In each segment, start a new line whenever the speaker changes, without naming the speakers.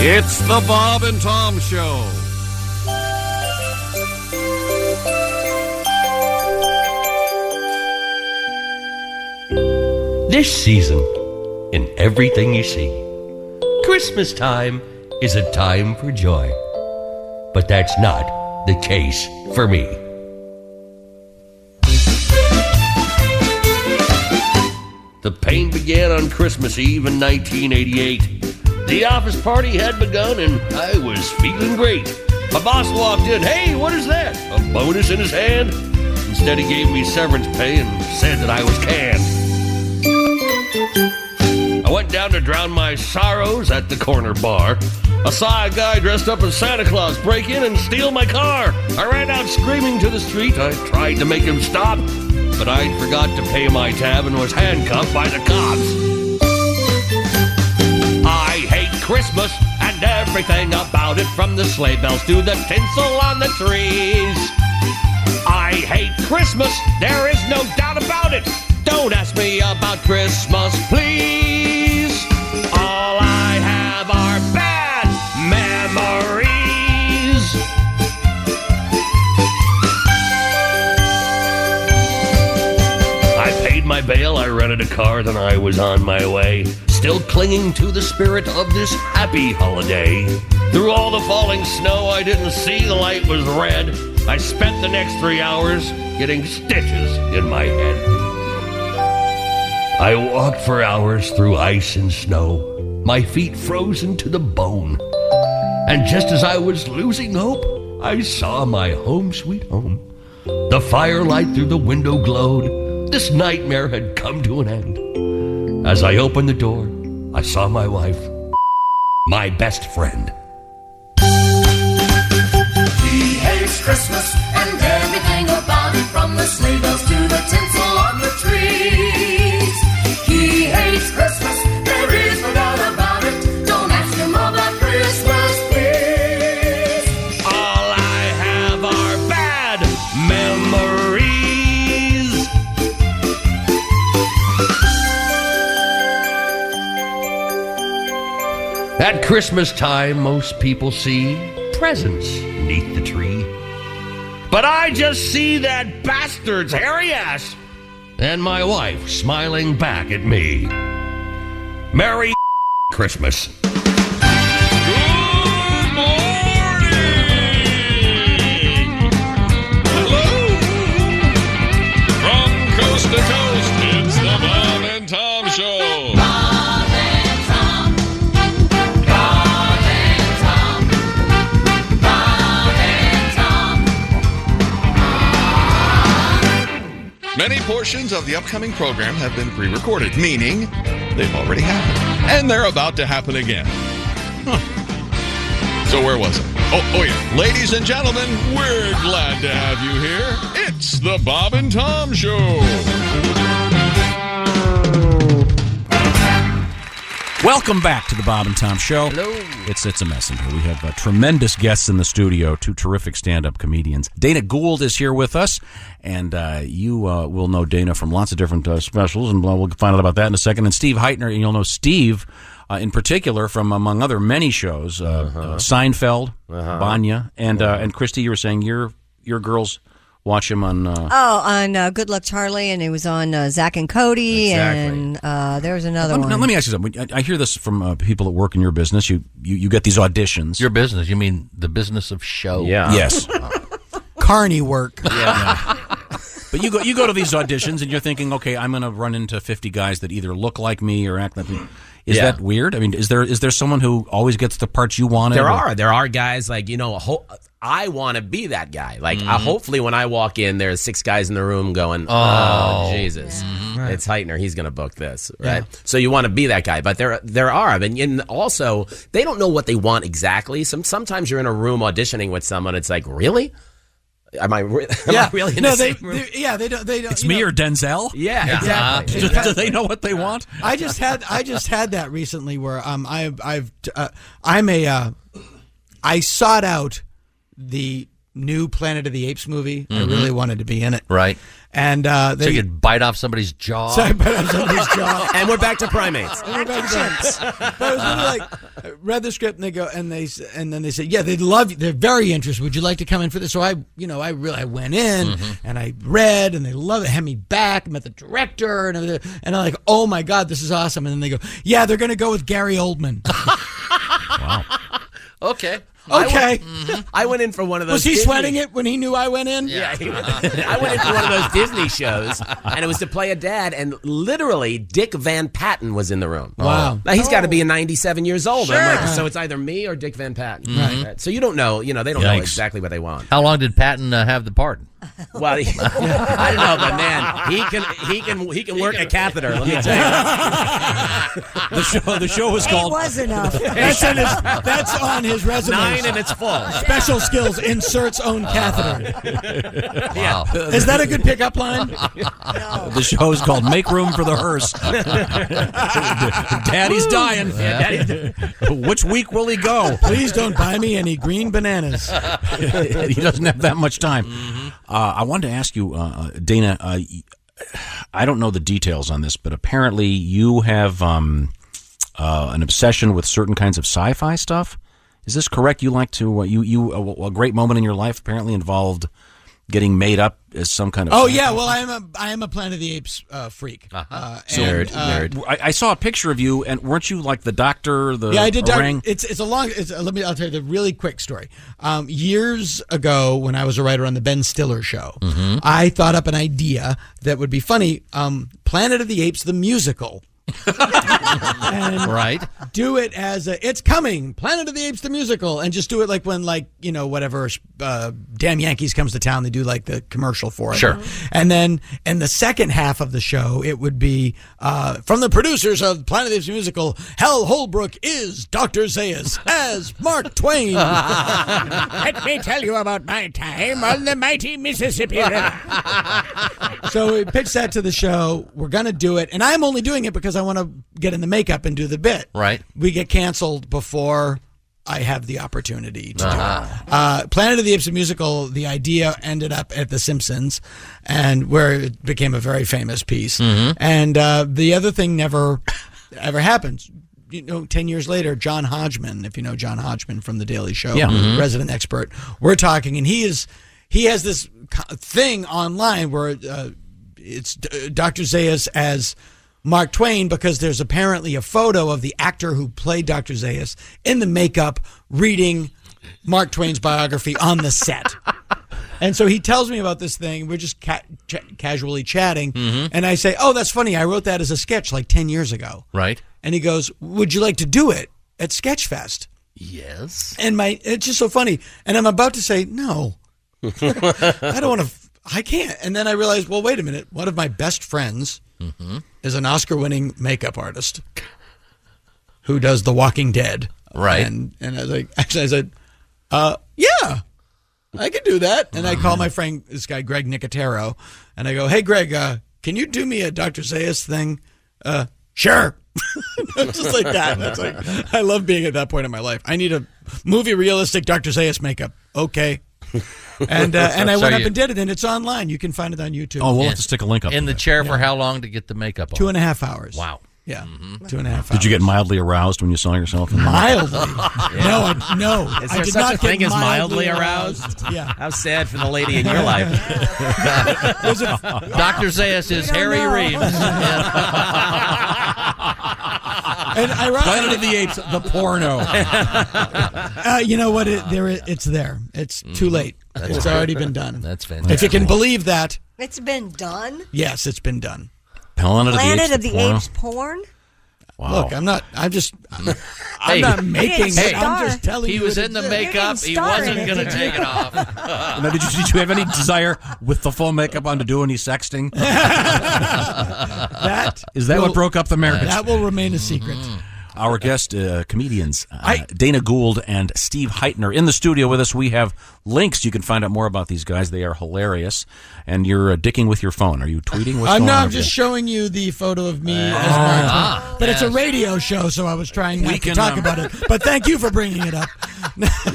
It's the Bob and Tom Show.
This season, in everything you see, Christmas time is a time for joy. But that's not the case for me. The pain began on Christmas Eve in 1988. The office party had begun and I was feeling great. My boss walked in, hey, what is that? A bonus in his hand? Instead, he gave me severance pay and said that I was canned. I went down to drown my sorrows at the corner bar. I saw a guy dressed up as Santa Claus break in and steal my car. I ran out screaming to the street. I tried to make him stop, but I forgot to pay my tab and was handcuffed by the cops. I hate Christmas and everything about it, from the sleigh bells to the tinsel on the trees. I hate Christmas, there is no doubt about it. Don't ask me about Christmas, please. All I have are bad memories. I paid my bail, I rented a car, then I was on my way. Still clinging to the spirit of this happy holiday. Through all the falling snow, I didn't see the light was red. I spent the next three hours getting stitches in my head. I walked for hours through ice and snow, my feet frozen to the bone. And just as I was losing hope, I saw my home sweet home. The firelight through the window glowed. This nightmare had come to an end. As I opened the door, I saw my wife, my best friend.
He hates Christmas and everything about it, from the sleigh bells to the tinsel on the trees. He hates Christmas. There is no doubt about it. Don't ask him about Christmas, please.
All I have are bad memories. At Christmas time, most people see presents neath the tree. But I just see that bastard's hairy ass and my wife smiling back at me. Merry Christmas. Good morning.
Hello. From coast to coast, it's the Bob and Tom Show.
Bob and Tom. Bob and Tom. Bob and Tom.
Many portions of the upcoming program have been pre recorded, meaning they've already happened. And they're about to happen again. Huh. So, where was it? Oh, oh, yeah. Ladies and gentlemen, we're glad to have you here. It's the Bob and Tom Show.
Welcome back to the Bob and Tom Show. Hello. It's it's a mess in here. We have uh, tremendous guests in the studio, two terrific stand-up comedians. Dana Gould is here with us, and uh, you uh, will know Dana from lots of different uh, specials, and we'll find out about that in a second. And Steve Heitner, you'll know Steve uh, in particular from among other many shows, uh, uh, Seinfeld, Banya, and uh, and Christy. You were saying your your girls watch him on. Uh,
Oh, on uh, Good Luck Charlie, and it was on uh, Zach and Cody, and uh, there was another
let, me-
one.
now, let me ask you something. I, I hear this from uh, people that work in your business. You you, you get these auditions.
Your business. You mean the business of show? Yeah.
yes.
Carney work.
But you go you go to these auditions and you're thinking, okay, I'm going to run into 50 guys that either look like me or act like me. Is
Yeah.
that weird? I mean, is there is there someone who always gets the parts you wanted?
There
Or-
are there are guys like you know. a Ho- I want to be that guy. Like
Mm-hmm.
I, hopefully, when I walk in, there's six guys in the room going, "Oh, Jesus,
Mm-hmm.
it's Heitner. He's going to book this, right?" So you want to be that guy, but there there are, I mean, and also they don't know what they want exactly. Some sometimes you're in a room auditioning with someone. It's like, really? Am I, re- am I really in
no,
the
they,
same room?
they- Yeah, they don't. They don't.
It's
you
me
know,
or Denzel?
yeah, exactly.
Do, do they know what they want?
I just had I just had that recently where um I I've uh, I'm a uh, I sought out the new Planet of the Apes movie. I
Mm-hmm.
Mhm.
really wanted to be in it.
Right.
And uh,
So
they
you could bite off somebody's jaw.
So I bet I'm somebody's jaw.
And we're back to primates.
And we're back to primates. But I was really like, I read the script and they go and they s- and then they said, yeah, they love you. They're very interested. Would you like to come in for this? So I, you know, I really I went in
Mm-hmm.
Mhm.
and I read and they love it. Had me back. Met the director and everything. and I'm like, oh my god, this is awesome. And then they go, yeah, they're gonna go with Gary Oldman.
Okay.
okay.
I went in for one of those.
Was he
Disney-
sweating it when he knew I went in?
Yeah, he was. I went in for one of those Disney shows, and it was to play a dad, and literally Dick Van Patten was in the room.
Wow.
Now he's got to be 97 years old. I'm like,
Sure.
so it's either me or Dick Van Patten.
Right.
Right. So you don't know, you know, they don't know
Yikes.
exactly what they want.
How long did Patton uh, have the part?
Well, he, I don't know, but man, he can he can he can work a catheter. Let me tell you.
The show- the show was Eight called- was enough.
That's, in his, that's on his resume.
Nine and it's full.
Special skills inserts own catheter.
Wow.
Is that a good pickup line?
The show is called Make Room for the Hearse. Daddy's
Woo.
dying.
Yeah, daddy's
Which week will he go?
Please don't buy me any green bananas.
he doesn't have that much time. Uh, I wanted to ask you, uh, Dana. Uh, y- I don't know the details on this, but apparently you have um, uh, an obsession with certain kinds of sci-fi stuff. Is this correct? You like to uh, you you a, a great moment in your life apparently involved getting made up as some kind of
Oh
sci-fi.
yeah, well I am a I am a Planet of the Apes uh, freak. uh
So,
and, uh,
I, I saw a picture of you, and weren't you like the doctor? The
yeah, I did. Dark,
orang-
it's it's a long. It's, uh, let me. I'll tell you the really quick story. Um, years ago, when I was a writer on the Ben Stiller show,
Mhm.
I thought up an idea that would be funny. Um, Planet of the Apes, the musical. And
Right.
Do it as a, it's coming, Planet of the Apes, the musical, and just do it like when, like you know, whatever, uh, Damn Yankees comes to town, they do like the commercial for it.
Sure.
And then in the second half of the show, it would be uh, from the producers of Planet of the Apes musical, Hal Holbrook is Dr. Zayas as Mark Twain.
Let
me tell you about my time on the mighty Mississippi River. so we pitched that to the show. We're going to do it. And I'm only doing it because I want to get in the makeup and do the bit.
Right.
We get canceled before I have the opportunity to do
Uh-huh.
it. Uh, Planet of the Apes the musical, the idea ended up at The Simpsons and where it became a very famous piece.
Mm-hmm.
Mhm.
Mm-hmm.
And uh, the other thing never ever happened. You know, 10 years later, John Hodgman, if you know John Hodgman from The Daily Show,
Yeah. Mhm.
resident expert, we're talking, and he is he has this co- thing online where uh, it's D- Dr. Zayas as Mark Twain because there's apparently a photo of the actor who played Dr. Zayas in the makeup reading Mark Twain's biography on the set. And so he tells me about this thing. We're just ca- ch- casually chatting. And I say, Oh, that's funny. I wrote that as a sketch like 10 years ago.
Right.
And he goes, Would you like to do it at Sketchfest?
Yes.
And my, it's just so funny. And I'm about to say, No, I don't want to, I can't. And then I realized, Well, wait a minute. One of my best friends
Mhm.
is an Oscar winning makeup artist who does The Walking Dead.
Right.
And, and I was like, Actually, I said, uh, Yeah. I could do that. And I call my friend, this guy, Greg Nicotero, and I go, hey, Greg, uh, can you do me a Dr. Zayas thing? Uh, sure. Just like that. That's like, I love being at that point in my life. I need a movie realistic Dr. Zayas makeup. Okay. And uh, and I
So
went up
you-
and did it, and it's online. You can find it on YouTube.
Oh,
stick a link up
In
Oh, to
the chair for how long to get the makeup on?
Two and a half hours.
Wow.
Yeah. Two and a half hours.
Did you get mildly aroused when you saw yourself? in the-
Mildly. No,
Yeah.
I, no.
Is
I
there
did
such
not
a
get
thing as mildly aroused?
Yeah.
How sad for the lady in your life.
Dr. Zayas is Harry Reeves.
And ironically,
Planet of the Apes, the porno.
Uh, you know what? It, there, i- it's there. It's too late.
That's
it's
great.
already been done.
That's
If you
fantastic.
can believe that,
It's been done.
yes, it's been done.
Planet
Planet of the Apes porn.
Wow.
Look, I'm not. I'm just. I'm,
Hey.
not making.
Hey.
it. I'm just telling
he
you.
was
what
in the
it is.
makeup. He wasn't going to take it off.
Now, did, you, did you have any desire with the full makeup on to do any sexting?
That
Is that
will-
what broke up the marriage?
That will remain a secret.
Mm.
Our guest uh, comedians, uh, Dana Gould and Steve Heitner, in the studio with us. We have links. You can find out more about these guys. They are hilarious. And you're uh, dicking with your phone. Are you tweeting? What's
I'm
going on
not. I'm
over
just
there?
showing you the photo of me. as
Ah.
Mark Twain. but it's a
Yes.
radio show, so I was trying
We
not to
can,
talk
um,
about it. But thank you for bringing it up.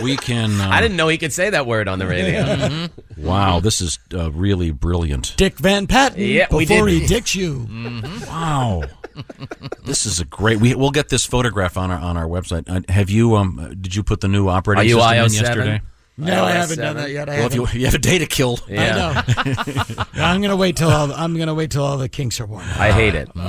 we can. um,
I didn't know he could say that word on the radio.
Wow, this is uh, really brilliant.
Dick Van Patten
Yeah, we
before
did.
he dicks you.
Wow. this is a great. We, we'll get this photograph on our on our website. Uh, have you um? uh, Did you put the new operating
Are
system in
you iOS 7?
yesterday?
No, I
iOS
haven't done
seven.
that yet. I
Well, if
haven't.
you you have a day to kill.
Yeah.
I'm gonna wait till all, I'm gonna wait till all the kinks are worn. out.
I hate it.
Uh,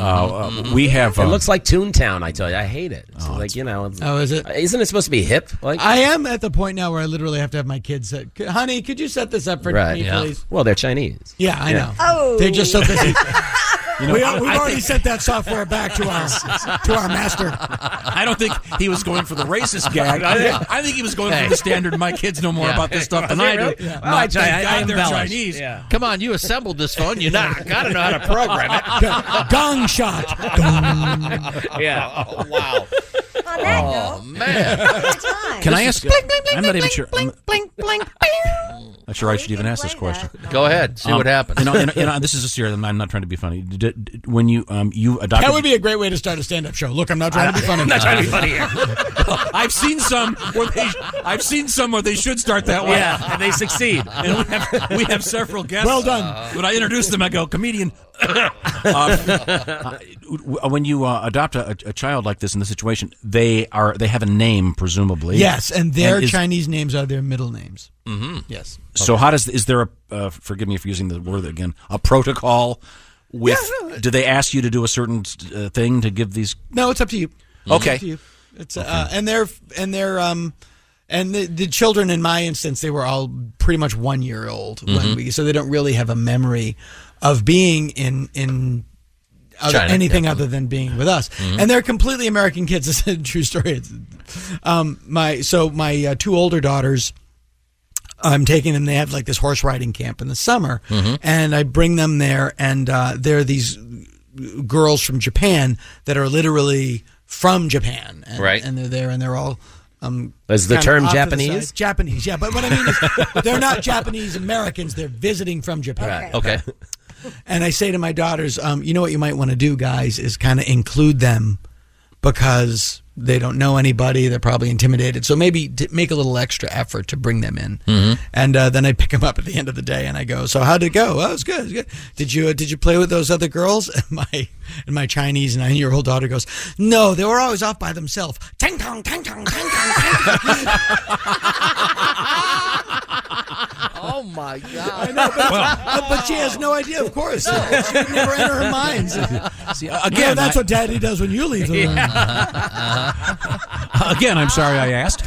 uh, we have.
It
um,
looks like Toontown. I tell you, I hate it. It's like you know, it's,
Oh, is it?
isn't it supposed to be hip? Like,
I am at the point now where I literally have to have my kids. Say, "C- Honey, could you set this up for
Right,
me,
yeah.
please?
well, they're Chinese.
Yeah, I know.
Oh.
they're just so busy. we, have already sent that software back to our to our master.
I don't think he was going for the racist gag. I, think- I think he was going for the standard. My kids know more about this stuff than I do.
Yeah.
Not
Well, I-
thank
I- I
God they're
embellished.
Chinese.
Come on, you assembled this phone. You knock. I don't know how to program it.
Gong shot. Gong.
Yeah.
Oh, wow.
On that
Oh, man.
note, time.
Can I ask? I'm not even sure. I'm
blink, blink, bing.
not sure I should
We
even
can
ask this
play
question.
that.
Go ahead. See
Um,
what happens.
You know, and, and, uh, this is a serious. I'm not trying to be funny. D- d- when you um, you adopted,
That would be a great way to start a stand-up show. Look, I'm not trying to be funny.
I'm not trying to be funny here. I've seen some where they, I've seen some where they should start that way.
Yeah, and they succeed.
And we have, we have several guests. Uh,
Well done.
when I introduce them, I go, comedian. Um, uh, when you uh, adopt a, a child like this in this situation, they are they have a name, presumably.
Yes, and their
And is-
Chinese names are their middle names. Mm-hmm. Yes.
So how does is there a uh, forgive me for using the word again a protocol with do they ask you to do a certain uh, thing to give these
No, it's up to you.
Okay.
It's, up to you. It's, uh, and they're and they're um and the, the children in my instance they were all pretty much one year old when we so they don't really have a memory of being in in other,
China,
anything other than being with us and they're completely American kids. It's a true story. It's, um, my so my uh, two older daughters. I'm taking them. They have like this horse riding camp in the summer,
Mm-hmm.
and I bring them there, and uh, there are these girls from Japan that are literally from Japan, and,
Right.
And they're there, and they're all. Um,
Is the
kind of
term
off to the
Japanese?
side. Japanese, yeah. But what I mean is, they're not Japanese Americans. They're visiting from Japan.
okay.
And I say to my daughters, um, you know what you might want to do, guys, is kind of include them because they don't know anybody. They're probably intimidated. So maybe t- make a little extra effort to bring them in.
Hmm.
Mm-hmm.
And uh, then I pick them up at the end of the day and I go, so how'd it go? Oh, it was good. It was good. Did you, uh, did you play with those other girls? And my, and my Chinese nine year old daughter goes, no, they were always off by themselves. Tang tong, tang tong, tang tong, tang tong.
Oh, my God.
But, but she has no idea, of course. She would never enter her mind.
see
Yeah,
again
that's
I-
what daddy does when you leave the room.
Again, I'm sorry I asked.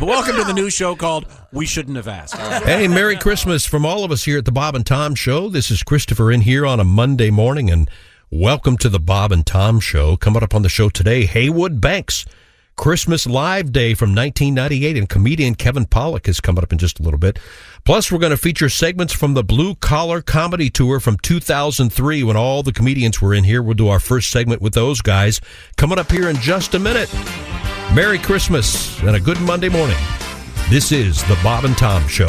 Welcome to the new show called We Shouldn't Have Asked.
Hey, Merry Christmas from all of us here at the Bob and Tom Show. This is Christopher in here on a Monday morning, and welcome to the Bob and Tom Show. Coming up on the show today, Haywood Banks, Christmas Live Day from 1998, and comedian Kevin Pollock is coming up in just a little bit. Plus, we're going to feature segments from the Blue Collar Comedy Tour from 2003 when all the comedians were in here. We'll do our first segment with those guys coming up here in just a minute. Merry Christmas and a good Monday morning. This is the Bob and Tom Show.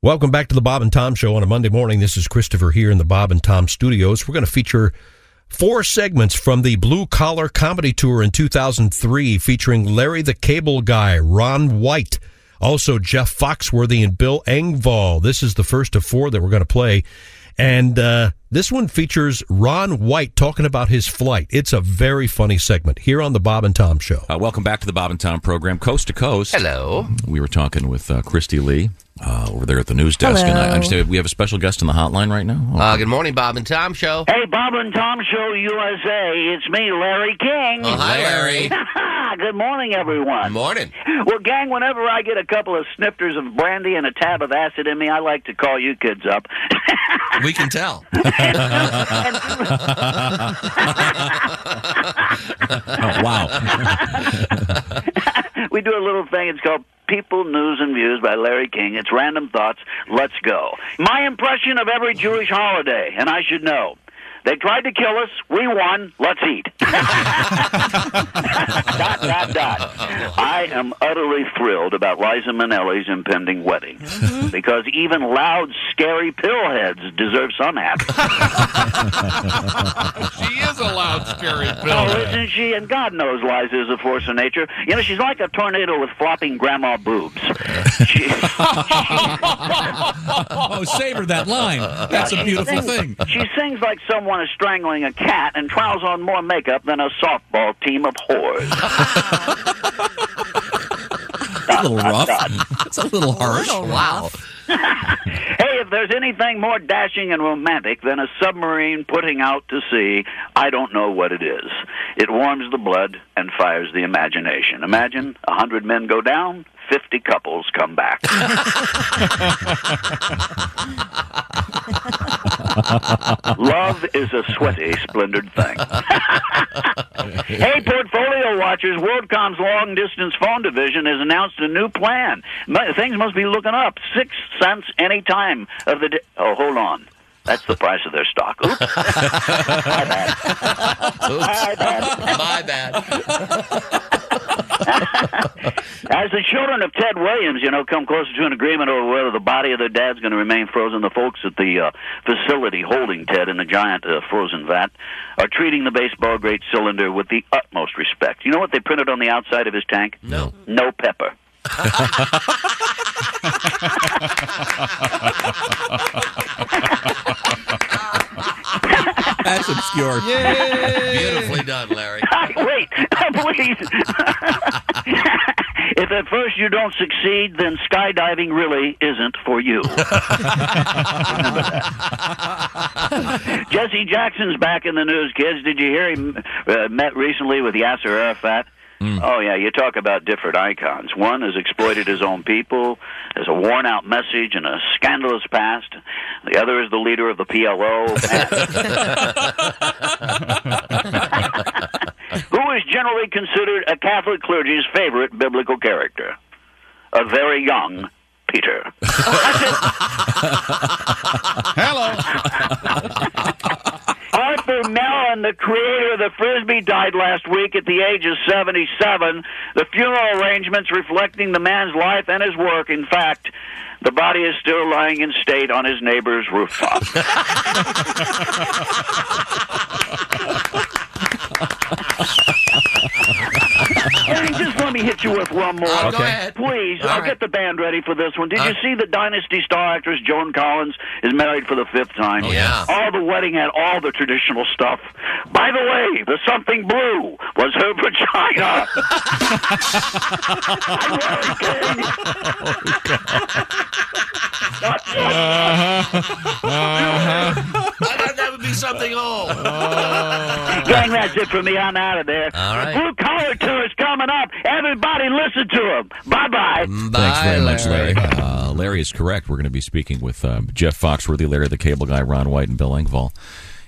Welcome back to the Bob and Tom Show on a Monday morning. This is Christopher here in the Bob and Tom studios. We're going to feature four segments from the Blue Collar Comedy Tour in 2003 featuring Larry the Cable Guy, Ron White, also Jeff Foxworthy, and Bill Engvall. This is the first of four that we're going to play. And uh, this one features Ron White talking about his flight. It's a very funny segment here on the Bob and Tom Show.
Uh, welcome back to the Bob and Tom program, coast to coast. Hello. We were talking with uh, Christy Lee uh, over there at the news desk, and I
Hello.
understand we have a special guest on the hotline right now.
Uh, good morning, Bob and Tom Show.
Hey, Bob and Tom Show USA. It's me, Larry King.
Oh, hi, Larry.
Good morning, everyone. Good
morning.
Well, gang, whenever I get a couple of snifters of brandy and a tab of acid in me, I like to call you kids up.
We can tell.
wow.
we do a little thing. It's called People, News, and Views by Larry King. It's random thoughts. Let's go. My impression of every Jewish holiday, and I should know. They tried to kill us. We won. Let's eat. dot, dot, dot. I am utterly thrilled about Liza Minnelli's impending wedding because even loud, scary pillheads deserve some happiness.
she is a loud, scary
Oh, isn't she? And God knows Liza is a force of nature. You know, she's like a tornado with flopping grandma boobs. She-
oh, savor that line. That's
Yeah,
a
she
beautiful thing.
sings- She sings like someone is strangling a cat and trials on more makeup than a softball team of whores.
That's a little rough. It's a little harsh.
wow. hey, if there's anything more dashing and romantic than a submarine putting out to sea, I don't know what it is. It warms the blood and fires the imagination. Imagine a hundred men go down, fifty couples come back. Love is a sweaty, splendid thing. hey, portfolio watchers, WorldCom's long distance phone division has announced a new plan. Mu- Things must be looking up. Six cents any time of the day. Oh, hold on. That's the price of their stock. Oops. My bad. My bad.
My bad.
As the children of Ted Williams, you know, come closer to an agreement over whether the body of their dad's going to remain frozen, the folks at the uh, facility holding Ted in the giant uh, frozen vat are treating the baseball great cylinder with the utmost respect. You know what they printed on the outside of his tank? No. No pepper.
That's obscure.
Beautifully done, Larry.
Wait, please. if at first you don't succeed, then skydiving really isn't for you. Remember that. Jesse Jackson's back in the news, kids. Did you hear he uh, met recently with Yasser Arafat? Oh yeah, you talk about different icons. One has exploited his own people, has a worn-out message and a scandalous past. The other is the leader of the PLO, who is generally considered a Catholic clergy's favorite biblical character, a very young Peter. Arthur Mellon, the creator of the frisbee, died last week at the age of 77. The funeral arrangements reflecting the man's life and his work. In fact, the body is still lying in state on his neighbor's rooftop. Hey, just let me hit you with one more.
Oh, go Okay. ahead.
Please,
All
I'll
right.
get the band ready for this one. Did
Uh,
you see the Dynasty star actress Joan Collins is married for the fifth time?
Oh, yeah.
All the wedding had all the traditional stuff. By the way, the something blue was her vagina.
I thought that would be something old.
Gang, that's it for me. I'm out of there.
All right.
The blue collar tour is coming up. Everybody, listen to him. Bye bye.
Thanks very much, Larry. Uh, Larry is correct. We're going to be speaking with um, Jeff Foxworthy, Larry the Cable Guy, Ron White, and Bill Engvall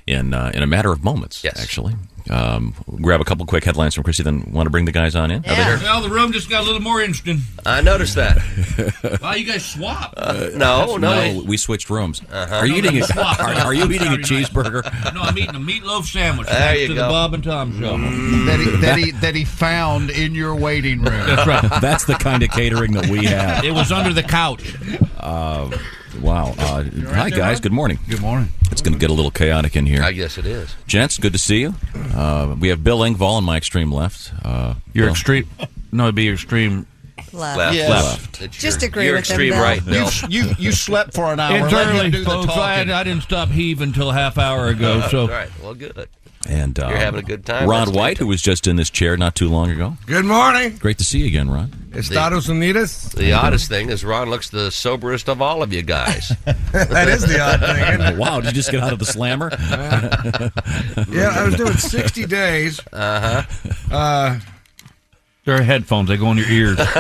in uh, in a matter of moments. Yes, actually. Um, grab a couple quick headlines from Chrissy, then want to bring the guys on in.
Well, the room just got a little more interesting.
Uh,
I noticed that.
Wow, you guys swapped.
no, no.
Uh, we switched rooms. Are you eating? A,
Swap.
are, are you eating a cheeseburger?
No, I'm eating a meatloaf sandwich.
There
thanks
you
to
go.
the Bob and Tom show.
Mm.
that he, that he that he found in your waiting room.
That's right. That's the kind of catering that we have.
It was under the couch.
Uh, wow. Uh, hi,
there,
guys.
Ron?
Good morning. Good morning. It's going to get a little chaotic in here.
I guess it is.
Gents, good to see you. Uh, we have Bill Engvall on my extreme left. Uh,
Your
Bill.
extreme. No, it'd be your extreme
Left.
Left.
Yes.
Left.
Just
You're-
agree
you're
with them,
extreme
Bill.
right, Bill.
You you slept for an hour. Let him
Internally,
do the
folks, I,
talking.
had- I didn't stop heaving until a half hour ago. So,
All Oh, right. Well, good.
And
You're
um,
having a good time.
Ron
That's
White, who was just in this chair not too long ago.
Good morning.
Great to see you again, Ron.
Estados
Unidos.
The oddest thing is Ron looks the soberest of all of you guys.
that is the odd thing. Isn't it?
wow, did you just get out of the slammer?
Yeah, I was doing 60 days.
Uh-huh.
Uh,
they're headphones. They go in your ears.
that's,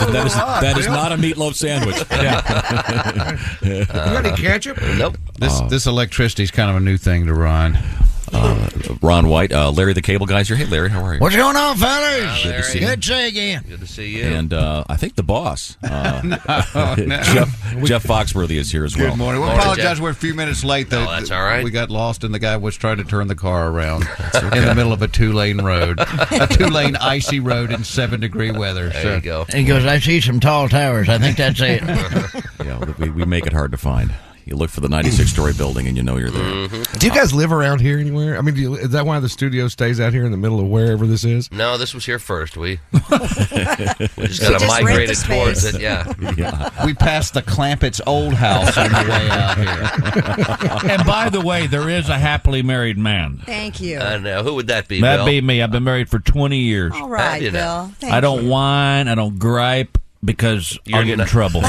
that is- that is not
a meatloaf sandwich.
you got any ketchup?
Uh,
Nope.
This this electricity's kind of a new thing to Ron.
Uh, Ron White, uh, Larry the Cable Guy's here. Hey, Larry, how are you?
What's going on, fellas?
Good to see you.
see again.
Good to see you.
And uh, I think the boss, uh,
no.
Jeff, Jeff Foxworthy, is here as well.
Good morning. We apologize. We're a few minutes late. Though.
No, that's all right.
We got lost, and the guy was trying to turn the car around in the middle of a two lane road, a two lane icy road in seven degree weather.
There
so.
you go.
He goes, I see some tall towers. I think that's it.
yeah, we, we make it hard to find. You look for the 96 story building and you know you're there.
Mm-hmm.
Do you guys live around here anywhere? I mean, do you, is that why the studio stays out here in the middle of wherever this is?
No, this was here first. We, we just
You
got to
just
migrate
rent the
it towards
space.
it. Yeah.
We passed the Clampett's old house on the way out here.
and by the way, there is a happily married man.
Thank you.
Uh,
I know. Who would that be?
That'd
Bill?
be me. I've been married for 20 years.
All right,
you know.
Bill. Thank
I don't
you.
whine. I don't gripe because
You're
I'll get in
gonna-
trouble.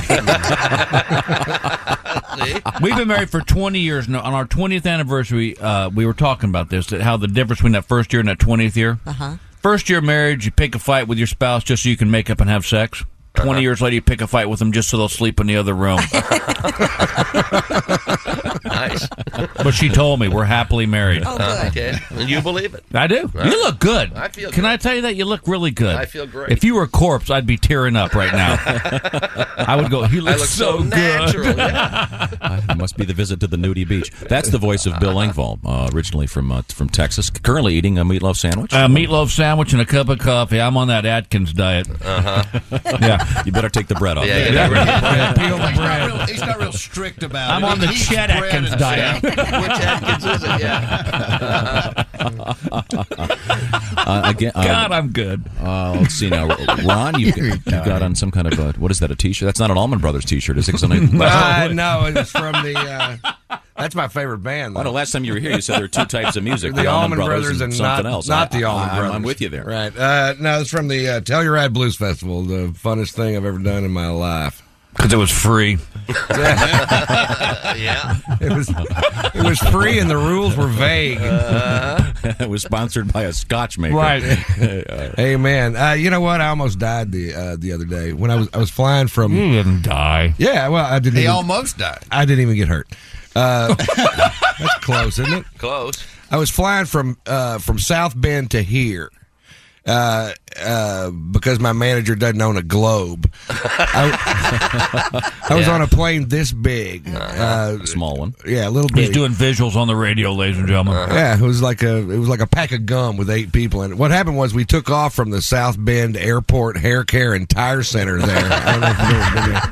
We've been married for 20 years now. On our 20th anniversary, uh, we were talking about this, that how the difference between that first year and that 20th year.
Uh-huh.
First year of marriage, you pick a fight with your spouse just so you can make up and have sex. 20
Uh-huh.
years later, you pick a fight with them just so they'll sleep in the other room.
nice.
but she told me we're happily married.
Oh, Uh, Okay. And you believe it?
I do.
All right.
You look good.
I feel
Can
good.
I tell you that you look really good?
I feel great.
If you were a corpse, I'd be tearing up right now. I would go. He
I
looks
look
so,
so
good.
natural, Uh, must be the visit to the nudie beach. That's the voice of Bill Engvall, uh, originally from uh, from Texas. Currently eating a meatloaf sandwich.
A meatloaf sandwich and a cup of coffee. I'm on that Atkins diet.
Uh huh.
Yeah.
Uh-huh. You better take the bread off.
Yeah, yeah,
Yeah.
yeah. Peel the
He's not
bread.
real- He's not real strict about
I'm
it.
on the
He eats
Chet
bread
Atkins
and
diet.
stuff.
Uh, again, uh,
God, I'm good.
Uh, let's see now, Ron. You've, got,
You're
you've got on some kind of a what is that? A T-shirt? That's not an Almond Brothers T-shirt, is it? 'Cause I know-
Uh, no, it was from the. Uh, that's my favorite band.
Well, the last time you were here, you said there were two types of music:
the,
the
Allman
Allman
Brothers,
Brothers
and
and something
not,
else.
Not
I-
the Allman
I- I'm-
Brothers.
I'm with you there.
Right. Uh, no, it's from the uh, Telluride Blues Festival, the funnest thing I've ever done in my life.
Because it was free.
yeah.
It was, it was free and the rules were vague.
it was sponsored by a Scotch maker.
Uh-huh. Right.
Uh,
Hey man, uh, you know what? I almost died the uh, the other day when I was I was flying from.
You didn't die.
Yeah, well, I didn't.
He
even-
almost died.
I didn't even get hurt. Uh, that's close, isn't it?
Close.
I was flying from uh, from South Bend to here. Uh, uh, because my manager doesn't own a globe. I, I was
Yeah. Uh-huh.
on a plane this big, uh,
small one.
Yeah, a little bit.
He's doing visuals on the radio, ladies and gentlemen.
Uh-huh.
Yeah, it was like a it was like a pack of gum with eight people in it. What happened was we took off from the South Bend Airport Hair Care and Tire Center there. I don't know if you've ever been there.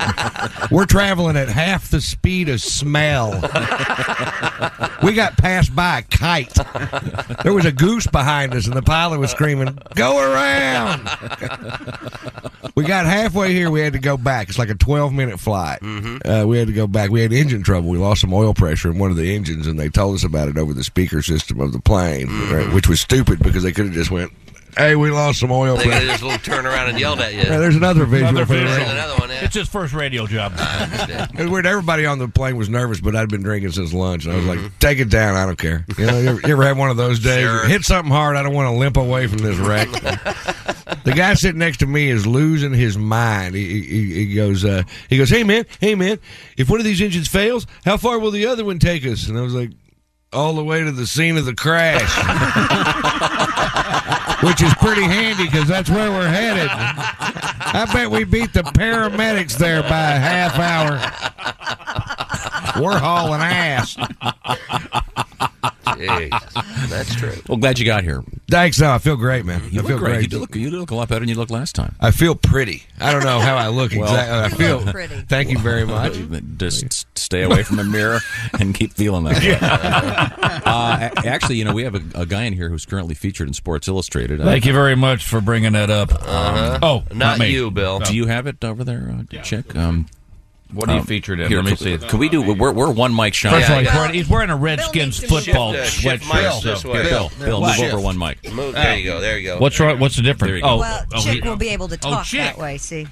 We're traveling at half the speed of smell. We got passed by a kite. There was a goose behind us, and the pilot was screaming, "Go around!" We got halfway here. We had to go back. It's like a 12 minute flight. Uh, we had to go back. We had engine trouble. We lost some oil pressure in one of the engines, and they told us about it over the speaker system of the plane, right, which was stupid because they could have just went, "Hey, we lost some oil
They could have
pressure."
just a little turn around and yelled at you.
Yeah, there's another visual for the
There's
radio.
another one. Yeah.
It's his first radio job.
It was weird. Everybody on the plane was nervous, but I'd been drinking since lunch, and I was like, "Take it down. I don't care." You know, you ever, you ever have one of those days?
Sure.
Hit something hard. I don't want to limp away from this wreck. the guy sitting next to me is losing his mind. He, he, he goes, uh, "He goes, hey man, hey man, if one of these engines fails, how far will the other one take us?" And I was like, "All the way to the scene of the crash." Which is pretty handy because that's where we're headed. I bet we beat the paramedics there by a half hour. We're hauling ass.
Jeez. That's true.
Well, glad you got here.
Thanks. No, I feel great, man.
You
I
look
feel
great.
great.
You do look, you do look a lot better than you looked last time.
I feel pretty. I don't know how I look
Well-
exactly. I
You look
feel
pretty.
Thank you very much.
Just stay away from the mirror and keep feeling that. way. Uh, a- actually, you know, we have a, a guy in here who's currently featured in Sports Illustrated.
Thank you very much for bringing that up.
Uh-huh.
Oh,
Not
me.
you, Bill. Do you have it over there? Uh, Check. Um,
What are you featured in?
Here,
Let me
could-
see it.
Could we do? We're, we're one mic shy.
First of all, he's wearing- he's wearing a Redskins football
shift
sweatshirt.
mics this
so-
way.
Here,
Bill, Bill, move
Shift.
over one mic.
Move- there you go, there you go.
What's wrong? What's the difference?
There you go.
well,
Oh,
Chick
he-
will be able to talk that way. See,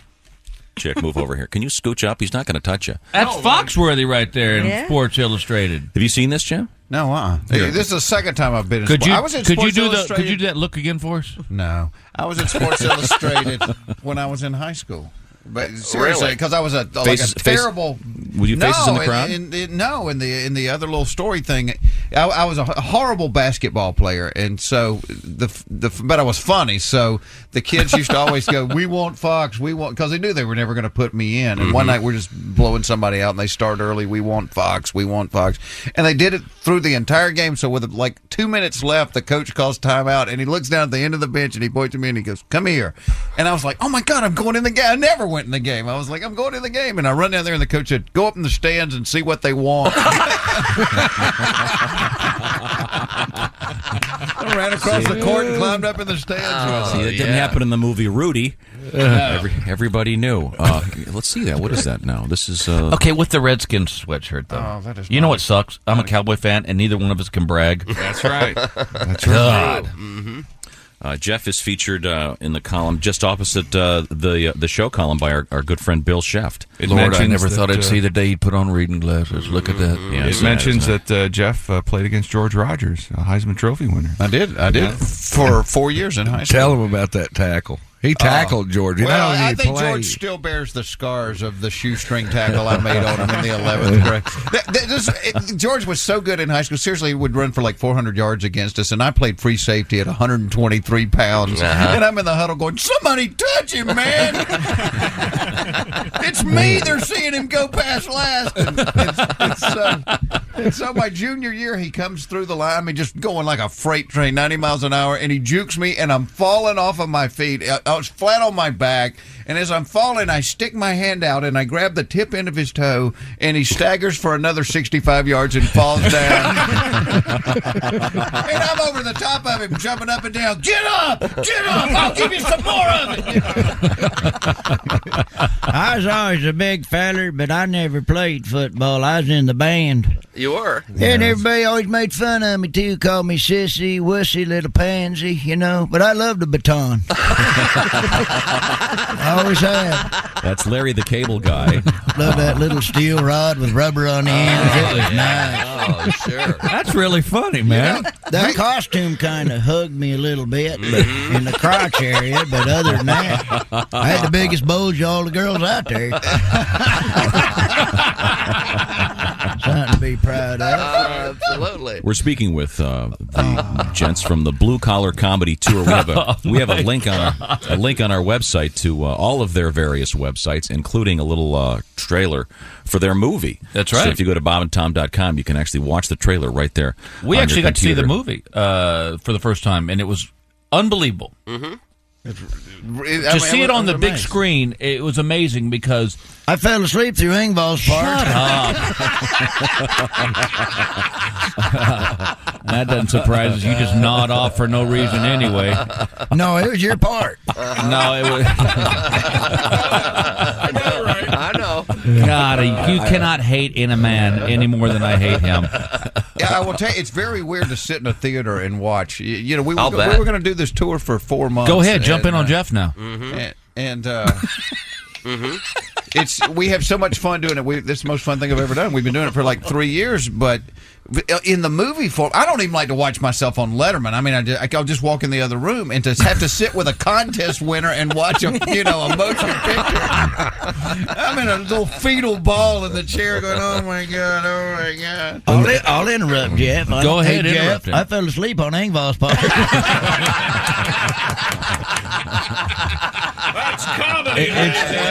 Chick, move over here. Can you scooch up? He's not going to touch you.
That's Foxworthy right there in
Yeah.
Sports Illustrated.
Have you seen this, Jim?
No, uh.
Here.
This is the second time I've been in
Could
sport-
you
I was in
could you
Sports
do the could
Illustrated-
you do that look again for us?
No, I was in Sports Illustrated when I was in high school. But seriously,
Really?
because I was a like
Uh, Faces-
a
face-
terrible.
Would you faces
no,
in the crowd?
In, in, in, no, in the in the other little story thing, I, I was a h- horrible basketball player, and so the f- the f- but I was funny. So the kids used to always go, "We want Fox, we want," because they knew they were never going to put me in. And one
Mhm.
night we're just blowing somebody out, and they start early. We want Fox, we want Fox, and they did it through the entire game. So with like two minutes left, the coach calls timeout, and he looks down at the end of the bench, and he points to me, and he goes, "Come here," and I was like, "Oh my god, I'm going in the game." I never went in the game. I was like, "I'm going in the game," and I run down there, and the coach said, "Go up in the stands and see what they want." I ran across the court and climbed up in the stands.
Oh,
See, that didn't happen in the movie Rudy. Every, everybody knew. Uh, let's see that. What is that now? This is uh,
Okay, with the Redskins sweatshirt though.
Oh, that is
you know what sucks? I'm a Cowboy fan, and neither one of us can brag.
That's right. That's right.
God.
Mm-hmm.
Uh, Jeff is featured uh, in the column just opposite uh, the uh, the show column by our, our good friend Bill Sheft.
Lord, I never thought I'd see the day he put on reading glasses. Look at that.
Mm-hmm.
Yeah,
it
it's-
mentions
it's-
that uh, Jeff uh, played against George Rogers, a Heisman Trophy winner.
I did. I did for four years in high school. Oh.
Tell him about that tackle. He tackled George. He
Well,
not only
I
he
think
played-
George still bears the scars of the shoestring tackle I made on him in the 11th grade. Th- th- this- it- George was so good in high school. Seriously, he would run for like 400 yards against us, and I played free safety at 123 pounds.
Uh-huh.
And I'm in the huddle going, somebody touch him, man. it's me. They're seeing him go past last. And, and- and so, and so my junior year, he comes through the line. I mean, just going like a freight train, 90 miles an hour, and he jukes me, and I'm falling off of my feet. Uh, I, I was flat on my back. And as I'm falling, I stick my hand out and I grab the tip end of his toe, and he staggers for another 65 yards and falls down. and I'm over the top of him, jumping up and down. Get up! Get up! I'll give you some more of it!
I was always a big feller, but I never played football. I was in the band.
You were.
And everybody always made fun of me, too. Called me sissy, wussy, little pansy, you know. But I loved a baton. I always have.
That's Larry the Cable Guy.
Love that little steel rod with rubber on the end. It was nice.
Oh, sure.
That's really funny, man.
That costume kind of hugged me a little bit but
Mm-hmm.
in the crotch area, but other than that, I had the biggest bulge of all the girls out there. Something to be proud of.
Absolutely.
We're speaking with uh, the gents from the Blue Collar Comedy Tour. We have
Oh
a, we have a link on our, a link on our website to uh, all of their various websites, including a little uh, trailer for their movie. That's So
right.
if you go to bobandtom.com, you can actually watch the trailer right there.
We
on your
actually got to see the
computer.
movie uh, for the first time, and it was unbelievable.
Mm-hmm.
to see it on the big screen, it was amazing because
I fell asleep through Ingvall's part.
that doesn't surprise us. You just nod off for no reason anyway.
No, it was your part.
No, it was.
I know.
God, you cannot hate in a man any more than I hate him.
Yeah, I will tell you, it's very weird to sit in a theater and watch. You, you know, we were,
I'll bet.
we were going to do this tour for four months.
Go ahead, jump in
and,
on
uh,
Jeff now.
And, and uh, it's we have so much fun doing it. We, this is the most fun thing I've ever done. We've been doing it for like three years, but in the movie form, I don't even like to watch myself on Letterman. I mean, I just, I'll just walk in the other room and to have to sit with a contest winner and watch a you know a motion picture. I'm in a little fetal ball in the chair, going, "Oh my god, oh my god."
I'll, I'll interrupt Jeff. I-
Go ahead,
hey,
interrupt
Jeff.
him.
I fell asleep on Ingvall's part.
That's comedy.
It- it's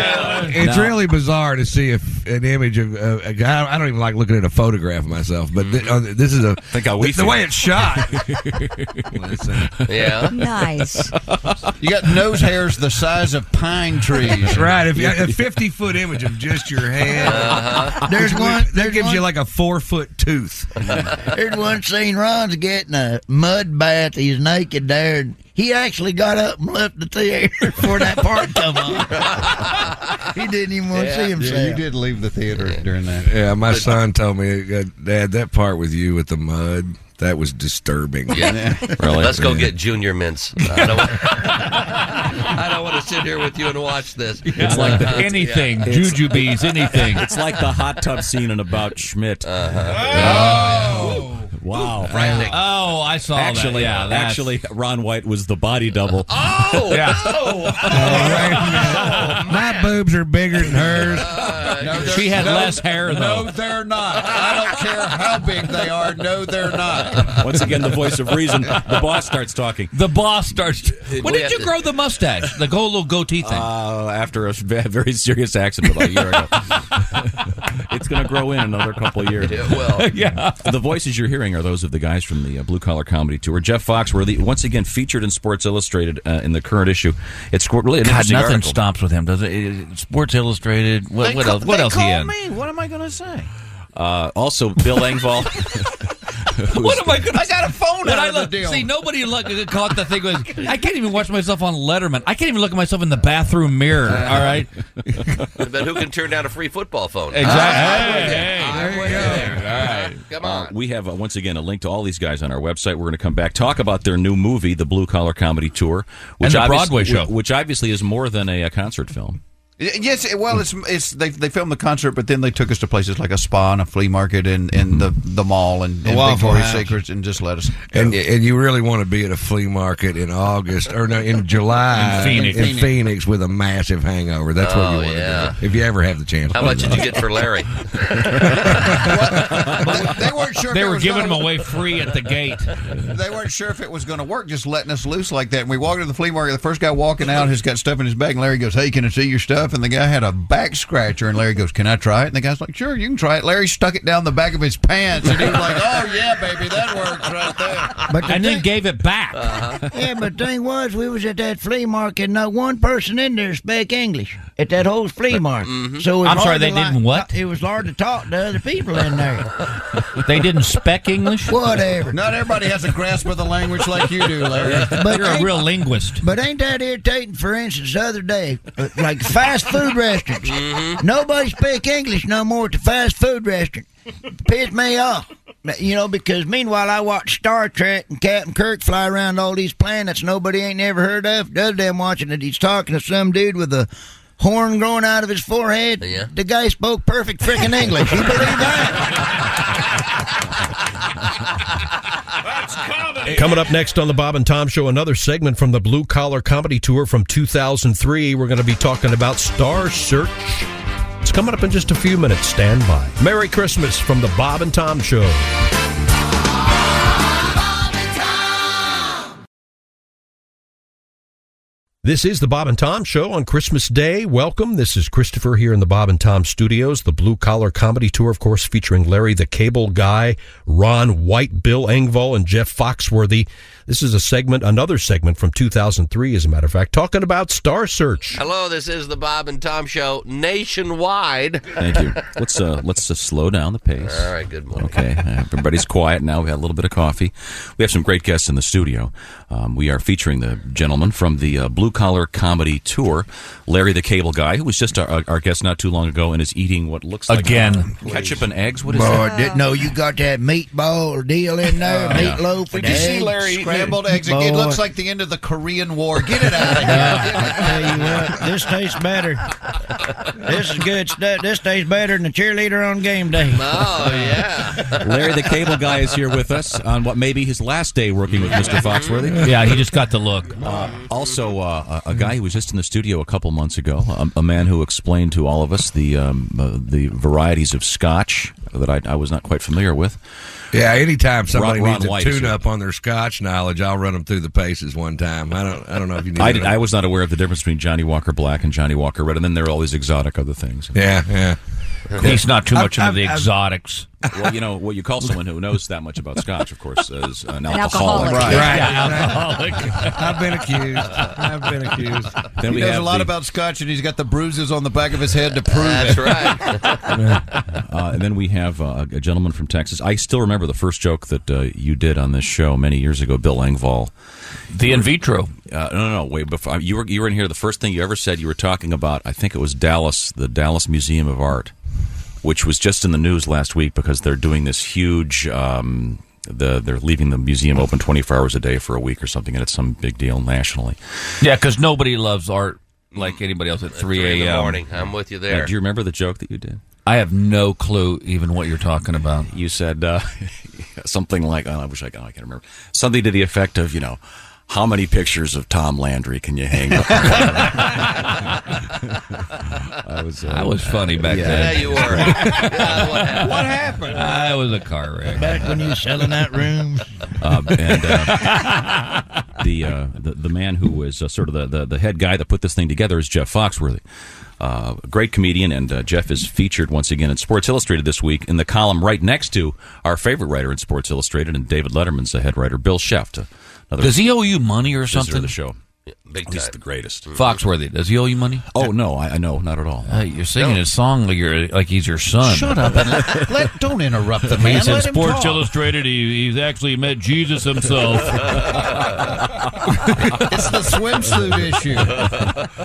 it's really bizarre to see if an image of uh, a guy. I don't even like looking at a photograph of myself, but thi- uh, this is a think
how
the,
we
the
feel.
way it's shot. Listen.
uh,
Yeah.
Nice.
You got nose hairs the size of pine trees.
That's right. If you, a fifty foot image of just your hand,
Uh-huh.
there's
There's
one
one-
that gives you like a four foot tooth.
There's one scene Ron's getting a mud bath. He's naked there, and he actually got up and left the theater before that part come on. he didn't even want to see himself.
you did leave the theater during that.
Yeah, my son told me, uh, Dad, that part with you with the mud, that was disturbing.
Yeah. Let's go
Yeah.
get junior mints. I don't, I don't want to sit here with you and watch this. Uh,
It's like the,
Yeah.
It's-
bees, anything.
It's like the hot tub scene in About Schmidt.
Uh-huh.
Oh. Wow!
Frightening. Oh, I saw that.
actually, uh,
Yeah, that's-
actually, Ron White was the body double.
Oh, yeah.
My boobs are bigger than hers.
she had less hair though.
uh, No, they're not. I don't care how big they are. No, they're not.
Once again, the voice of reason. The boss starts talking.
The boss starts. When
we
did
have
you
to-
grow the mustache? The whole little goatee thing.
Uh, after a ve- very serious accident about a year ago. it's going to grow in another couple of years.
It will.
yeah. The voices you're hearing are those of the guys from the uh, Blue Collar Comedy Tour. Jeff Foxworthy, once again featured in Sports Illustrated uh, in the current issue. It's qu- really an
God,
interesting
nothing
article.
stops with him, does it? It- uh, Sports Illustrated. What,
They
what
call-
else? What
they
else he
call
in?
me.
What am I going to say?
Uh, also, Bill Engvall.
What am I going to
I got a phone
When
out
I
of the
look-
deal.
See, nobody look, caught the thing. Was, I can't even watch myself on Letterman. I can't even look at myself in the bathroom mirror. All right.
But who can turn down a free football phone?
Exactly. Hey,
I
hey,
would. I would. Come on.
Uh, we have, uh, once again, a link to all these guys on our website. We're going to come back, talk about their new movie, The Blue Collar Comedy Tour,
the
obvious-
Broadway show.
Which obviously is more than a, uh concert film.
Y- Yes, it- well, it's it's they they filmed the concert, but then they took us to places like a spa and a flea market and, and the the mall and,
The
and
Waffle
Victoria's
House.
Secrets and just let us.
And, and you really want to be at a flea market in August or no in July
In Phoenix.
in Phoenix with a massive hangover. That's what
Oh,
you want
yeah.
to do if you ever have the chance.
How much did you get for Larry?
They weren't sure. if
They
it
were
was
giving
gonna-
them away free at the gate.
They weren't sure if it was going to work, just letting us loose like that. And we walked into the flea market. The first guy walking out has got stuff in his bag, and Larry goes, "Hey, can I see your stuff?" And the guy had a back scratcher, and Larry goes, "Can I try it?" And the guy's like, "Sure, you can try it." Larry stuck it down the back of his pants, and he was like, "Oh yeah, baby, that works right there."
But the
and then gave it back.
Uh-huh.
Yeah, but thing was, we was at that flea market, and not one person in there spake English at that whole flea market. So it was
Mm-hmm. I'm sorry,
hard to
they
like-
didn't what?
It was hard to talk to other people in there.
They didn't spec English.
Whatever.
Not everybody has a grasp of the language like you do, Larry.
But
You're a
ain't-
real linguist.
But ain't that irritating? For instance, the other day, uh, like fast food restaurants, nobody speak English no more at the fast food restaurant. Pissed me off. You know, because meanwhile I watch Star Trek and Captain Kirk fly around all these planets nobody ain't never heard of. The other day I'm watching it, he's talking to some dude with a horn growing out of his forehead.
Yeah.
The guy spoke perfect freaking English. You believe that?
Coming up next on the Bob and Tom Show, another segment from the Blue Collar Comedy Tour from 2003. We're going to be talking about Star Search. It's coming up in just a few minutes. Stand by. Merry Christmas from the Bob and Tom Show. This is the Bob and Tom Show on Christmas Day. Welcome. This is Christopher here in the Bob and Tom Studios. The Blue Collar Comedy Tour, of course, featuring Larry the Cable Guy, Ron White, Bill Engvall, and Jeff Foxworthy. This is a segment, another segment from 2003, as a matter of fact, talking about Star Search.
Hello, this is the Bob and Tom Show nationwide.
Thank you. Let's uh, let's uh, slow down the pace.
All right, good morning.
Okay, uh, everybody's quiet now. We had a little bit of coffee. We have some great guests in the studio. Um, we are featuring the gentleman from the uh, Blue Collar Comedy Tour, Larry the Cable Guy, who was just our, our guest not too long ago and is eating what looks like
Again.
ketchup and eggs. What is
Boy,
that?
did, no, you got that meatball deal in there,
Oh, yeah.
meatloaf.
Did
and
you see
eggs.
Larry eating scrambled eggs? It, it
Boy.
looks like the end of the Korean War. Get it out of here.
Yeah, I tell you what, this tastes better. This is good stuff. This tastes better than the cheerleader on game day.
Oh yeah.
Larry the Cable Guy is here with us on what may be his last day working with Mr. Foxworthy.
Yeah, he just got the look.
Uh, also, uh, uh, a, a guy who was just in the studio a couple months ago, a, a man who explained to all of us the um, uh, the varieties of Scotch that I, I was not quite familiar with.
Yeah, anytime somebody
Ron- Ron
needs
White
a
is
tune
here.
up on their Scotch knowledge, I'll run them through the paces one time. I don't. I don't know if you need.
I,
to
did,
know.
I was not aware of the difference between Johnny Walker Black and Johnny Walker Red, and then there are all these exotic other things.
Yeah, yeah.
He's not too much
I've-
into the
I've- I've-
exotics. Well, you know what you call someone who knows that much about scotch, of course, is an, alcoholic.
Right.
alcoholic.
I've been accused. I've been accused.
Then
he
we
knows
have
a lot
the-
about scotch, and he's got the bruises on the back of his head to prove
That's
it. right.
uh, and then we have uh, a gentleman from Texas. I still remember the first joke that uh, you did on this show many years ago, Bill Engvall. The in vitro. Uh, no, no, no, way before you were you were in here. The first thing you ever said, you were talking about. I think it was Dallas, the Dallas Museum of Art, which was just in the news last week because they're doing this huge. Um, the, they're leaving the museum open 24 hours a day for a week or something, and it's some big deal nationally.
Yeah, because nobody loves art like anybody else at 3 a.m.
in the
morning. I'm with you there.
Now, do you remember the joke that you did?
I have no clue even what you're talking about.
You said uh, something like, oh, I wish I, oh, I can remember, something to the effect of, you know, how many pictures of Tom Landry can you hang up? I was, uh,
I was funny back then.
What happened?
I was a car wreck. Um,
Back when you were selling out rooms.
Uh, and uh, the, uh, the the man who was uh, sort of the, the the head guy that put this thing together is Jeff Foxworthy, uh, a great comedian, and uh, Jeff is featured once again in Sports Illustrated this week in the column right next to our favorite writer in Sports Illustrated and David Letterman's the head writer, Bill Sheft. Another
Does he owe you money or
visitor of
something?
The show.
big
He's
time. Mm.
the greatest.
Foxworthy, does he owe you money?
Oh no, I, I know not at all.
Hey, you're singing his song like you're like he's your son.
Shut up and let, let- don't interrupt the man.
He's in
Let him
Sports
talk.
Illustrated. He, he's actually met Jesus himself.
It's the swimsuit issue.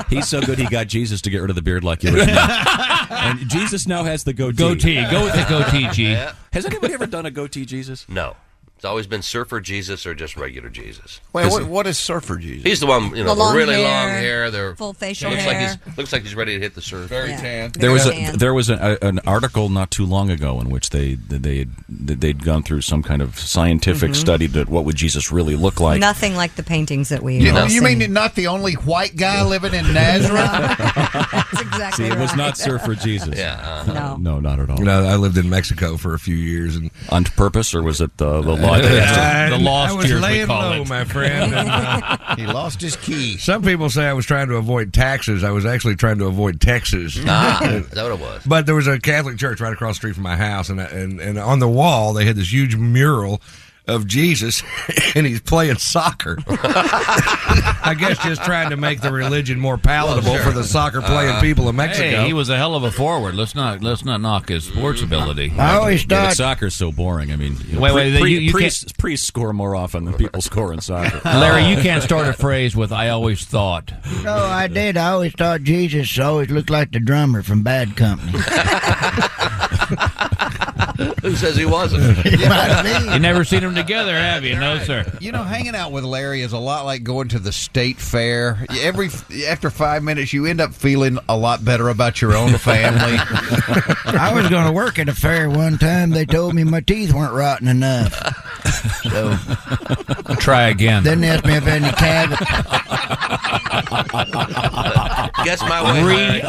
He's so good he got Jesus to get rid of the beard like you. and Jesus now has the goatee.
Goatee. Go with the goatee, G.
Yeah.
Has anybody ever done a goatee, Jesus?
No. It's always been surfer Jesus or just regular Jesus.
Wait, what, what is surfer Jesus?
He's the one, you know,
The
the
long
really
hair,
long hair. The
full facial
looks
hair.
Like he's, looks like he's ready to hit the surf. Very tan.
There was a, there was a, an article not too long ago in which they they had, they'd gone through some kind of scientific
Mhm.
study that what would Jesus really look like.
Nothing like the paintings that we.
You,
all
you
seen.
mean not the only white guy living in Nazareth?
That's exactly
See, it was
right.
not surfer Jesus.
Yeah,
uh-huh.
uh, No.
no, not at all.
You know, uh-huh. I lived in Mexico for a few years, and
on purpose, or was it uh,
I-
the the law? the
I
lost
was
years we
laying
call
low,
it.
my friend. and, uh,
he lost his key.
Some people say I was trying to avoid taxes. I was actually trying to avoid Texas.
Ah, is that what it was?
But there was a Catholic church right across the street from my house, and and and on the wall they had this huge mural of Jesus, and he's playing soccer. I guess just trying to make the religion more palatable
Well, sure.
for the soccer playing
Uh,
people in Mexico.
Hey, he was a hell of a forward. Let's not let's not knock his sports ability.
I always
Yeah, but
thought-
soccer's so boring. I mean, you know,
Wait, wait,
pre-
you- you
pre-
can't-
priests score more often than people score in soccer.
Larry, you can't start a phrase with "I always thought."
No, I did. I always thought Jesus always looked like the drummer from Bad Company.
Who says he wasn't?
you never seen them together, have you? No, sir.
You know, hanging out with Larry is a lot like going to the state fair. Every after five minutes, you end up feeling a lot better about your own family.
I was going to work at a fair one time. They told me my teeth weren't rotten enough. So
Try again.
then they asked me if I had any cavities.
Guess my way. Larry.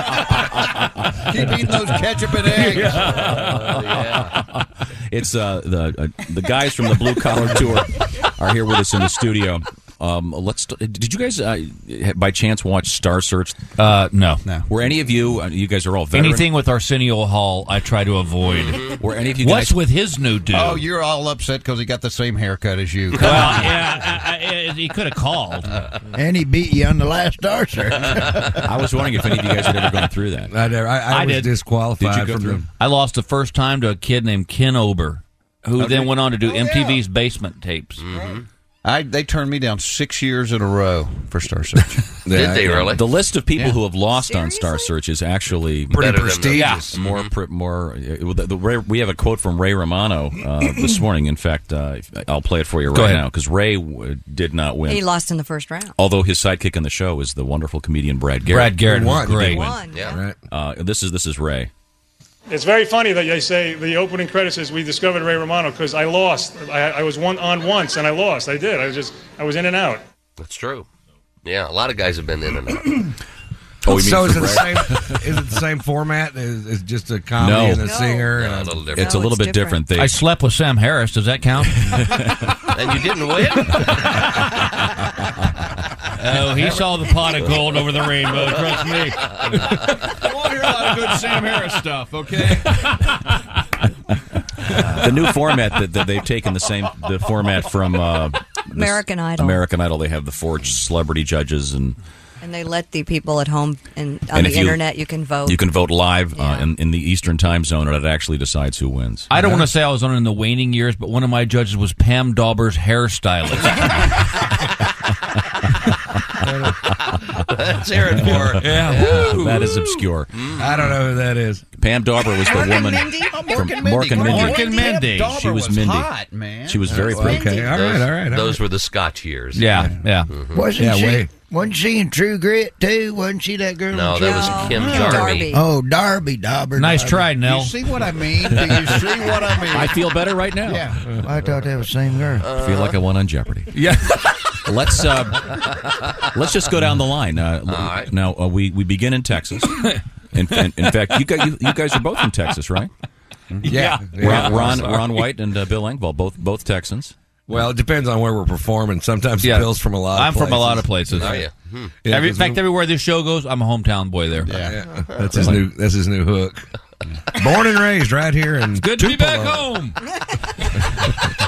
Reapply.
Keep eating those ketchup and eggs.
It's uh, the uh, the guys from the Blue Collar Tour are here with us in the studio. Um, let's. Did you guys uh, by chance watch Star Search?
Uh, no.
no. Were any of you? uh, You guys are all veteran.
Anything with Arsenio Hall, I try to avoid.
Were any of you
What's
guys-
with his new dude?
Oh, you're all upset because he got the same haircut as you.
well, yeah, I, I, he could have called.
And he beat you on the last star, sir.
I was wondering if any of you guys had ever gone through that.
I never. I, I,
I
was
did.
disqualified
Did you go
from
through?
the.
I lost the first time to a kid named Ken Ober, who
Okay.
then went on to do MTV's Basement Tapes.
Oh, Mm-hmm. I, they turned me down six years in a row for Star Search.
Yeah, Uh, yeah. The list of people
Yeah.
who have lost on Star Search is actually
Pretty Better than the- prestigious.
Yeah, more, pre- more. uh, well, the- the Ray- we have a quote from Ray Romano uh, this morning. In fact, uh, if- I'll play it for you right
Go ahead.
now because Ray w- did not win.
He lost in the first round.
Although his sidekick on the show is the wonderful comedian Brad Garrett.
Brad Garrett Who was won.
Who did
great.
win.
Won,
yeah.
Uh, this is this is Ray.
It's very funny that they say the opening credits is we discovered Ray Romano because I lost. I, I was one on once and I lost. I did. I was just I was in and out.
That's true. Yeah, a lot of guys have been in and out.
Oh, you mean So is for it the Brad? Is it the same format? Is it just a comedy
No.
and Oh. a
No.
singer?
No,
and
a little different.
It's a little bit different. They
I slept with Sam Harris. Does that count?
and you didn't win.
oh, he saw the pot of gold over the rainbow. Trust me.
You
won't hear a lot of good Sam Harris stuff. Okay.
the new format that, that they've taken the same the format from uh, this-
American Idol.
American Idol. They have the four celebrity judges, and
And they let the people at home and on
And if
the
you-
internet you can vote.
you can vote live uh, in, in the Eastern time zone, and it actually decides who wins.
I don't want to say I was on in the waning years, but one of my judges was Pam Dauber's hairstylist.
Let's hear it for her.
Yeah, that is obscure.
I don't know who that is.
Pam Dauber was the
Mork and
woman
Mindy? Oh, Mork
from
and Mindy.
Mork and Mindy.
Mork and Mindy. Pam Dauber
She was,
was
Mindy.
hot, man.
She was very pretty.
Okay, all
right,
those,
all right, all
Those were the Scotch years.
Yeah, yeah.
Wasn't
Wasn't she? Wasn't she in True Grit too? Wasn't she that girl?
No,
in
that was
True-
Kim No. Darby. Darby.
Oh, Darby Dauber.
Nice try,
Darby.
Nell.
see
what I mean? Do you see what I mean?
I feel better right now.
Yeah. I thought that was the same girl.
I feel like I won on Jeopardy. Yeah. let's uh, let's just go down the line. Uh, Now uh, we we begin in Texas. In, in, in fact, you guys you, you guys are both from Texas, right?
Yeah. Yeah.
Ron Ron,
Sorry.
Ron White and uh, Bill Engvall, both both Texans.
Well, it depends on where we're performing. Sometimes
Yeah.
Bill's from a lot. Of
I'm from a lot of places.
Yeah.
Hmm.
Yeah,
Every, in
'cause
fact,
we-
everywhere this show goes, I'm a hometown boy there.
Yeah. that's his new. That's his new hook. Born and raised right here in.
Good to be
Tupelo.
back home.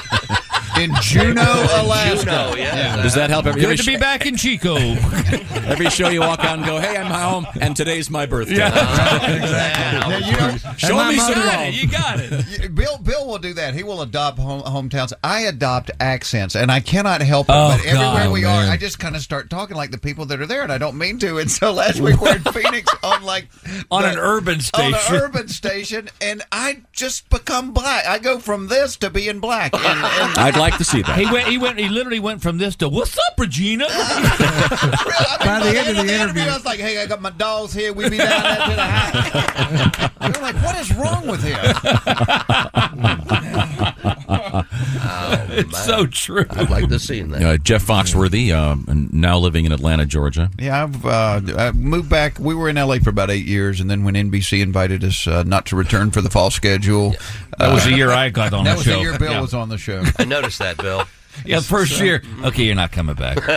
In Juneau,
Oh,
Oh, Alaska.
Juneau,
yeah.
Does that help?
Good to be back in Chico.
Every show you walk out and go, "Hey, I'm home," and today's my birthday.
Now, you know-
Show
And
me
my
some
mother-
love. You got
it. Bill Bill will do that. He will adopt home, hometowns. I adopt accents, and I cannot help it.
Oh,
but everywhere
God,
we
man.
are, I just kind of start talking like the people that are there, and I don't mean to. And so last week we're in Phoenix on like
On an urban
on
station.
an urban station, and I just become black. I go from this to being black. And, and
I'd like to see that.
He went. He went. He literally went from this to "What's up, Regina?"
by the end of the interview, I was like, "Hey, I got my dolls here. We be down there to the house." They're like, "What is wrong with him?" Oh,
It's so
true.
I'd like to see that.
Uh, Jeff Foxworthy, um, and now living in Atlanta, Georgia.
Yeah, I've uh, I moved back. We were in LA for about eight years, and then when NBC invited us uh, not to return for the fall schedule,
That was
uh,
the year I got on
That
the
was
show.
the year Bill
Yeah.
was on the show.
I noticed that, Bill. Mm-hmm.
Yeah, first
So-
year. Okay, you're not coming back.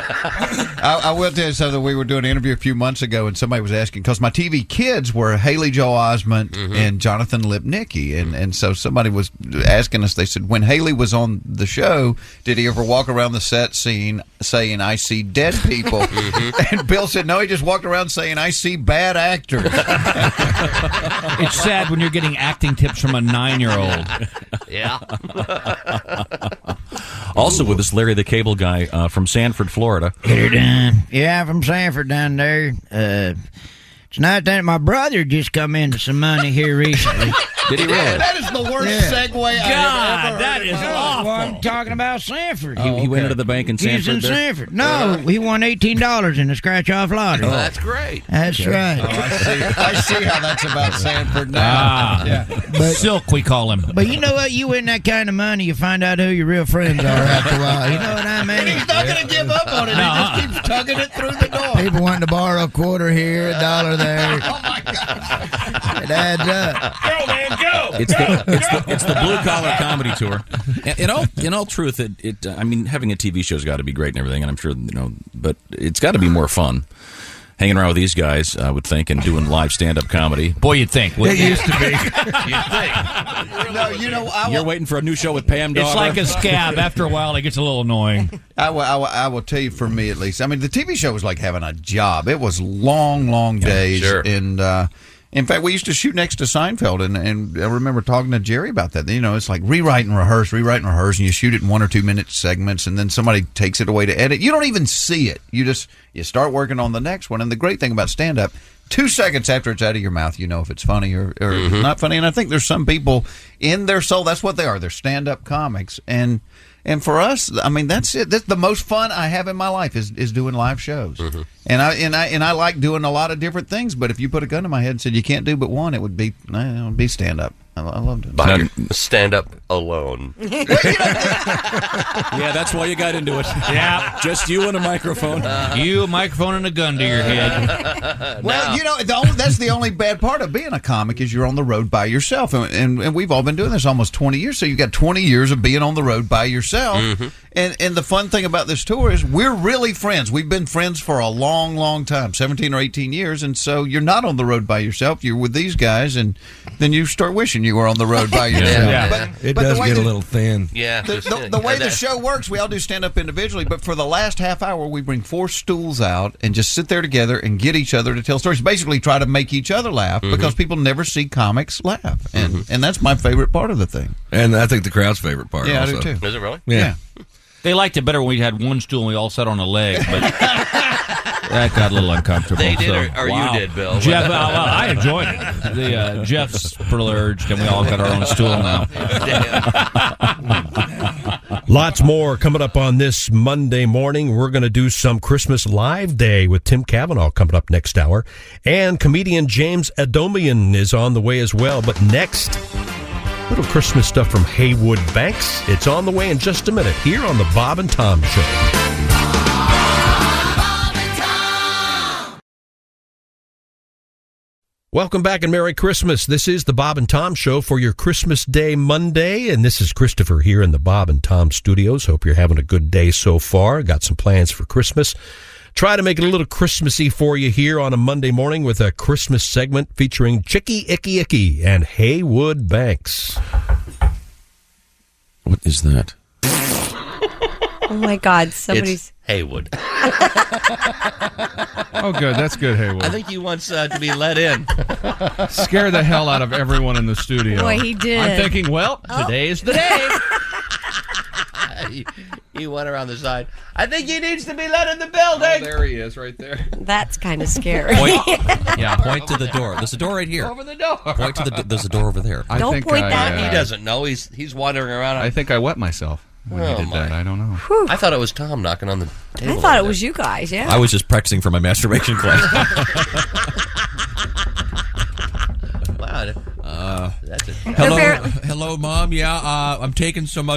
I, I will tell you something. We were doing an interview a few months ago, and somebody was asking because my TV kids were Haley Joel Osment and Jonathan Lipnicki, and and so somebody was asking us. They said, when Haley was on the show, did he ever walk around the set scene saying, "I see dead people"? And Bill said, no, he just walked around saying, "I see bad actors."
It's sad when you're getting acting tips from a nine-year-old.
Yeah.
Also with us, Larry the Cable Guy uh, from Sanford, Florida.
Yeah, I'm from Sanford down there. Uh, it's not that my brother just come into some money here recently.
Did he really?
That is the worst
Yeah.
segue I have ever heard. in my life.
Well, I'm talking about Sanford.
Oh,
He- he went into the bank in
Oh, He's in
Sanford there?
Sanford. No, he won eighteen dollars in a scratch off lottery.
Oh, that's great.
That's
Okay.
right.
Oh, I see.
I see how that's about Sanford now.
Ah,
But-
Silk, we call him.
But you know what? You win that kind of money, you find out who your real friends are after a while. You know what I mean?
He's not going to give up on it. He just keeps tugging it through the door.
People wanting to borrow a quarter here, a dollar there. Oh my gosh. It adds up.
Go, man, go.
It's the, it's the, it's the blue collar comedy tour. And In all
oh,
in all truth, it, it uh, I mean having a TV show's got to be great and everything, and I'm sure you know, but it's got to be more fun hanging around with these guys. I would think and doing live stand up comedy.
Boy, you'd think
wouldn't
wouldn't
you?
you?
No, you know, I
You're waiting for a new show with Pam.
It's
Dauber.
like a scab. After a while, it gets a little annoying.
I will, I, will, I will tell you, for me at least, I mean, the TV show was like having a job. It was long, long days. And uh, in fact, we used to shoot next to Seinfeld, and, and I remember talking to Jerry about that. You know, it's like rewrite and rehearse, rewrite and rehearse, and you shoot it in one or two minute segments, and then somebody takes it away to edit. You don't even see it. You just you start working on the next one. And the great thing about stand up, two seconds after it's out of your mouth, you know if it's funny or, or
Mm-hmm.
Mhm.
not funny. And I think there's some people in their soul that's what they are. They're stand up comics, and and for us, I mean that's it. That's the most fun I have in my life is is doing live shows. And I and I and I like doing a lot of different things. But if you put a gun to my head and said you can't do but one, it would be eh, it would be stand up. I, I love doing. it.
Stand up alone.
yeah, that's why you got into it. Yeah, just you and a microphone.
you a microphone and a gun to your head.
Well, you know, the only, that's the only bad part of being a comic is you're on the road by yourself, and, and, and we've all been doing this almost 20 years. So you got 20 years of being on the road by yourself.
Mm-hmm.
Mhm.
And and the fun thing about this tour is we're really friends. We've been friends for a long, long time, 17 or 18 years. And so you're not on the road by yourself. You're with these guys, and then you start wishing you were on the road by
Yeah.
yourself.
Yeah.
But-
It
but the
does
way
get a
the-
little thin.
Yeah,
the,
just
the,
kidding.
the way
And
the
that-
show works, we all do stand up individually, but for the last half hour, we bring four stools out and just sit there together and get each other to tell stories. Basically, try to make each other laugh because people never see comics laugh, and and that's my favorite part of the thing.
And I think the crowd's favorite part.
Yeah, I do
also.
too. Is it really?
Yeah.
Yeah.
They liked it better when we had one stool and we all sat on a leg, but that got a little uncomfortable.
They did,
so-
or- or you
Wow.
did, Bill.
Jeff, uh, well, I enjoyed it. The uh, Jeff's splurged, and we all got our own stool now.
Lots more coming up on this Monday morning. We're going to do some Christmas Live Day with Tim Cavanaugh coming up next hour. And comedian James Adomian is on the way as well. But next, little Christmas stuff from Haywood Banks. It's on the way in just a minute here on the Bob and Tom Show. Welcome back and Merry Christmas. This is the Bob and Tom Show for your Christmas Day Monday, and this is Christopher here in the Bob and Tom Studios. Hope you're having a good day so far. Got some plans for Christmas. Try to make it a little Christmassy for you here on a Monday morning with a Christmas segment featuring Chicky Icky Icky and Haywood Banks.
What is that?
Oh my God! Somebody's.
Haywood.
Oh, good. That's good, Haywood.
I think he wants uh, to be let in.
Scare the hell out of everyone in the studio.
Boy, he did.
I'm thinking,
well,
today is
the day. he, he went around the side. I think he needs to be let in the building. there he is, right there.
That's kind of scary.
yeah, point to the door. There's a door right here.
Over the door.
Point to the. There's a door over there.
I Don't think point I, that- uh,
he doesn't know. He's he's wandering around.
I think I wet myself when
Oh,
he did that. I don't know.
I thought it was Tom knocking on the
I
table.
thought it was you guys. Yeah.
I was just practicing for my masturbation class.
Wow.
Uh,
That's a-
hello,
Apparently-
hello, mom. Yeah, uh, I'm taking some uh,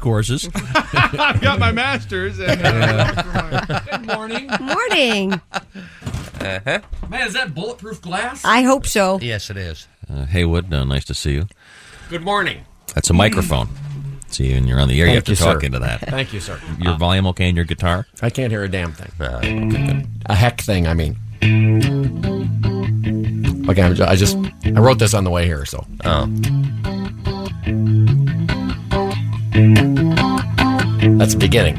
courses. Uh-huh.
I've got my master's. And, uh,
Good morning.
Morning.
uh-huh.
Man, is that bulletproof glass?
I hope so.
Yes, it is.
Uh, Haywood, uh, nice to see you.
Good morning.
That's a microphone. See, and you're on the air. you Uh, have
Thank
to
you,
talk
sir.
into that.
Thank you, sir.
Your volume okay in your guitar?
I can't hear a damn thing.
Uh,
a heck thing, I mean. Like I'm, I just I wrote this on the way here, so.
Oh.
That's the beginning.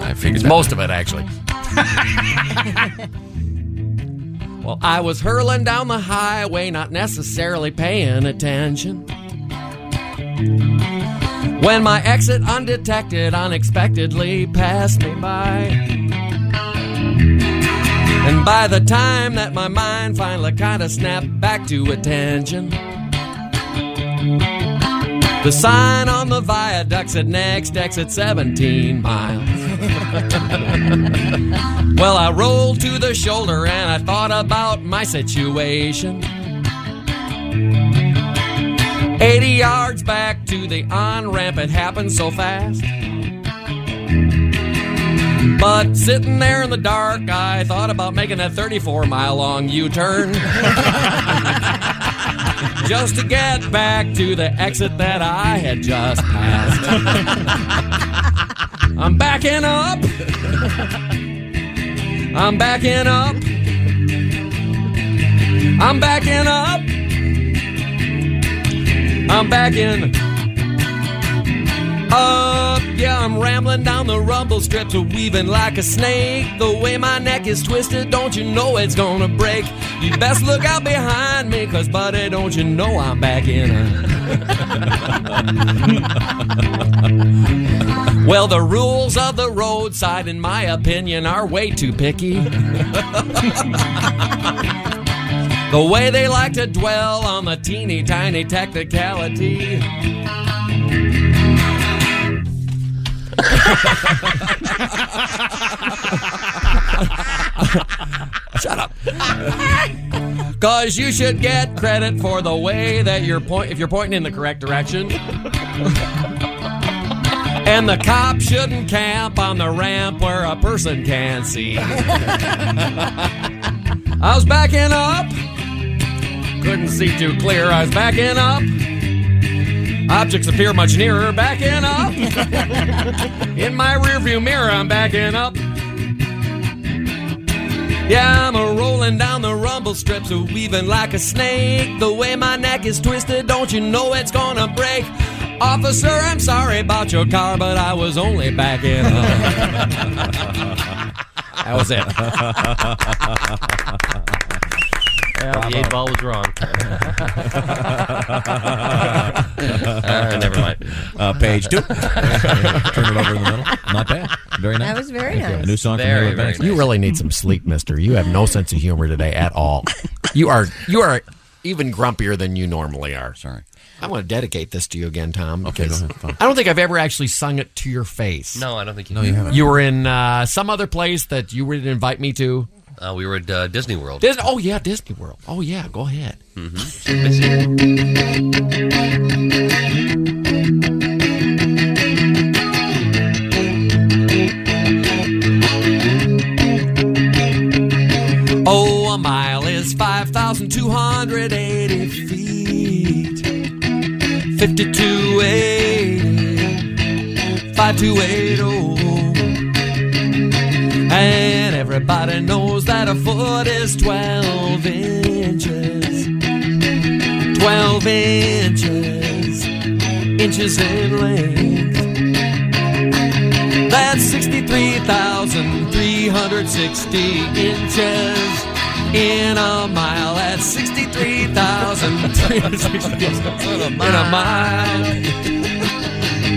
I figured
most of it actually. well, I was hurling down the highway, not necessarily paying attention. When my exit undetected unexpectedly passed me by. And by the time that my mind finally kinda snapped back to attention, the sign on the viaduct said next exit 17 miles. well, I rolled to the shoulder and I thought about my situation. 80 yards back to the on ramp, it happened so fast. But sitting there in the dark, I thought about making that 34 mile long U turn. just to get back to the exit that I had just passed. I'm backing up. I'm backing up. I'm backing up. I'm backing up. Yeah, I'm rambling down the rumble strip to weaving like a snake. The way my neck is twisted, don't you know it's gonna break? You best look out behind me, cause buddy, don't you know I'm backing up. well, the rules of the roadside, in my opinion, are way too picky. The way they like to dwell on the teeny tiny technicality. Shut up. Cause you should get credit for the way that you're point if you're pointing in the correct direction. And the cop shouldn't camp on the ramp where a person can't see. I was backing up, couldn't see too clear. I was backing up. Objects appear much nearer. Backing up. In my rearview mirror, I'm backing up. Yeah, I'm a rolling down the rumble strips, a weaving like a snake. The way my neck is twisted, don't you know it's gonna break? Officer, I'm sorry about your car, but I was only backing up. that was it.
the eight ball was wrong. Uh, never mind.
Uh, page two. Turn it over in the middle. Not bad. Very nice.
That was very
Thank you.
nice.
A new song
Very,
from Harry
very
Banks.
nice. You really need some sleep, Mister. You have no sense of humor today at all. You are you are even grumpier than you normally are. Sorry. I want to dedicate this to you again, Tom.
Okay,
because
go ahead, Tom.
I don't think I've ever actually sung it to your face.
No, I don't think you No, did. you haven't.
You were in uh, some other place that you would invite me to.
Uh, we were at uh, Disney World. Mm-hmm.
Dis- oh yeah, Disney World. Oh yeah, go ahead.
Oh, a mile is 5,280 feet. 5280. 5280. oh. And everybody knows that a foot is 12 inches. 12 inches. Inches in length. That's 63,360 inches in a mile. That's 63,360 in a mile.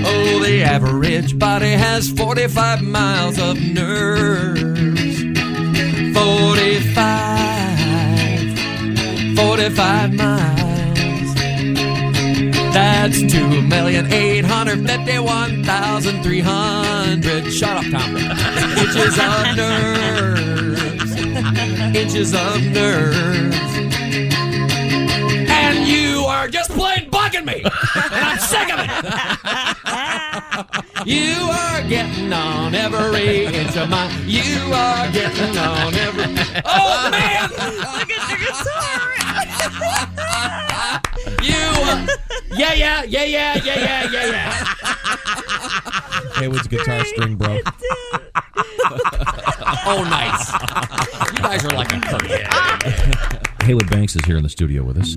Oh, the average body has 45 miles of nerves. 45, 45 miles. That's 2,851,300. Shut up, Tom. Inches of nerves. Inches of nerves. And you are just plain bugging me. And I'm sick of it. You are getting on every inch of my. You are getting on every. Oh, man! Look at your guitar! You are. Yeah, yeah, yeah, yeah, yeah, yeah, yeah, yeah.
Haywood's guitar string broke.
Oh, nice. You guys are like a
Haywood Banks is here in the studio with us.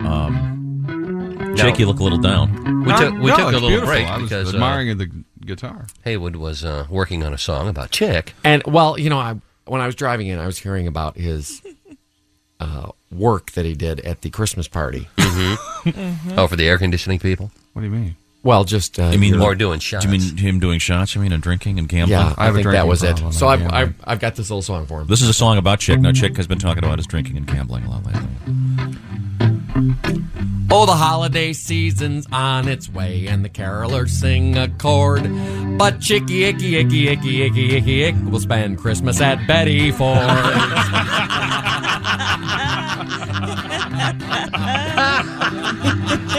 Um, Jake, you look a little down.
We took we
no,
took a
it's
little
beautiful.
break
I was
because
admiring
uh, the guitar. Haywood was uh, working on a song about chick.
And well, you know, I when I was driving in, I was hearing about his uh, work that he did at the Christmas party.
Mhm. Oh, for the air conditioning people.
What do you mean?
Well, just uh,
You mean
your-
more doing shots.
Do you mean him doing shots? You mean and drinking and gambling?
Yeah, I, think that was it. So I've, I've I've got this little song for him.
This is a song about Chick. Now, Chick has been talking about his drinking and gambling a lot lately.
Oh, the holiday season's on its way, and the carolers sing a chord. But chicky, icky, icky, icky, icky, icky, ick will spend Christmas at Betty Ford.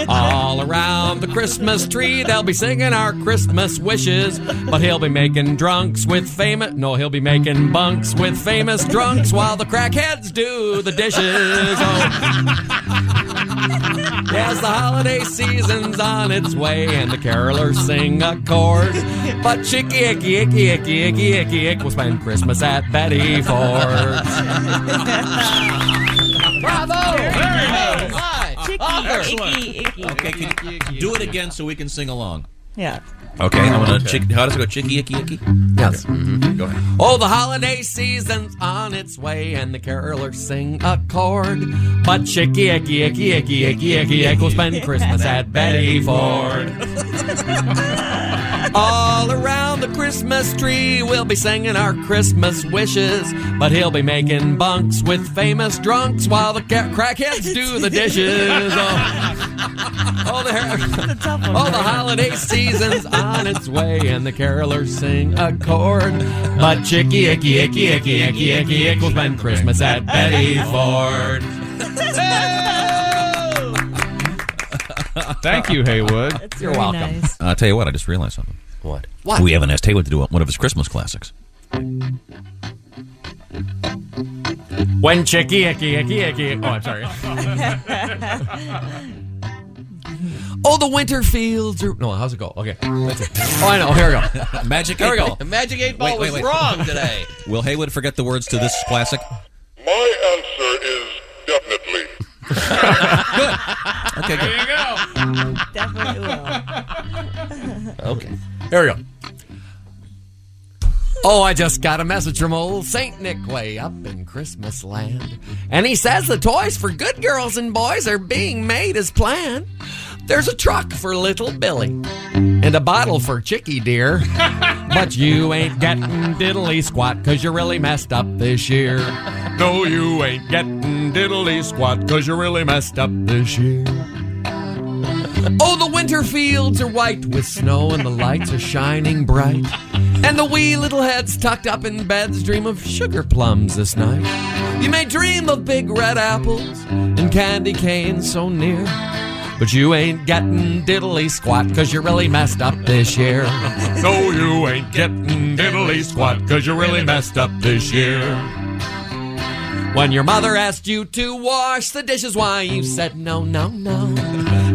All around the Christmas tree, they'll be singing our Christmas wishes. But he'll be making drunks with famous. No, he'll be making bunks with famous drunks while the crackheads do the dishes. Oh. Yes, the holiday season's on its way, and the carolers sing a chorus. But chicky, icky, icky, icky, icky, icky, ick will spend Christmas at Betty Ford's. Bravo! Very
nice.
Okay, can you do it again so we can sing along.
Yeah.
Okay, I want
Okay.
to. Chick, how does it go? Chicky, icky, icky.
Yes.
Mm-hmm.
Mm-hmm.
Go ahead.
Oh, the holiday season's on its way, and the carolers sing a chord. But chicky, icky, icky, icky, icky, icky, icky, will spend Christmas at Betty Ford. All around the Christmas tree, we'll be singing our Christmas wishes. But he'll be making bunks with famous drunks while the ca- crackheads do the dishes. Oh, oh, the, oh, the holiday season's on its way, and the carolers sing a chord. But chicky, icky, icky, icky, icky, icky, icky, will spend Christmas at Betty Ford.
Thank you, Haywood.
You're very welcome. nice.
I'll Uh, tell you what, I just realized something.
What?
What?
We haven't asked Haywood to do one of his Christmas classics.
When chicky, icky, icky, icky. Oh, I'm sorry.
Oh, the winter fields are. No, how's it go? Okay. That's it. Oh, I know. Here we go.
Magic
Here we go.
eight-
Magic eight ball
Wait, wait, wait.
was wrong today.
Will Haywood forget the words to this classic?
My answer is definitely. Good.
Okay,
There
good.
you go.
Definitely
Okay. Here we go. Oh, I just got a message from old Saint Nick way up in Christmas land. And he says the toys for good girls and boys are being made as planned. There's a truck for little Billy and a bottle for Chicky Dear. but you ain't getting diddly squat because you really messed up this year. No, you ain't getting diddly squat because you really messed up this year. Oh, the winter fields are white with snow and the lights are shining bright. And the wee little heads tucked up in beds dream of sugar plums this night. You may dream of big red apples and candy canes so near. But you ain't getting diddly squat because you really messed up this year.
No, you ain't getting diddly squat because you really messed up this year.
When your mother asked you to wash the dishes, why you said no, no, no.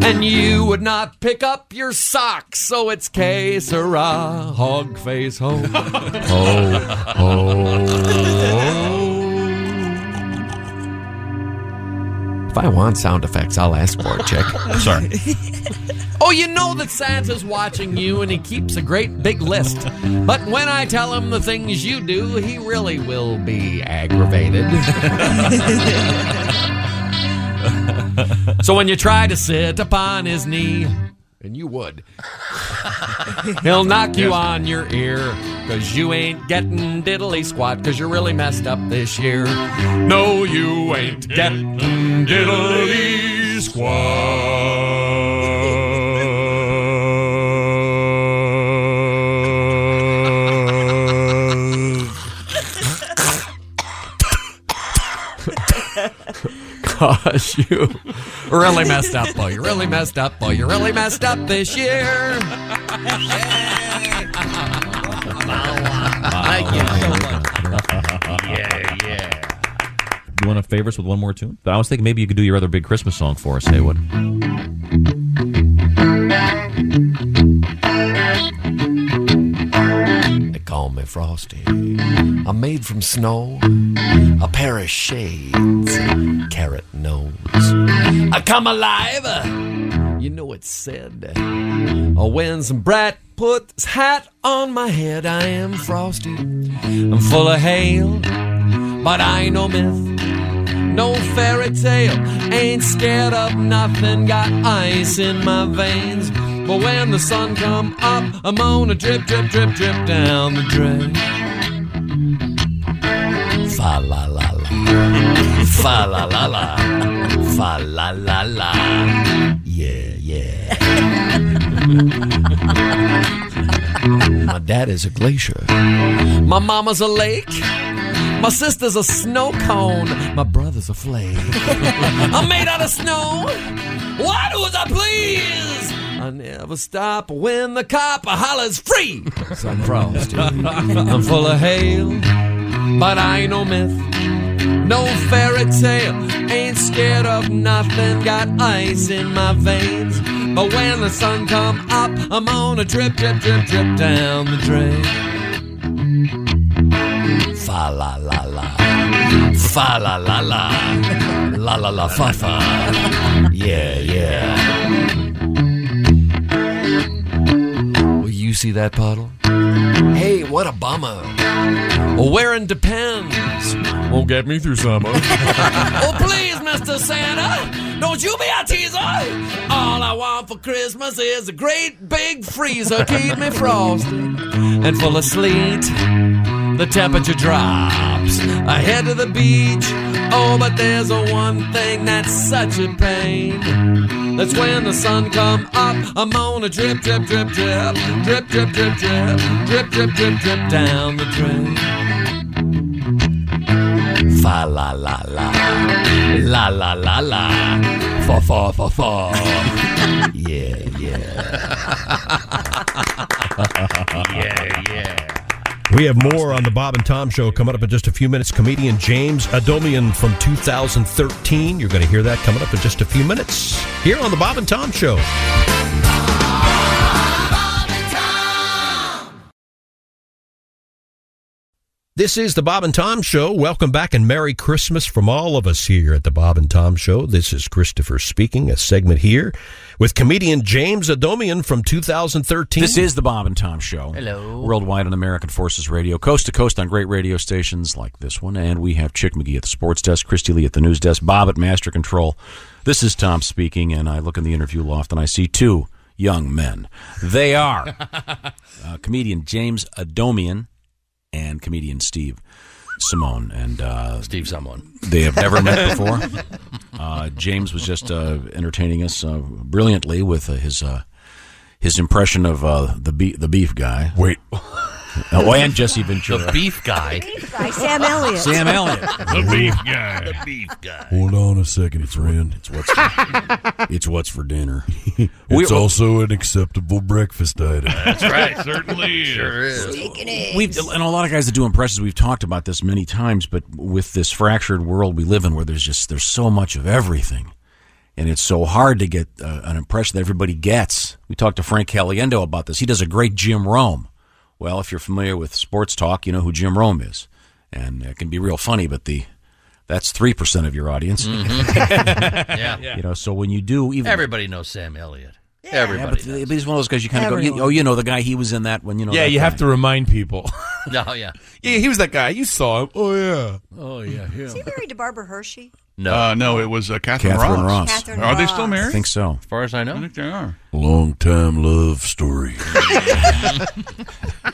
And you would not pick up your socks, so it's que sera, hog face ho. ho,
Oh,
If I want sound effects, I'll ask for it, chick. Sorry. Oh, you know that Santa's watching you and he keeps a great big list. But when I tell him the things you do, he really will be aggravated. so when you try to sit upon his knee, and you would, he'll knock you
Yes.
on your ear because you ain't getting diddly squat because you're really messed up this year. No, you ain't getting diddly Gosh, you really messed up, boy. You really messed up, boy. You really messed up this year.
Thank you so much.
yeah, yeah. You want to favor us with one more tune? I was thinking maybe you could do your other big Christmas song for us, Haywood.
They call me Frosty. I'm made from snow, a pair of shades, carrot nose. I Uh, come alive. You know it's said. Oh, when some brat put his hat on my head, I am frosty. I'm full of hail, but I ain't no myth. No fairy tale, ain't scared of nothing. Got ice in my veins, but when the sun come up, I'm on a drip, drip, drip, drip down the drain. Fa la la la, fa la la la, fa la la la. Yeah, yeah.
My dad is a glacier.
My mama's a lake. My sister's a snow cone. My brother's a flake. I'm made out of snow. Why do as I please? I never stop when the cop hollers free. So I'm frosty. I'm full of hail, but I ain't no myth. No fairy tale, ain't scared of nothing. Got ice in my veins, but when the sun come up, I'm on a drip, drip, drip, drip down the drain. Fa la la la, fa la la la, la la la fa fa. Yeah, yeah. Will you see that puddle? Hey, what a bummer. Wearing depends. Won't get me through summer.
oh, please, Mr. Santa, don't you be a teaser.
All I want for Christmas is a great big freezer. Keep me frosty and full of sleet. The temperature drops. I head to the beach. Oh, but there's a one thing that's such a pain. That's when the sun come up. I'm on a drip, drip, drip, drip, drip, drip, drip, drip, drip, drip, drip, drip down the drain. Fa la la la, la la la la, fa fa fa fa.
yeah, yeah.
Yeah, yeah.
We have more on the Bob and Tom Show coming up in just a few minutes. Comedian James Adomian from 2013. You're going to hear that coming up in just a few minutes here on the Bob and Tom Show. This is the Bob and Tom Show. Welcome back and Merry Christmas from all of us here at the Bob and Tom Show. This is Christopher speaking, a segment here with comedian James Adomian from 2013.
This is the Bob and Tom Show.
Hello.
Worldwide on American Forces Radio, coast to coast on great radio stations like this one. And we have Chick McGee at the sports desk, Christy Lee at the news desk, Bob at Master Control. This is Tom speaking, and I look in the interview loft and I see two young men. They are uh, comedian James Adomian and comedian Steve Simone. And uh, Steve Simone. They have never met before. Uh, James was just uh, entertaining us uh, brilliantly with uh, his uh, his impression of uh, the be- the beef guy. Wait. Oh, and Jesse Ventura.
The beef guy. Uh-huh.
By Sam Elliott.
Sam Elliott.
The beef guy. The beef guy.
Hold on a second, friend. It's what's
it's what's for dinner.
it's
We-
also an acceptable breakfast item.
That's right. Certainly Sure is.
We've and a lot of guys that do impressions. We've talked about this many times, but with this fractured world we live in, where there's just there's so much of everything, and it's so hard to get uh, an impression that everybody gets. We talked to Frank Caliendo about this. He does a great Jim Rome. Well, if you're familiar with sports talk, you know who Jim Rome is, and it can be real funny. But the that's three percent of your audience.
Mm-hmm. Yeah.
you know. So when you do, even
Everybody knows Sam Elliott.
Yeah,
Everybody.
but, but he's one of those guys you kind of go, you, oh, you know, the guy he was in that when you know.
yeah,
that
you
guy.
have to remind people.
No, yeah.
yeah, he was that guy. You saw him. Oh yeah.
Oh
yeah.
Is he married to Barbara Hershey?
No,
uh, no, it was uh, Catherine,
Catherine
Ross.
Ross. Catherine
Are they still
Ross.
married?
I think so.
As far as I know, I think they are.
Long time love story.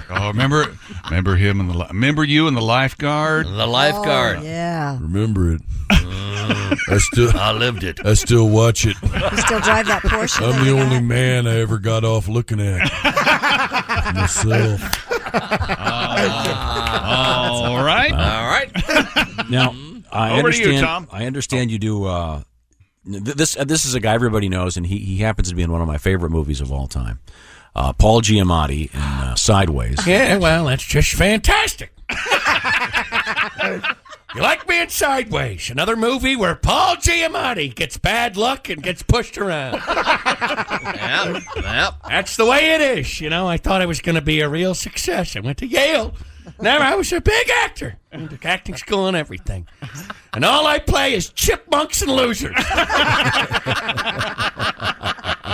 Oh, remember, remember him and the li- remember you and the lifeguard.
The lifeguard. Mm.
yeah.
Remember it. I still
I lived it.
I still watch it.
You still drive that Porsche?
I'm
that
the
you
only man I ever got off looking at. Myself.
all right.
All right.
Now, I
Over to you,
understand.
Tom.
I understand you do. Uh, th- this uh, this is a guy everybody knows, and he he happens to be in one of my favorite movies of all time. Uh, Paul Giamatti in uh, Sideways.
Yeah, well, that's just fantastic. you like being sideways? Another movie where Paul Giamatti gets bad luck and gets pushed around.
Yep. Yep.
That's the way it is. You know, I thought I was going to be a real success. I went to Yale. Now I was a big actor. Went to acting school and everything. And all I play is chipmunks and losers.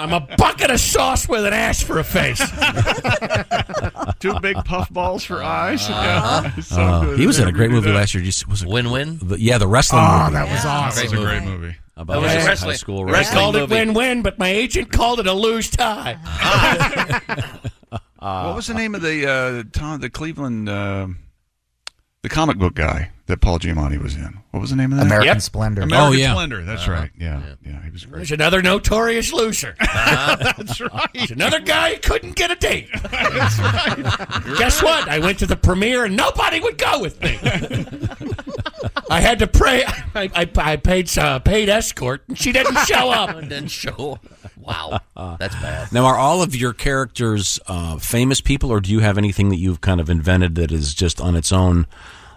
I'm a bucket of sauce with an ass for a face.
Two big puff balls for eyes.
Uh-huh.
Yeah. So
Uh,
good.
he was in a
Never
great
do
movie
that. Ah,
last year. Just was
Win Win.
Yeah, the wrestling.
Oh,
movie.
that was Yeah. awesome.
That was a great movie.
About
That was
high
wrestling.
school
I
wrestling.
called it win-win, but my agent called it a lose tie. Ah,
what was the name of the uh, Tom, the Cleveland, uh, the comic book guy that Paul Giamatti was in? What was the name of that?
American Yep. Splendor.
American
Oh, yeah.
Splendor. That's
Uh-huh.
right. Yeah, yeah, he was great.
There's another notorious loser.
That's right.
There's another guy who couldn't get a date. Guess what? I went to the premiere and nobody would go with me. I had to pray. I, I, I paid uh, paid escort and she didn't show up.
Didn't show. Wow. That's bad.
Now, are all of your characters uh, famous people, or do you have anything that you've kind of invented that is just on its own?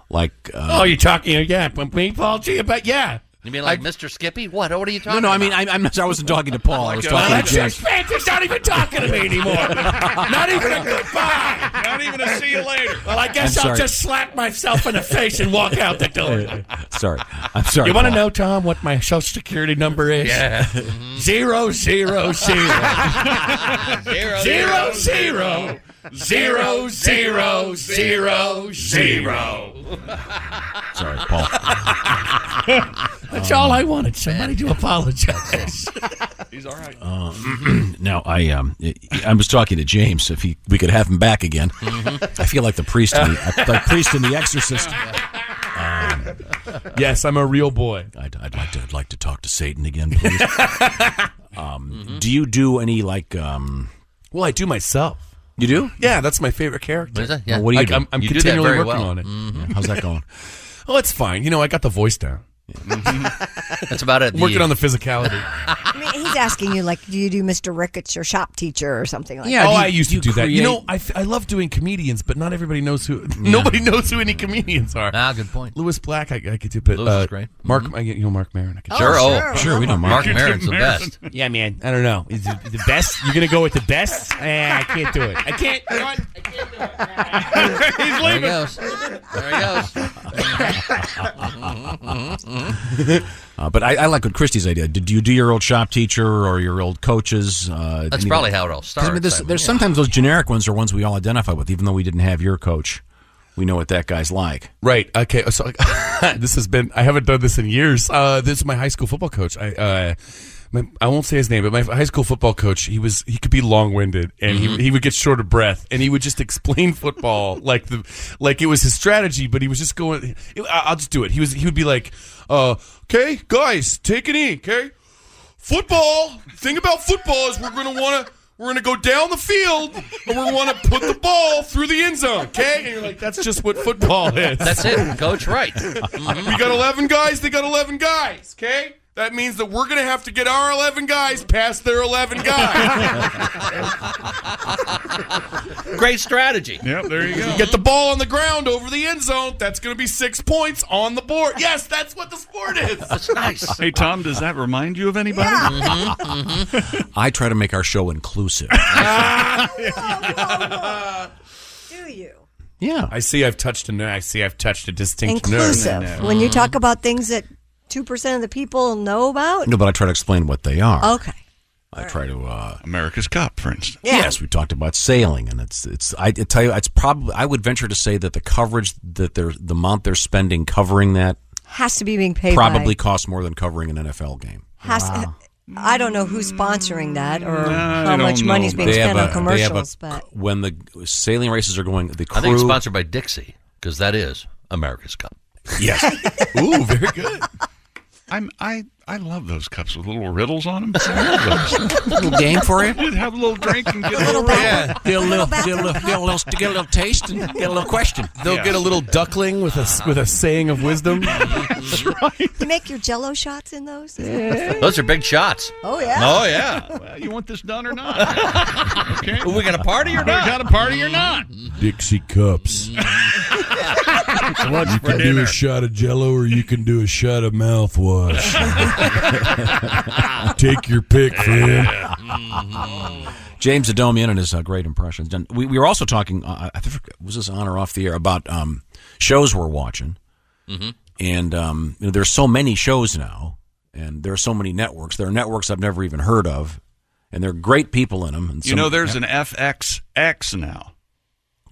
Like, uh,
Oh, you're talking? Yeah, me, Paul G. But yeah,
You mean like Mr. Skippy? What? What are you
no,
talking
no. I
about? Oh
mean, I, I'm not, I wasn't talking to Paul. I was
Well,
talking to
that's
Jack.
just-
Panther's not even talking to me anymore. Not even a goodbye.
Not even a see you later.
Well, I guess
I'm
I'll
sorry.
just slap myself in the face and walk out the door.
Sorry, I'm sorry.
you want to
Paul.
know, Tom, what my social security number is? Yeah. Zero, zero, zero. zero,
Zero,
zero, zero, zero, zero, zero.
Sorry, Paul. Um,
That's all I wanted. Somebody to apologize.
He's all right.
Uh, now I um I was talking to James if he we could have him back again.
Mm-hmm.
I feel like the priest, in the, like priest in The Exorcist.
yes, I'm a real boy.
I'd, I'd like to I'd like to talk to Satan again, please. um,
Mm-hmm.
Do you do any like? um
Well, I do myself.
You do?
Yeah, that's my favorite character.
What is that? Yeah.
Well, what do you
Like,
do?
I'm, I'm
You do that
Mm-hmm.
continually
very
working
well.
on it.
Yeah, How's that going?
Oh, it's fine. You know, I got the voice down.
That's about it.
Working on the physicality.
I mean, he's asking you, like, do you do Mr. Ricketts or shop teacher or something like
Yeah,
that?
do
oh,
you-
I used
do
to
you
do that. You
create-
know, I, f- I love doing comedians, but not everybody knows who. Nobody knows who any comedians are. Ah, good point. Louis Black, I, I could do, but
Louis
uh,
is great.
Mark, I get you know Mark Maron. I could
Oh,
do.
Sure, oh, sure, sure, we know Mark. Mark Maron's the best.
Yeah, man. I don't know. Is it the best? You're gonna go with the best? Eh, I can't do it. I can't.
you know what? I can't do it.
He's leaving.
Mm-hmm.
Uh, but I, I like what Christie's idea. Did you do your old shop teacher or your old coaches? Uh,
That's
you
probably how it all
'cause, I mean, there's
starts, I
there's
mean.
sometimes those generic ones are ones we all identify with, even though we didn't have your coach. We know what that guy's like.
Right. Okay. oh, So this has been. I haven't done this in years. Uh, this is my high school football coach. I. Uh, my, I won't say his name, but my high school football coach, he was he could be long winded, and
Mhm.
he, he would get short of breath, and he would just explain football like the like it was his strategy, but he was just going. I- I'll just do it. He was he would be like, uh, "Okay, guys, take it in, okay."
Football. Thing about football is we're gonna wanna we're gonna go down the field and we're gonna put the ball through the end zone.
Okay, and you're like, that's just what football is.
That's it,
Coach. Right.
We got eleven guys. They got eleven guys. Okay. That means that we're gonna have to get our eleven guys past their eleven guys.
Great strategy.
Yep, there you go. Get the ball on the ground over the end zone. That's going to be six points on the board. Yes, that's what the sport is. That's nice.
Hey, Tom, does that remind you of anybody?
Mm-hmm.
Mm-hmm.
Mm-hmm.
I try to make our show inclusive. Yeah.
I see I've touched a nerve. I see I've touched a distinct nerve.
Inclusive. When you talk about things that 2% of the people know about,
No, but I try to explain what they are.
okay.
I try to uh,
America's Cup, for instance.
Yeah.
Yes, we talked about sailing, and it's it's. I, I tell you, it's probably. I would venture to say that the coverage that they're the amount they're spending covering that
Has to be being paid
probably
by.
costs more than covering an NFL game.
Has I don't know who's sponsoring that or
I
how
don't
much money is
know.
being
They
spent
have
on
a- they have a-
commercials, but
When the sailing races are going, the crew
I think it's sponsored by Dixie because that is America's Cup.
Yes.
Ooh, very good. I'm I I love those cups with little riddles on them. I love those.
Little game for you?
Just have a little drink and get a
little
little
yeah, get a little, get a little, get a little, get a little taste and get a little question.
They'll
Yeah.
get a little duckling with a with a saying of wisdom.
you make your Jello shots in those.
Those are big shots.
Oh yeah.
Oh, yeah.
Well, you want this done or not? Okay.
Are we gonna party or not?
We got to party or not?
Dixie cups. you can
Mm-hmm.
do a shot of Jello, or you can do a shot of mouthwash. uh, Take your pick, friend. Mm-hmm.
James Adomian and his uh, great impressions. And we, we were also talking. Uh, I think was this on or off the air about um, shows we're watching.
Mm-hmm.
Mhm.
And um, you know, there's so many shows now, and there are so many networks. There are networks I've never even heard of, and there are great people in them. And
You know, there's an FXX now.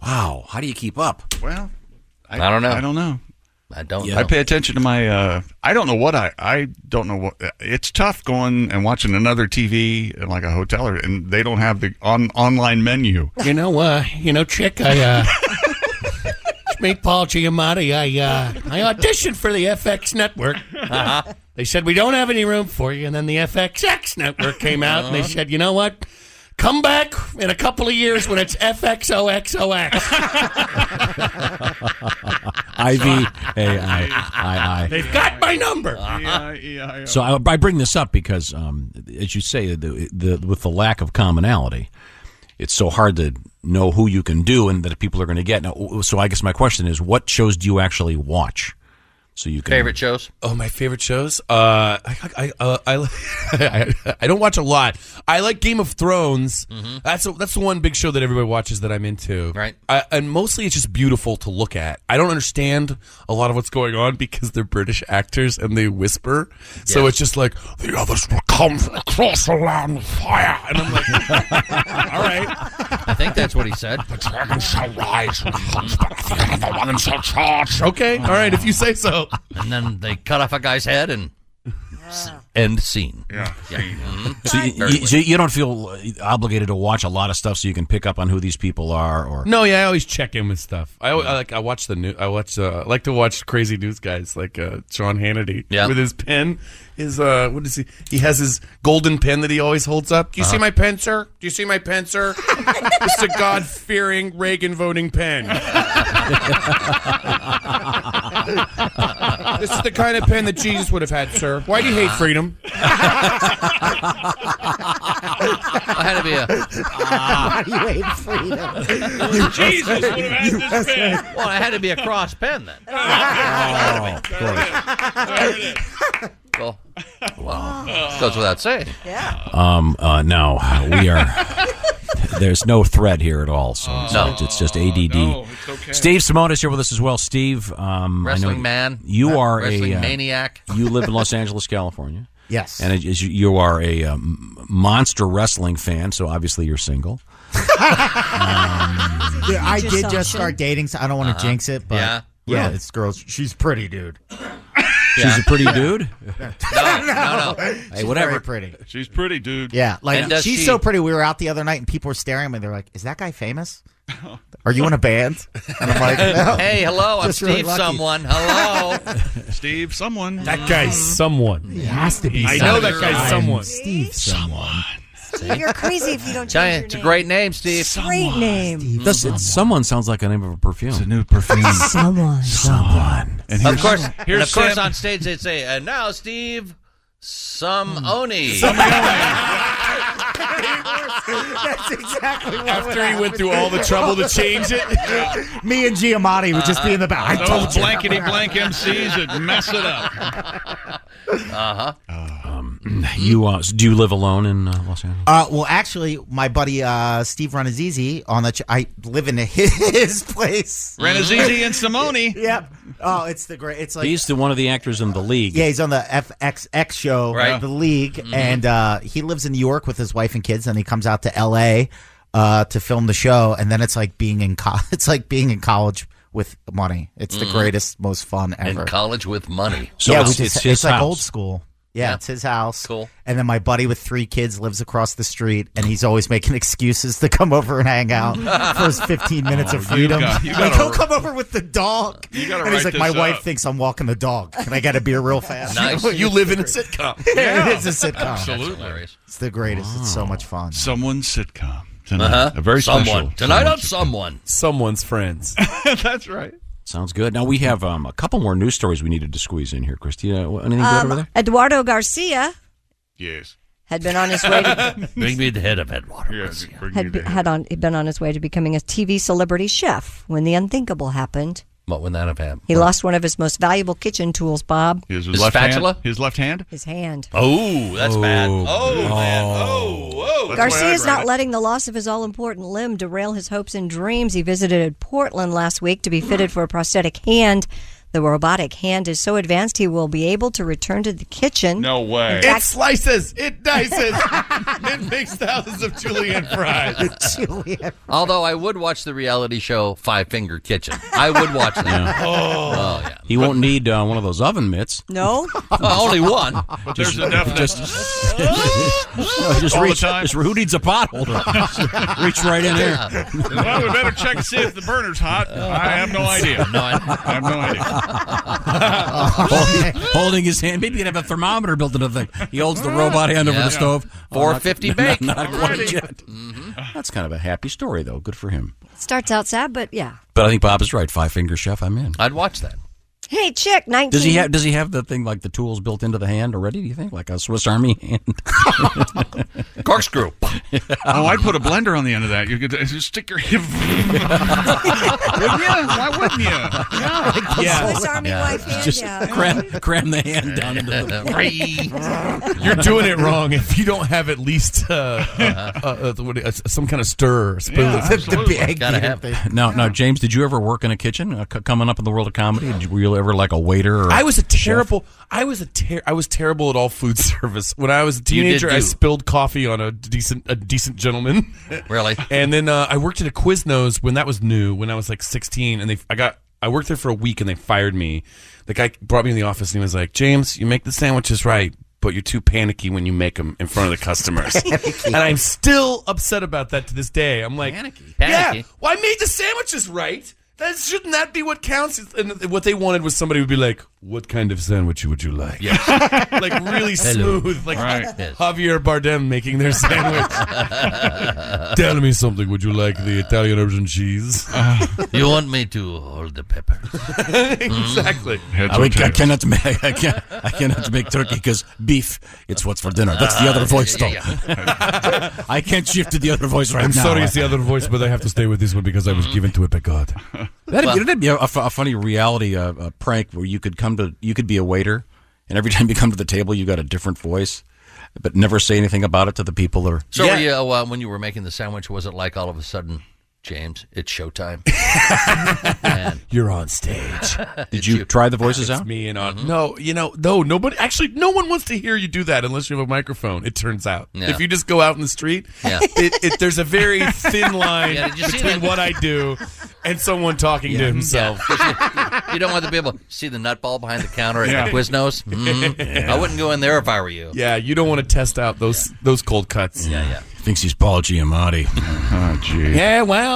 Wow, how do you keep up?
Well,
I don't know.
I don't know.
I don't
I
know.
pay attention to my. Uh, I don't know what I. I don't know what. uh, It's tough going and watching another TV in like a hotel, or, and they don't have the on online menu.
You know, uh, you know, chick, I uh, meet Paul Giamatti. I uh, I auditioned for the FX network.
Uh-huh.
They said we don't have any room for you, and then the FXX network came out, and they said, you know what? Come back in a couple of years when it's FXOXOX.
I V A I I I.
They've got my number.
So I, I bring this up because, um, as you say, the, the, with the lack of commonality, it's so hard to know who you can do and that people are going to get. Now, so I guess my question is, what shows do you actually watch? So you can
Favorite shows?
Oh, my favorite shows. Uh, I I, uh, I, I I don't watch a lot. I like Game of Thrones.
Mm-hmm.
That's a, that's the one big show that everybody watches that I'm into. Right. I, and mostly it's just beautiful to look at. I don't understand a lot of what's going on because they're British actors and they whisper. So
Yes.
it's just like the others will come from across the land of fire, and I'm like, all right.
I think that's what he said.
The dragon shall rise and comes back the other one and shall charge.
Okay, all right, if you say so.
And then they cut off a guy's head and s- end scene.
Yeah.
Mhm.
So you,
Very
you, so you don't feel obligated to watch a lot of stuff, so you can pick up on who these people are, or
No, yeah, I always check in with stuff. I, I like I watch the new. I watch. Uh, I like to watch crazy news guys like uh, Sean Hannity.
Yeah.
with his pen, his uh, what is he? He has his golden pen that he always holds up.
Do
Uh-huh.
you see my pen, sir? Do you see my pen, sir? this is a God fearing, Reagan voting pen.
this is the kind of pen that Jesus would have had, sir. Why do you hate freedom?
I Oh, had to be a.
Why do you hate freedom?
Oh,
Jesus would have had this pen.
Well, it had to be a cross pen then.
Oh,
Well, wow. goes without saying.
Yeah.
Um, uh, no, we are. There's no thread here at all, so I'm
No.
sorry. it's just ADD.
it's okay.
Steve Simone is here with us as well. Steve, um, I know
Wrestling
you-
man.
you are
Wrestling
a uh,
maniac.
You live in Los Angeles, California.
Yes.
and it is- you are a um, monster wrestling fan, so obviously you're single.
Dude, I did
assumption.
just start dating, so I don't want to
Uh-huh.
jinx it, but
Yeah.
yeah,
Really?
this girl, she's pretty, dude.
She's a pretty dude.
No, no, no.
She's very pretty.
She's pretty, dude.
Yeah, like
And does
she's
she-
so pretty. We were out the other night, and people were staring at me. They're like, "Is that guy famous? Are you in a band?" And I'm like, "No."
hey, hello, I'm
Just really
Steve
lucky.
someone. Hello.
Steve, someone. Mm-hmm.
That guy's someone.
He has to be.
I know
someone.
that guy's someone.
Steve, someone.
You're crazy if you don't
Tell you,
change
it's a
your name.
great name, Steve. Mm-hmm.
Great name.
Does it, someone sounds like a name of a perfume. It's a
new perfume.
Someone.
Someone.
And
Of course, and
here's
of course,
Sam-
on stage they say, and now Steve, some Oni.
That's exactly what
After
would
he went
happen.
through all the trouble to change it.
Me and Giamatti would just be in the back. I told
Those
you.
blankety blank MCs that mess it up.
Uh-huh.
You uh, do you live alone in uh, Los Angeles?
Uh, well, actually, my buddy uh, Steve Renazizi on the ch- I live in his place.
Renazizi and Simone.
Yep. Oh, it's the great. It's like
He's the one of the actors in the league.
yeah, he's on the FXX show,
Right.
the league, and uh, he lives in New York with his wife and kids, and he comes out to L.A. Uh, to film the show, and then it's like being in co- it's like being in college with money. It's the
Mhm.
greatest, most fun ever.
In college with money.
So Yeah, it's- we just- it's his it's like house. old school. Yeah,
Yeah.
it's his house.
Cool.
And then my buddy with three kids lives across the street, and he's always making excuses to come over and hang out for his 15 minutes of
Oh, you
freedom.
got- you
like,
gotta-
he'll come over with the dog.
You gotta
and he's
write
like, my
this
wife
up."
thinks I'm walking the dog. Can I get a beer real fast?
Nice.
You know,
You
it's
live
the
in a
great-
sitcom.
yeah, it is a
Wow.
sitcom.
Absolutely. That's hilarious.
It's the greatest. It's so much fun.
Someone's sitcom. Tonight.
Uh-huh.
A very
Someone.
special.
Tonight on
someone.
Someone's friends.
That's right.
Sounds good. Now we have um, a couple more news stories we needed to squeeze in here, Christina. wh- Anything good over
Um,
there?
Eduardo Garcia
Yes.
had been on his way to
Bring me the head of Edward.
had, be- had on had been on his way to becoming a TV celebrity chef when the unthinkable happened.
What would that have happened?
He lost one of his most valuable kitchen tools, Bob.
His,
His
left
spatula?
Hand, his left hand.
His hand.
Oh, that's bad. Oh, man.
Oh,
whoa.
Garcia's not letting the loss of his all important limb derail his hopes and dreams. He visited Portland last week to be fitted for a prosthetic hand. The robotic hand is so advanced he will be able to return to the kitchen.
No way.
In fact-
It slices. It dices. it makes thousands of julienne fries.
Although I would watch the reality show Five Finger Kitchen. I would watch that. Oh, yeah.
He won't need uh, one of those oven mitts.
No.
Well, only one.
But there's a definite.
Just, just
All the
reach.
time.
Just, who needs a potholder? reach right in there.
well, we better check to see if the burner's hot. I have no idea.
Oh. No, I-
I have no
holding, holding his hand. Maybe he'd have a thermometer built into the thing. He holds the robot hand over
Yeah.
the stove.
Four fifty
Oh, not-
bake.
Not, not quite
Already.
yet. That's kind of a happy story, though. Good for him.
Starts out sad, but yeah.
But I think Bob is right. Five finger chef. I'm in.
I'd watch that.
Hey, chick, nineteen.
Does he have? Does he have the thing like the tools built into the hand already? Do you think like a Swiss Army hand?
Corkscrew.
Oh, I'd put a blender on the end of that. You could just stick your. wouldn't you? Why wouldn't you? Yeah.
Swiss Army wife hand.
Just
yeah.
cram, cram the hand down into
the.
the.
You're doing it wrong if you don't have at least uh,
Uh-huh.
uh, uh, what- uh, some kind of stir, spoon.
Yeah, absolutely. No, no, James. Did you ever work in a kitchen? Uh, c- coming up in the world of comedy, did you- were you ever like a waiter? Or
I was a
chef?
terrible. I was a ter- I was terrible at all food service. When I was a
You did
teenager, I
do.
spilled coffee on a decent a decent gentleman.
Really?
And then uh, I worked at a Quiznos when that was new. When I was like 16, and they I got I worked there for a week, and they fired me. The guy brought me in the office, and he was like, "James, you make the sandwiches right." But you're too panicky when you make them in front of the customers, and I'm still upset about that to this day. I'm like, panicky,
Panicky.
yeah. Well, I made the sandwiches right. That shouldn't that be what counts? And what they wanted was somebody who'd be like, What kind of sandwich would you like?
Yes.
like really
Hello.
smooth, like
Right. Yes.
Javier Bardem making their sandwich. Tell me something. Would you like the Italian herbs and cheese?
You want me to hold the pepper?
Mm-hmm. Exactly.
Mm.
I, would- I cannot make I, can't, I cannot make turkey because beef. It's what's for dinner. That's the other
Ah,
voice, though.
yeah, yeah,
I can't shift to the other voice right
I'm
now. Mm.
sorry, it's the other voice, but I have to stay with this one because I was given to it by God.
That'd, be- that'd be a, a fu- a funny reality uh, uh prank where you could come to you could be a waiter, and every time you come to the table, you got a different voice, but never say anything about it to the people. Or
So were you, uh, well, when you were making the sandwich, was it like all of a sudden, James, it's showtime?
You're on stage. Did you try the voices
It's
out?
me and
Mm-hmm.
on. No, you know, no, nobody. Actually, no one wants to hear you do that unless you have a microphone. It turns out,
Yeah.
if you just go out in the street,
Yeah.
it, it, there's a very thin line
Yeah, did you see
between
that?
what I do and someone talking to himself.
you don't want to be able to see the nutball behind the counter at
Yeah.
Quiznos. Mm. I wouldn't go in there if I were you.
Yeah, you don't want to test out those those cold cuts.
Yeah, yeah.
Thinks he's Paul Giamatti. oh,
jeez.
Yeah, well.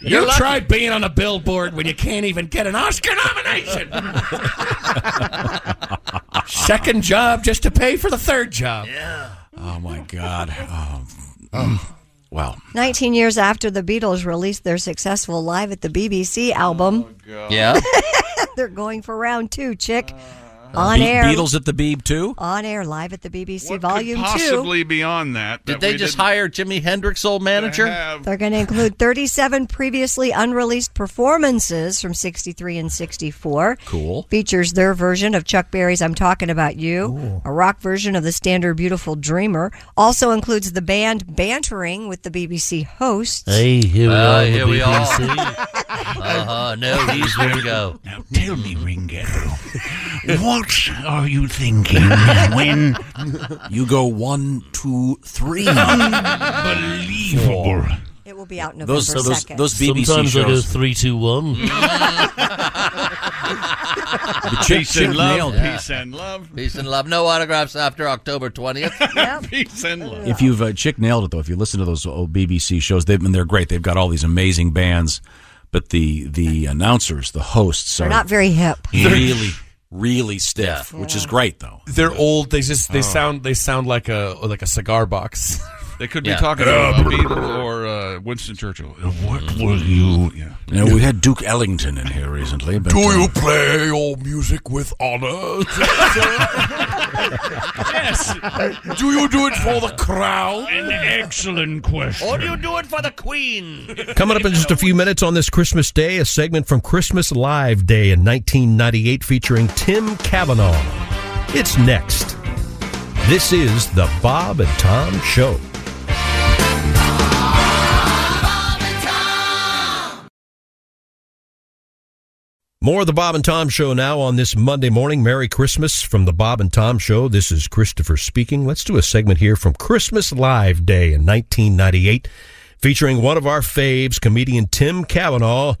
You
You're lucky.
tried being on a billboard when you can't even get an Oscar nomination.
Second job just to pay for the third job.
Yeah.
Oh my God. Oh. mm. Wow.
19 years after the Beatles released their successful Live at the BBC album,
Yeah.
they're going for round two, chick.
Uh,
Uh,
on
Be-
air.
Beatles at the Beeb too.
On air, live at the BBC, volume two.
Possibly beyond that.
Did
that
they
we
just
didn't
hire Jimi Hendrix, old manager?
They're going to include 37 previously unreleased performances from 63 and 64.
Cool.
Features their version of Chuck Berry's I'm Talking About You, a rock version of the standard Beautiful Dreamer. Also includes the band bantering with the BBC hosts.
Hey,
here we
uh,
are, the
Here we are.
BBC.
uh-huh. No, he's Ringo.
Now tell me, Ringo, what are you thinking when
you go one, two, three?
Unbelievable.
It will be out November
Those- so those-
2nd.
those BBC
Sometimes I go
shows.
three, two, one.
The chick- Peace and chick love, nailed it. peace
and love.
Peace and love. No autographs after October 20th.
Peace and love.
If you've uh, chick nailed it though, if you listen to those old BBC shows, they've been they're great. They've got all these amazing bands, but the the announcers, the hosts,
They're
are
not very hip.
Really, really stiff, which is great though.
They're old. They just they
Oh.
sound they sound like a like a cigar box.
They could be talking about a Beatle or uh, Winston Churchill. What was you? Yeah.
You know, we had Duke Ellington in here recently. But,
Do
uh,
you play your music with honor?
yes.
Do you do it for the crowd?
An excellent question. Or do you do it for the queen?
Coming up in just a few minutes on this Christmas Day, a segment from Christmas Live Day in 1998 featuring Tim Cavanaugh. It's next. This is the Bob and Tom Show. More of the Bob and Tom Show now on this Monday morning. Merry Christmas from the Bob and Tom Show. This is Christopher speaking. Let's do a segment here from Christmas Live Day in 1998, featuring one of our faves, comedian Tim Cavanaugh,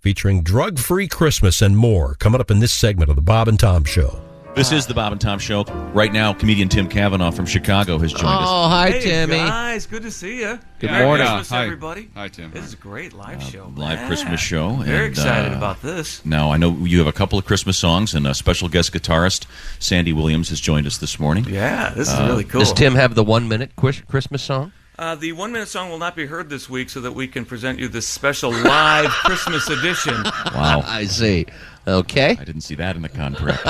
featuring drug free Christmas and more, coming up in this segment of the Bob and Tom Show.
This is the Bob and Tom Show. Right now, comedian Tim Cavanaugh from Chicago has joined us.
Oh.
Oh,
hey, guys. Good to see you.
Good
Merry
morning.
Christmas,
Hi.
everybody.
Hi, Tim.
This is a great live show.
Live
man.
Christmas show.
Very
and,
excited
uh,
about this.
Now, I know you have a couple of Christmas songs, and a special guest guitarist, Sandy Williams, has joined us this morning.
Yeah, this is
Uh,
really cool.
Does Tim have the one minute Christmas song?
Uh, the one minute song will not be heard this week so that we can present you this special live Christmas edition.
Wow.
I see. Okay.
I didn't see that in the contract.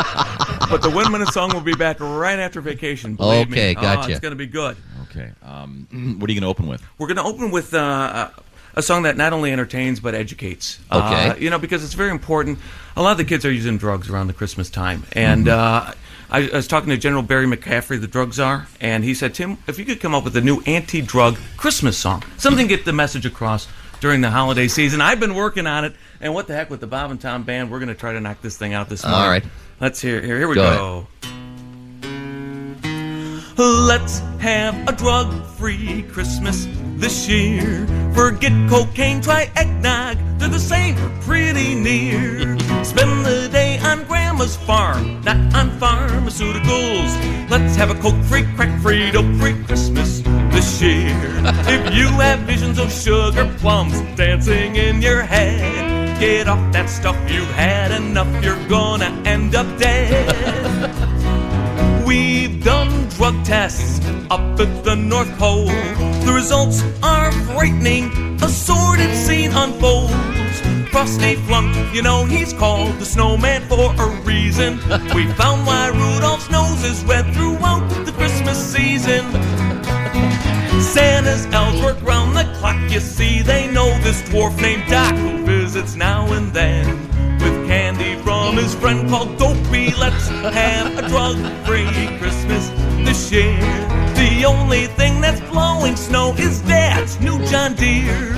But the one minute song will be back right after vacation. Believe me.
Okay,
Oh,
gotcha.
it's going to be good.
okay. Um, what are you going to open with?
We're going to open with uh, a song that not only entertains but educates.
Okay.
Uh, you know, because it's very important. A lot of the kids are using drugs around the Christmas time. And
Mm-hmm.
uh, I, I was talking to General Barry McCaffrey, the drug czar, and he said, Tim, if you could come up with a new anti drug Christmas song, something get the message across during the holiday season. I've been working on it. And what the heck with the Bob and Tom band? We're going to try to knock this thing out this
All
morning.
right.
Let's hear. Here, here we
Go
go.
ahead.
Let's have a drug free Christmas this year. Forget cocaine, try eggnog, they're the same or pretty near. Spend the day on grandma's farm, not on pharmaceuticals. Let's have a coke free, crack free, dope free Christmas this year. If you have visions of sugar plums dancing in your head, Get off that stuff, you've had enough, you're gonna end up dead. We've done drug tests up at the North Pole. The results are frightening, a sordid scene unfolds. Frosty Flunk, you know he's called the snowman for a reason. We found why Rudolph's nose is red throughout the Christmas season. Santa's elves work round the clock, you see, they know this dwarf named Doc who visits now and then with candy from his friend called Dopey. Let's have a drug free Christmas this year. The only thing that's blowing snow is Dad's new John Deere.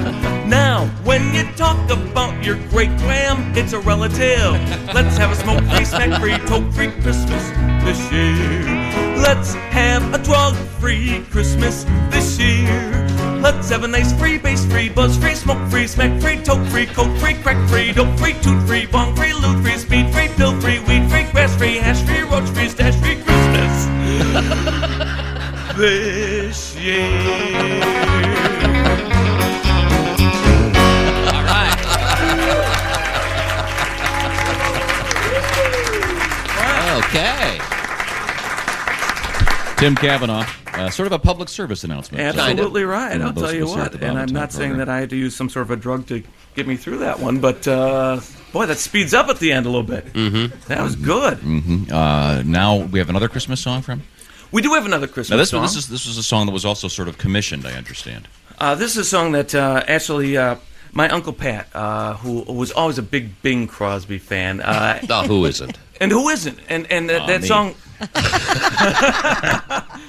Now, when you talk about your great gram, it's a relative. Let's have a smoke free, snack free, toke free Christmas this year. Let's have a drug free Christmas this year. Let's have a nice free, base free, buzz free, smoke free, smack free, toke free, coke free, crack free, dope free, toot free, bong free, loot free, speed free, pill free, weed free, grass free, hash free, roach free, stash free, Christmas this year.
Okay.
Tim Kavanaugh, uh, sort of a public service announcement.
Absolutely
So,
right.
you know,
I'll
those
tell
of
you
us here at
what.
the
And I'm
Bob
not
Tom
saying
program.
that I had to use some sort of a drug to get me through that one, but uh, boy, that speeds up at the end a little bit. Mm-hmm. That was good.
Mhm. Uh, now we have another Christmas song from.
We do have another Christmas
Now this
song.
this is this was a song that was also sort of commissioned. I understand.
Uh, this is a song that uh, actually uh, my uncle Pat, uh, who was always a big Bing Crosby fan. Uh,
No, who isn't?
And who isn't? And and that,
Aw,
that
me.
song.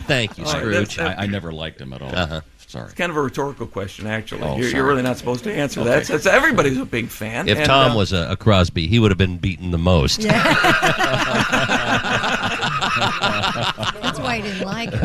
Thank you,
All right,
Scrooge. Uh-huh.
that's-
I, I never liked him at all. Sorry.
It's kind of a rhetorical question, actually.
Oh,
you're, you're
sorry.
really not supposed to answer
Okay.
that. So it's- everybody's a big fan.
If
and,
Tom
uh,
was a, a Crosby, he would have been beaten the most.
That's
why I didn't like
it.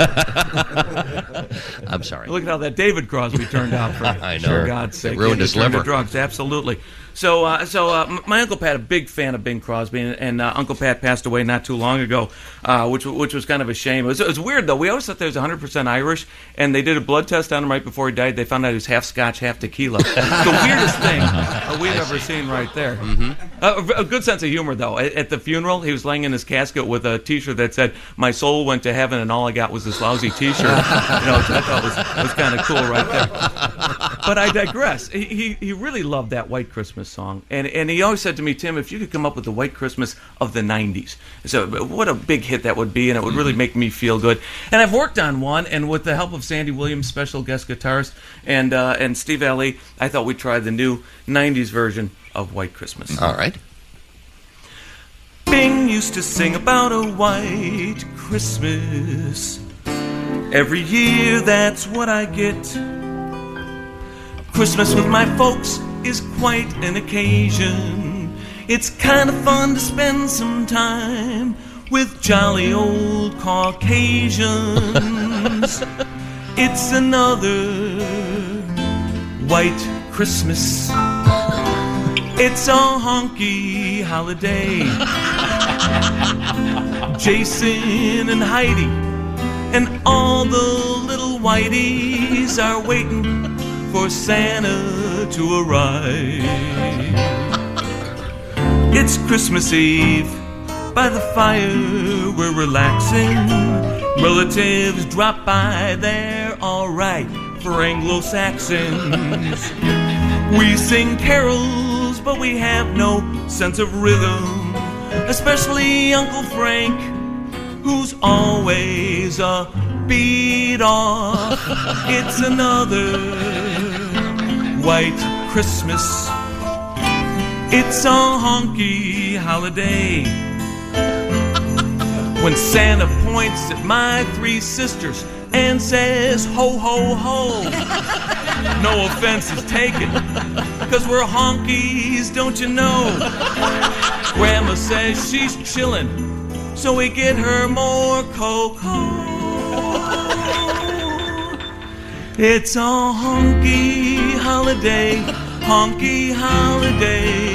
I'm sorry.
Look at how that David Crosby turned out for,
I know.
for God's
It
sake.
ruined
And he
his
turned to
liver.
drugs, absolutely. So, uh, so uh, m- my uncle Pat, a big fan of Bing Crosby, and, and uh, Uncle Pat passed away not too long ago, uh, which w- which was kind of a shame. It was, it was weird though. We always thought there was 100 percent Irish, and they did a blood test on him right before he died. They found out he was half Scotch, half tequila. It's the weirdest thing
Uh-huh.
uh we've ever seen right there.
Mm-hmm.
Uh, a good sense of humor, though. At, at the funeral, he was laying in his casket with a T-shirt that said "My soul went to heaven, and all I got was this lousy T-shirt." you know, which I thought was, was kind of cool right there. But I digress. He, he he really loved that White Christmas song, and and he always said to me, Tim, if you could come up with the White Christmas of the '90s, so what a big hit that would be, and it would
Mm-hmm.
really make me feel good. And I've worked on one, and with the help of Sandy Williams, special guest guitarist, and uh, and Steve Alley, I thought we'd try the new '90s version of White Christmas.
All right.
Bing used to sing about a white Christmas. Every year, that's what I get. Christmas with my folks is quite an occasion. It's kind of fun to spend some time with jolly old Caucasians. it's another white Christmas. It's a honky holiday. Jason and Heidi and all the little whiteys are waiting for Santa to arrive. It's Christmas Eve. By the fire, we're relaxing. Relatives drop by, they're alright for Anglo Saxons. We sing carols, but we have no sense of rhythm, especially Uncle Frank, who's always a beat off. It's another white Christmas. It's a honky holiday. When Santa points at my three sisters and says, Ho, ho, ho. No offense is taken, because we're honkies, don't you know? Grandma says she's chillin', so we get her more cocoa. It's a honky holiday, honky holiday.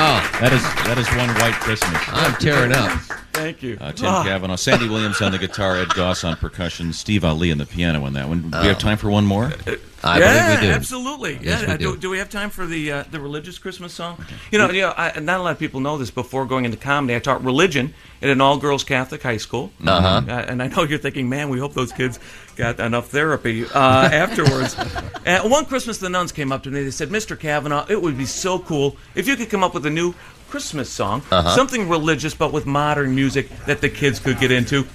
Oh,
That is that is one white Christmas.
I'm tearing up.
Thank you.
Uh, Tim
Ah.
Cavanaugh, Sandy Williams on the guitar, Ed Goss on percussion, Steve Ali on the piano on that one. Do we have
Oh.
time for one more?
yeah, absolutely. Yeah,
Yes, we
uh, do.
do.
Do, we have time for the uh, the religious Christmas song? You know, you know, I, not a lot of people know this. Before going into comedy, I taught religion at an all girls Catholic high school.
Uh-huh.
Uh, And I know you're thinking, man, we hope those kids got enough therapy uh, afterwards. and one Christmas, the nuns came up to me. They said, Mr. Kavanaugh, it would be so cool if you could come up with a new Christmas song,
Uh-huh.
something religious but with modern music that the kids could get into.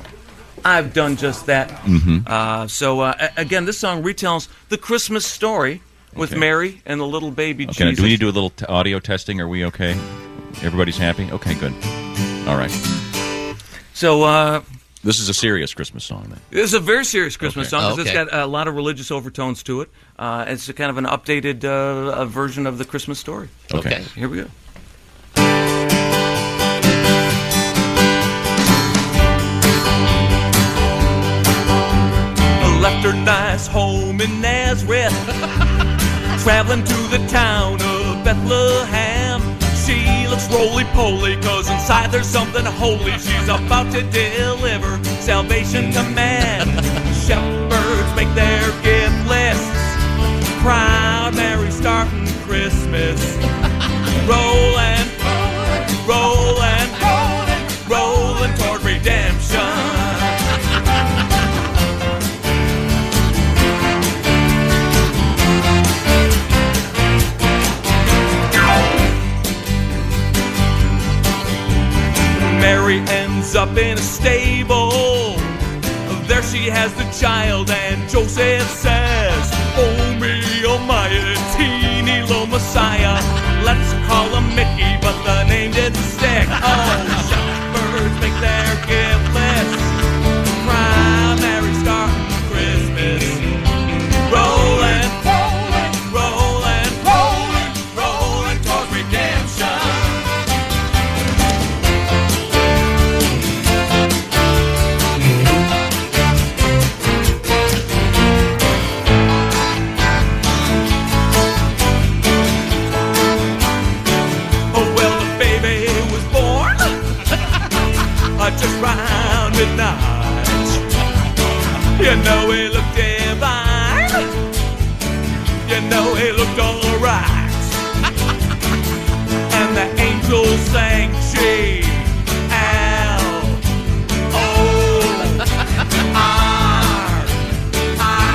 I've done just that.
Mhm.
Uh, so uh, a- again, this song retells the Christmas story with
Okay.
Mary and the little baby
Okay, now,
Jesus.
do we need to do a little t- audio testing? Are we okay? Everybody's happy? Okay, good. All right.
So, uh,
this is a serious Christmas song then.
This is a very serious Christmas
Okay.
song 'cause
Okay.
it's got a lot of religious overtones to it. Uh, it's a kind of an updated uh, uh version of the Christmas story.
Okay. Okay.
Here we go.
left her nice home in Nazareth, traveling to the town of Bethlehem. She looks roly poly, cause inside there's something holy. She's about to deliver salvation to man. Shepherds make their gift lists. Proud Mary starting Christmas. Rolling, rolling, rolling, rolling toward redemption. Mary ends up in a stable. There she has the child, and Joseph says, Oh me, oh my, a teeny little messiah. Let's call him Mickey, but the name didn't stick. Oh, shepherds make their gift list. Proud Mary starting Christmas. Rolling, rolling, rolling, rolling, rolling towards redemption. Oh, well, the baby was born uh, just round midnight. You know he looked divine. You know he looked alright. and the angels sang G L O R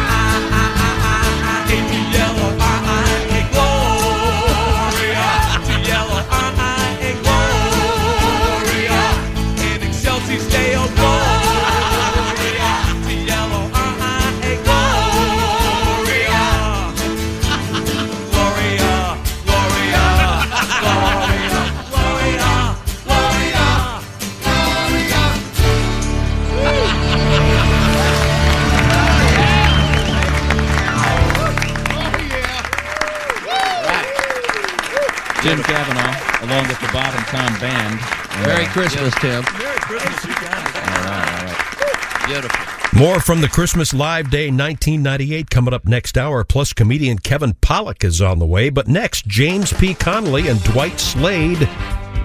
Tim Cavanaugh, along with the Bob and Tom Band.
Merry Christmas, Tim.
Merry Christmas, you guys.
All right, all right.
Beautiful.
More from the Christmas Live Day 1998 coming up next hour. Plus, comedian Kevin Pollock is on the way. But next, James P. Connolly and Dwight Slade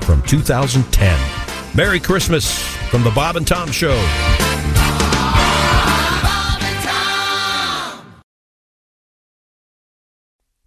from 2010. Merry Christmas from the Bob and Tom Show.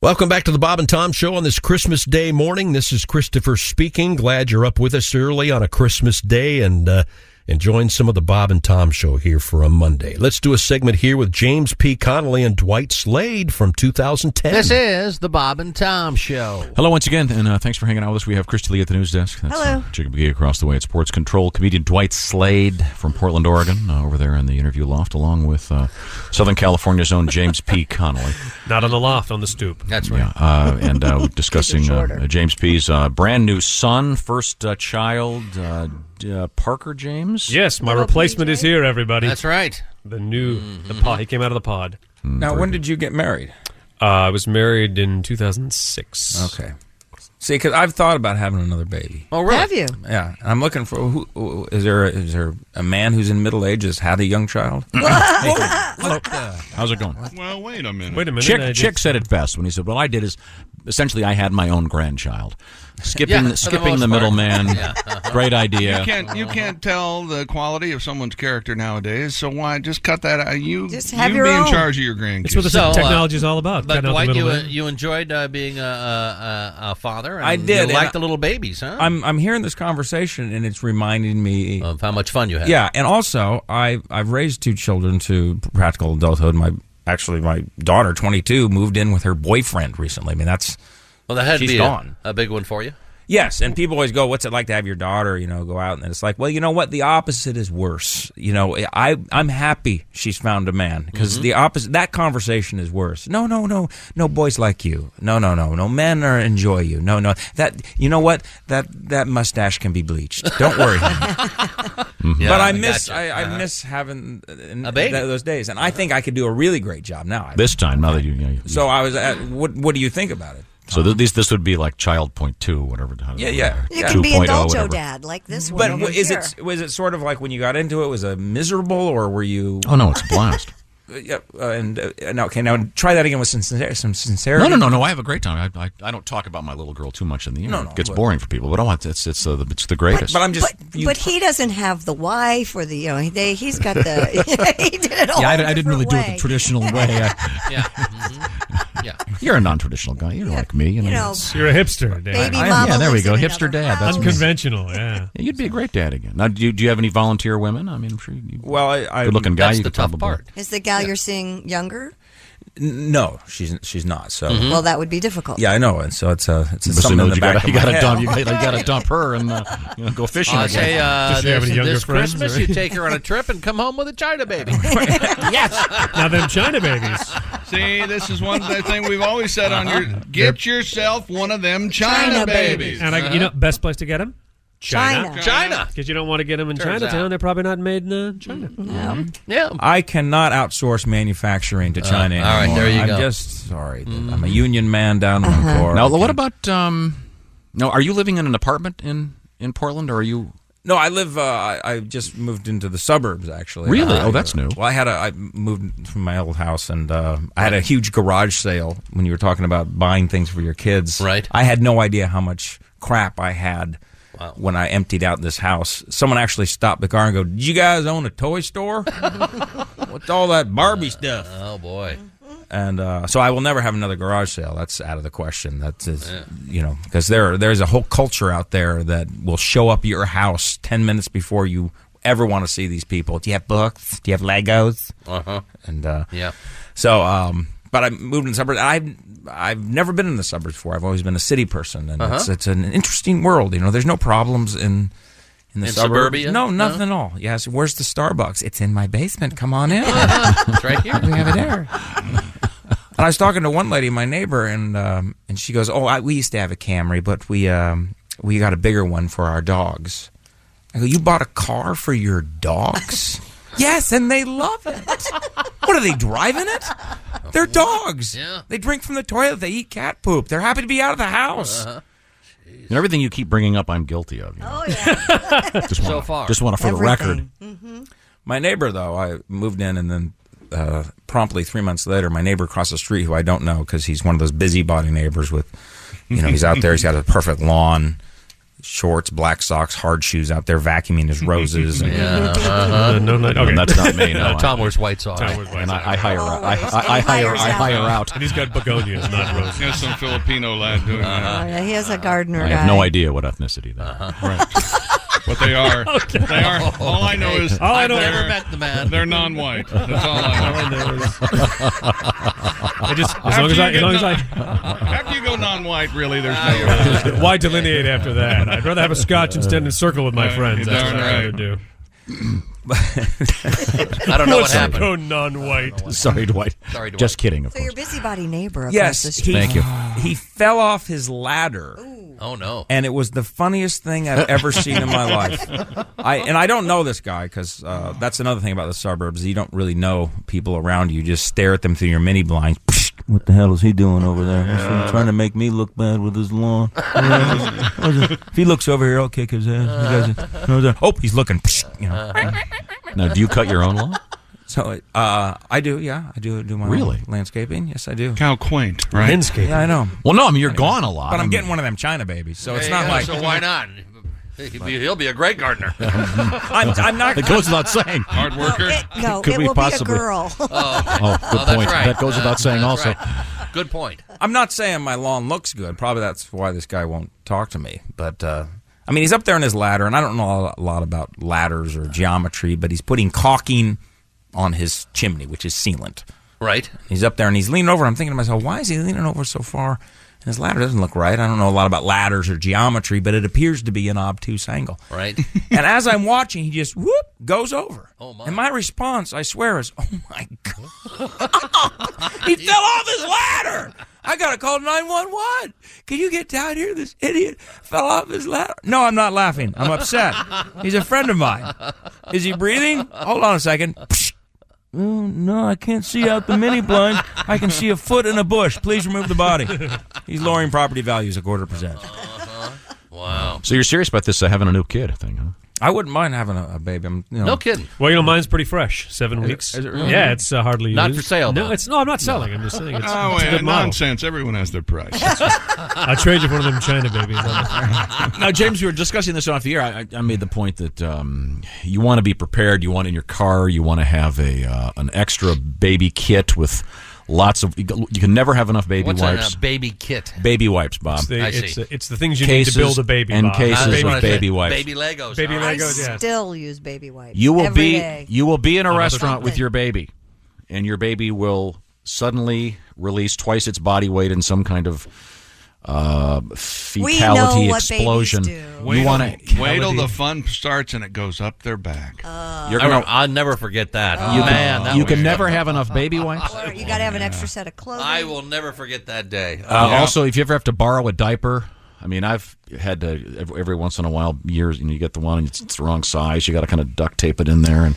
Welcome back to the Bob and Tom Show on this Christmas Day morning. This is Christopher speaking. Glad you're up with us early on a Christmas day and uh, enjoying some of the Bob and Tom Show here for a Monday. Let's do a segment here with James P. Connolly and Dwight Slade from 2010.
This
is the Bob and Tom Show.
Hello once again, and uh, thanks for hanging out with us. We have Christy Lee at the news desk. That's,
Hello.
Uh, Jacob McGee across the way at Sports Control. Comedian Dwight Slade from Portland, Oregon, uh, over there in the interview loft, along with uh, Southern California's own James P. Connolly.
Not on the loft, on the stoop. That's
Yeah, uh, and uh, we're discussing uh, James P.'s uh, brand new son, first uh, child, uh, d- uh, Parker James.
Yes, my replacement is here, everybody.
That's
right. The new the
Mm-hmm.
pod. He came out of the pod.
Now, very when
did you get married? Uh, I was married in 2006.
Okay. See, because I've thought about having another baby.
Oh, really?
Have you?
Yeah, and I'm looking for who- who is there? Is there a man who's in middle age has had a young child?
How's it going?
Well, wait a minute.
Chick, Chick said it best when he said, "What I did is
essentially, I had my own grandchild.
Yeah,
Skipping
for the
skipping the,
most part.
middleman.
Yeah.
Great idea.
You can't you can't tell the quality of someone's character nowadays. So why just cut that out? You
Just
you
have your
be in
own.
charge of your grandkids.
It's what the So, uh, technology is all about,
cutting
But
out the
Dwight, you,
middleman.
you enjoyed uh, being a, a, a- a father. And
I did.
You
and
liked the little babies, huh?
I'm I'm hearing this conversation and it's reminding me
of how much fun you had.
Yeah, and also I I've raised two children to practical adulthood. My actually my daughter, 22, moved in with her boyfriend recently. I mean, that's
Well, that had to
she's
be
gone.
a, a big one for you.
Yes, and people always go, "What's it like to have your daughter?" You know, go out, and it's like, well, you know what? The opposite is worse. You know, I I'm happy she's found a man because
Mhm.
the opposite that conversation is worse. No, no, no, no. Boys like you. No, no, no, no. Men are enjoy you. No, no. That you know what? That that mustache can be bleached. Don't worry. Yeah, but I I miss gotcha. I, I Uh-huh. miss having uh, in- A baby. th- those days, and I think I could do a really great job now. I-
This time, now that you, you-
So I was. At, what What do you think about it?
so th- these this would be like child point two, whatever.
Yeah, yeah.
You can be
oh,
an dojo dad like this
Mm-hmm. But
one.
w- is it was it sort of like when you got into it? Was it miserable or were you?
Oh no, it's a blast.
Uh, yeah, uh, and uh, no, okay, now try that again with sincer- some sincerity.
No, no, no, no. I have a great time. I, I, I don't talk about my little girl too much in the internet.
No, no,
it gets
but-
boring for people. But oh, it's it's, it's, uh, the, it's the greatest.
But I'm just.
But, but he doesn't have the wife or the you know they, he's got the he did it all.
yeah, I, I
different
didn't really do it
way.
the traditional way. I,
Yeah.
Mm-hmm.
You're a non-traditional guy. You're like me. You know,
know,
it's-
You're a hipster, Dan. baby
I am.
mama
yeah, there we
lives
go.
in
Hipster
another
dad. That's me.
Unconventional, yeah.
Yeah, You'd be a great dad again. Now, do you, do you have any volunteer women? I mean, I'm sure you.
Well, I, I
Good-looking guy, you could probably-
Is the gal you're seeing younger?
N- No, she's she's not. So
Well, that would be difficult.
yeah, I know, and so it's a it's a
Mm-hmm. But so
something in
you
the back
gotta-
of
you
my
gotta
head.
dump- you gotta- you gotta dump her and uh, you know, go fishing.
I
again.
say uh, this, this Christmas you take her on a trip and come home with a China baby. yes.
Now them China babies. See, this is one thing we've always said on your
Uh-huh.
get yourself one of them China, babies.
And I, you know, best place to get them?
China. China.
Because you don't want to get them in
Turns
Chinatown.
out.
They're probably not made in uh, China.
Yeah.
I cannot outsource manufacturing to Uh, China. all right, anymore. there you I'm go. just sorry. that I'm a union man down in
Uh-huh.
one corps.
Mm-hmm. Now, what about? Um, no, are you living in an apartment in in Portland, or are you?
No, I live. Uh, I, I just moved into the suburbs, actually.
Really?
Uh,
Oh, that's new.
Well, I had a. I moved from my old house, and uh, I had a huge garage sale when you were talking about buying things for your kids. Right. I had no idea how much crap I had when I emptied out this house. Someone actually stopped the car and go, "Did you guys own a toy store? What's all that
Uh,
Barbie stuff?"
Oh boy.
And uh, so I will never have another garage sale. That's out of the question. That's is, you know because there there's a whole culture out there that will show up at your house ten minutes before you ever want to see these people. Do you have books? Do you have Legos?
Uh-huh.
And uh,
Yeah.
So, um, but I moved in the suburbs. I've I've never been in the suburbs before. I've always been a city person, and it's
Uh-huh.
it's an interesting world. You know, there's no problems in. In the
In
suburbs.
suburbia?
No,
No?
nothing at all. Yes, where's the Starbucks? It's in my basement. Come on in.
It's right here.
We have it there. And I was talking to one lady, my neighbor, and um, and she goes, "Oh, I, we used to have a Camry, but we um, we got a bigger one for our dogs." I go, "You bought a car for your dogs? yes, and they love it. what are they driving it? They're dogs. Yeah. They drink from the toilet. They eat cat poop. They're happy to be out of the house."
You know, everything you keep bringing up, I'm guilty of. You know? just wanna,
So far.
just want to for the record.
Everything.
Mm-hmm.
My neighbor, though, I moved in and then uh, promptly three months later, my neighbor across the street, who I don't know because he's one of those busybody neighbors with, you know, he's out there, he's got a perfect lawn, shorts, black socks, hard shoes out there, vacuuming his roses. And,
Yeah, uh-huh. No, no, no, okay.
And that's not me. No,
No, Tom
I-
wears white socks.
I-
Tom wears white
and
socks.
I, I hire. out. I,
Always.
I, I
He
hire.
hires
I
out.
hire out.
And he's got begonias, not roses. There's some Filipino lad doing Uh,
Oh, yeah, he has a gardener
I
guy.
have no idea what ethnicity they are.
But they are. They are. All I know is
All I know-
they're-
Never met the man.
They're non-white. That's all I know.
All I know is-
I just- as
After
long as
you
I- as
get
long as I-
after you go non-white, really, there's no.
Why delineate after that? I'd rather have a scotch and stand in a circle with my
Right,
friends.
you're
That's what
darn
I'd rather
right.
do.
I don't know what
Let's
happened.
Go non-white.
Sorry, Dwight.
Sorry, Dwight.
Just kidding. Of
So your busybody neighbor.
Yes,
Across the
he-
street.
Thank you.
He fell off his ladder.
Oh no!
And it was the funniest thing I've ever seen in my life. I and I don't know this guy because uh, that's another thing about the suburbs. You don't really know people around you. You just stare at them through your mini blinds. What the hell is he doing over there? He's trying to make me look bad with his lawn. if he looks over here, I'll kick his ass. He doesn't- knows that- oh, he's looking. You know.
Now, do you cut your own lawn?
So uh, I do, yeah, I do do my own
Really?
landscaping. Yes, I do.
How quaint,
right?
Landscaping. Yeah, I know.
Well, no, I mean, you're gone a lot.
But
I
I'm
mean-
getting one of them China babies, so it's
There you
not
go,
like.
So why not? He'll be, he'll be a great gardener.
I'm, I'm not.
It goes without saying.
Hard worker.
no,
Could
it
we
will
possibly-
be a girl.
Oh, Oh, good
that's
point. That goes
Uh,
without saying
that's
also.
Good point. I'm not saying my lawn looks good. Probably that's why this guy won't talk to me. But uh, I mean, he's up there on his ladder, and I don't know a lot about ladders or geometry, but he's putting caulking on his chimney, which is sealant.
Right.
He's up there and he's leaning over. I'm thinking to myself, why is he leaning over so far? And his ladder doesn't look right. I don't know a lot about ladders or geometry, but it appears to be an obtuse angle.
Right.
and as I'm watching, he just whoop goes over. Oh my! And my response, I swear, oh, is oh my god! he fell off his ladder. I gotta call nine one one. Can you get down here? This idiot fell off his ladder. No, I'm not laughing. I'm upset. He's a friend of mine. Is he breathing? Hold on a second. Oh, no, I can't see out the mini blind. I can see a foot in a bush. Please remove the body. He's lowering property values a quarter percent.
Wow.
So you're serious about this uh, having a new kid thing, huh?
I wouldn't mind having a, a baby. I'm, you know,
Well, you know, mine's pretty fresh. Seven
Is it-
weeks.
is it really?
Yeah, it's uh, hardly
Not
used.
for sale,
No,
though.
it's no. I'm not selling. I'm just saying it's,
Oh,
it's a
yeah,
good model.
nonsense. Everyone has their price.
I'll trade you for one of them China babies.
now, James, we were discussing this off the air. I, I- I made the point that um, you want to be prepared. You want it in your car. You want to have a uh, an extra baby kit with lots of. You can never have enough baby
What's in
wipes.
a baby kit?
baby wipes, Bob.
It's the- uh, I it's see. the- it's the things you need to
cases
build a baby,
and
Bob.
cases
That's
of
what I said.
baby wipes.
Baby Legos.
Baby
all
I
right.
still use baby wipes.
You will
every
be
day.
you will be in a
Another
restaurant with
something.
your baby, and your baby will suddenly release twice its body weight in some kind of uh,
We
fetality
know what
explosion.
babies
You want to
wait till the fun starts and it goes up their back.
Uh,
You're gonna-
I'll never forget that.
you
oh, man,
can,
that
you
was-
can never have enough baby wipes.
Or you got to have an extra set of clothes.
I will never forget that day.
Uh, Also, if you ever have to borrow a diaper, I mean, I've had to every, every once in a while, years, and you get the one and it's, it's the wrong size. You got to kind of duct tape it in there, and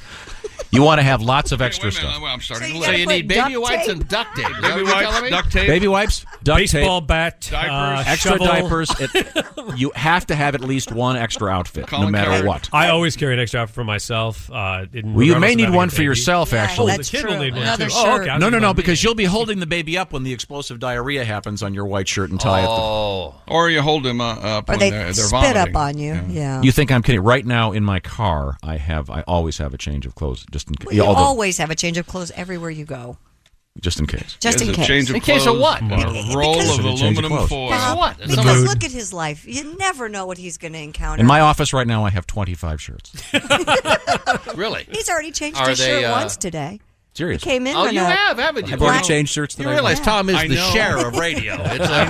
you want to have lots of extra stuff.
I'm starting
So you need baby wipes and duct tape. Is that
Baby
what you're
wipes,
telling me?
duct tape.
Baby wipes, duct
Baseball
tape,
bat,
Diapers.
uh,
extra
shovel.
diapers. It, you have to have at least one extra outfit, no matter what.
I always carry an extra outfit for myself. Uh, in
Well, you
regardless
may
of
need
having
one
a
for
baby.
yourself, Yeah, actually.
Oh,
that's
the kid
true.
will need one
Another
too. Oh, okay. I
No, no,
was thinking
no,
about me.
because you'll be holding the baby up when the explosive diarrhea happens on your white shirt and tie. Oh,
or you hold them uh, up.
Or
when
they
they're, they're
spit
vomiting.
up on you. Yeah.
You think I'm kidding? Right now in my car, I have I always have a change of clothes just in case.
You always have a change of clothes everywhere you go.
just in case.
Just in
There's a
case.
change of In case of clothes, what? a Because- roll of
Change
aluminum
clothes.
foil.
Bob,
what?
Because
Mood.
look at his life. You never know what he's going to encounter.
In my office right now, I have 25 shirts.
really?
He's already changed
Are
his
they,
shirt
uh,
once today.
Serious?
He came in.
Oh,
in
you
a
have, haven't you?
I've already changed shirts. that
You
I-
realize Tom is
I
the
know.
sheriff of radio. It's a,
I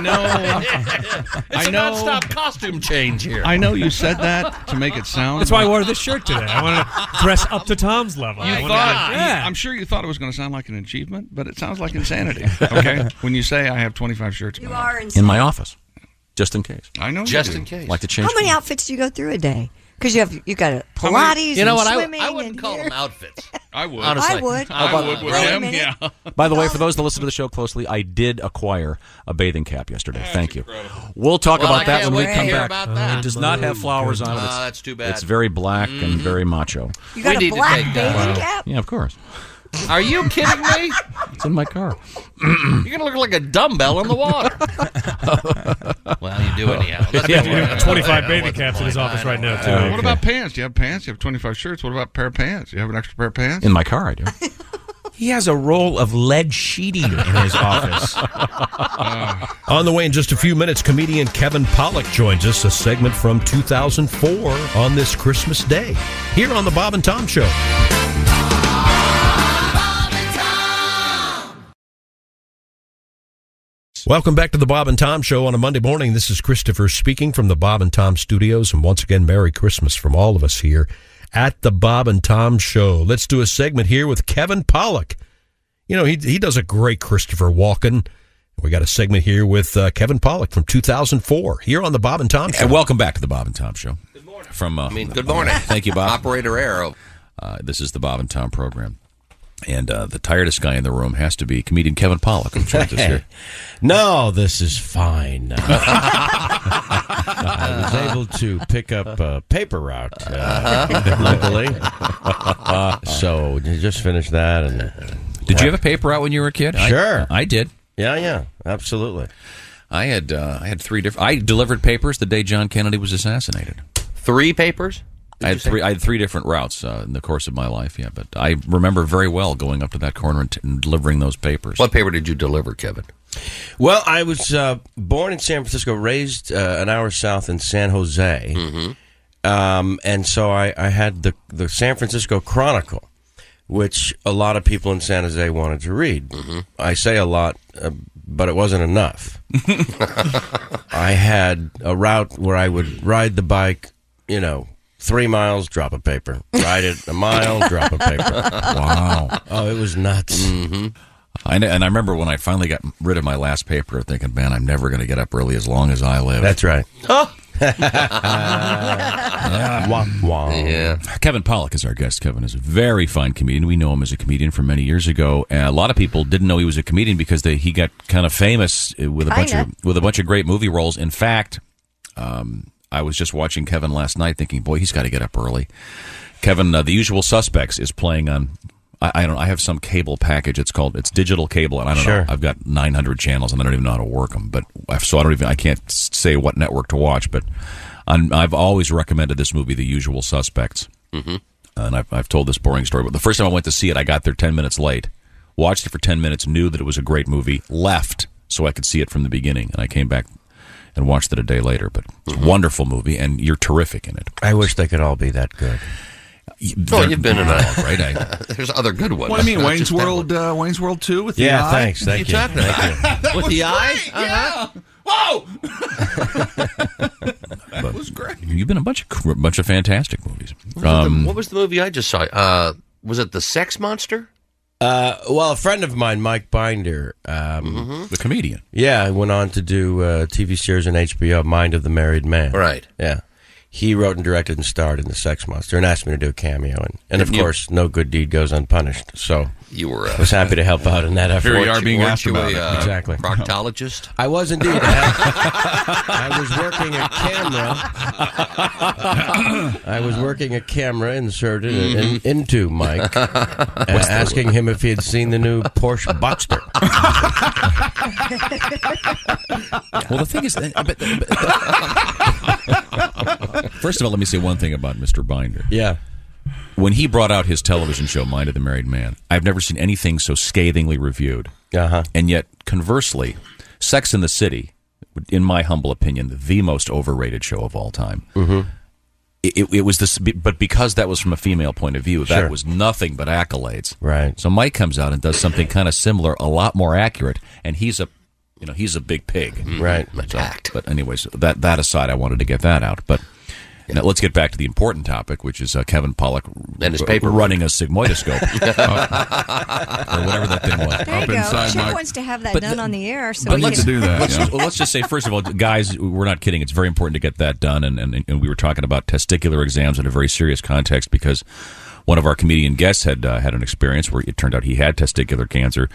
know.
it's
I
a
know.
nonstop costume change here.
I know you said that to make it sound.
That's why I wore this shirt today. I want to dress up to Tom's level.
You
I wanna-
thought,
Yeah.
I'm sure you thought it was going to sound like an achievement, but it sounds like insanity. Okay, when you say I have 25 shirts, you
are
in my office, just in case.
I know. you
Just
do.
in case.
Like to change.
How many outfits do you go through a day? Because you have you got a
How
Pilates.
many- You know
and
what? I-
Swimming
I wouldn't
and
call
here.
them outfits.
I would.
Honestly.
I would.
I
How
would
about-
with
Wait a
him.
minute.
Yeah.
By the way, for those that listen to the show closely, I did acquire a bathing cap yesterday. Thank you. We'll talk
Well, I
about that
can't
when we
wait to
come
hear
back.
about that.
It does not have flowers on it.
Oh,
It's-
that's too bad. Mm-hmm.
It's very black and very macho.
You got
We
a
need to
black
take
bathing
that. Wow.
cap.
Yeah, of course.
Are you kidding me?
It's in my car.
You're going to look like a dumbbell in the water. well, you do anyhow. Let's
Yeah,
be
you
honest.
have 25
I know
baby
what's
caps in
going
his
on.
office right now, too.
Uh, what about pants? Do you have pants? You have 25 shirts. What about a pair of pants? You have an extra pair of pants?
In my car, I do.
He has a roll of lead sheeting in his office.
Uh. On the way in just a few minutes, comedian Kevin Pollock joins us, a segment from 2004 on this Christmas day, here on The Bob and Tom Show. Welcome back to the Bob and Tom Show on a Monday morning. This is Christopher speaking from the Bob and Tom Studios. And once again, Merry Christmas from all of us here at the Bob and Tom Show. Let's do a segment here with Kevin Pollock. You know, he, he does a great Christopher Walken. We got a segment here with uh, Kevin Pollock from 2004 here on the Bob and Tom Show.
And welcome back to the Bob and Tom Show. Good morning. From uh,
I mean, good morning.
Thank you, Bob.
Operator Arrow.
Uh, this is the Bob and Tom program. And uh, the tiredest guy in the room has to be comedian Kevin Pollock, who joins us here.
No, this is fine. I was able to pick up a paper route, uh,
Uh-huh.
luckily. Uh, so you just finished that. And
Did you have a paper route when you were a kid? I-
Sure,
I did.
Yeah, yeah, absolutely.
I had uh, I had three different. I delivered papers the day John Kennedy was assassinated.
Three papers.
I had three. I had three different routes uh, in the course of my life. Yeah, but I remember very well going up to that corner and, t- and delivering those papers. What
paper did you deliver, Kevin?
Well, I was uh, born in San Francisco, raised uh, an hour south in San Jose, um, and so I, I had the the San Francisco Chronicle, which a lot of people in San Jose wanted to read. I say a lot, uh, but it wasn't enough. I had a route where I would ride the bike, you know. Three miles, drop a paper. Ride it a mile, drop a paper.
Wow.
Oh, it was nuts.
Mm-hmm. I know, and I remember when I finally got rid of my last paper, thinking, "Man, I'm never going to get up early as long as I live."
That's right.
Oh.
Wah,
wah.
Yeah.
Kevin Pollock is our guest. Kevin is a very fine comedian. We know him as a comedian from many years ago. And a lot of people didn't know he was a comedian because they, he got kind of famous uh, with a bunch
Kinda.
of with a bunch of great movie roles. In fact, um, I was just watching Kevin last night, thinking, "Boy, he's got to get up early." Kevin, uh, The Usual Suspects is playing on. I, I don't. I have some cable package. It's called. It's digital cable, and I don't
Sure.
know. I've got 900 channels, and I don't even know how to work them. But so I don't even. I can't s- say what network to watch. But on, I've always recommended this movie, The Usual Suspects. Mm-hmm. And I've, I've told this boring story, but the first time I went to see it, I got there 10 minutes late. Watched it for 10 minutes, knew that it was a great movie, left so I could see it from the beginning, and I came back and watched it a day later. But it's a wonderful movie, and you're terrific in it.
Mm-hmm. I wish they could all be that good.
Oh, you've been in a
right.
There's other good ones.
What do you mean,
Not
Wayne's
just that
World? Uh, Wayne's World Two with
Yeah,
the eye?
thanks, thank you.
What are you talking about?
With the Uh-huh. eye?
That was great. You've been in a bunch of a bunch of fantastic movies. Um,
What was, the, what was the movie I just saw? Uh, was it The Sex Monster?
Uh, well, a friend of mine, Mike Binder, um,
Mm-hmm.
the comedian.
Yeah, he went on to do uh, TV series on HBO, Mind of the Married Man.
Right.
Yeah. He wrote and directed and starred in The Sex Monster and asked me to do a cameo. And, and of
Didn't you-
course, no good deed goes unpunished. So
You were, uh,
I was happy to help out in that effort.
Here you are being
Weren't
asked
you
about
a,
it.
uh, exactly.
Proctologist?
I was indeed. I was working a camera. I
Uh-huh.
was working a camera inserted in- in- into Mike, uh,
Mm-hmm. What's the-
asking him if he had seen the new Porsche Boxster.
Well, the thing is,
uh,
that- but- but- first of all, let me say one thing about Mr. Binder.
Yeah.
When he brought out his television show, Mind of the Married Man, I've never seen anything so scathingly reviewed.
Uh-huh.
And yet, conversely, Sex in the City, in my humble opinion, the most overrated show of all time.
Mhm.
It, it, it was this, but because that was from a female point of view, that
Sure.
was nothing but accolades.
Right.
So Mike comes out and does something kind of similar, a lot more accurate, and he's a, you know, he's a big pig.
Mm-hmm.
Right.
Attacked. But anyways, that that aside, I wanted to get that out. But now let's get back to the important topic, which is uh, Kevin Pollock
And his paper.
running a sigmoidoscope or whatever that thing was.
There you go. Chip wants to have that
But
done
the-
on the air. So
But
we
let's
can-
Let's, just, well, let's just say, first of all, guys, we're not kidding. It's very important to get that done. And, and, and we were talking about testicular exams in a very serious context because one of our comedian guests had uh, had an experience where it turned out he had testicular cancer,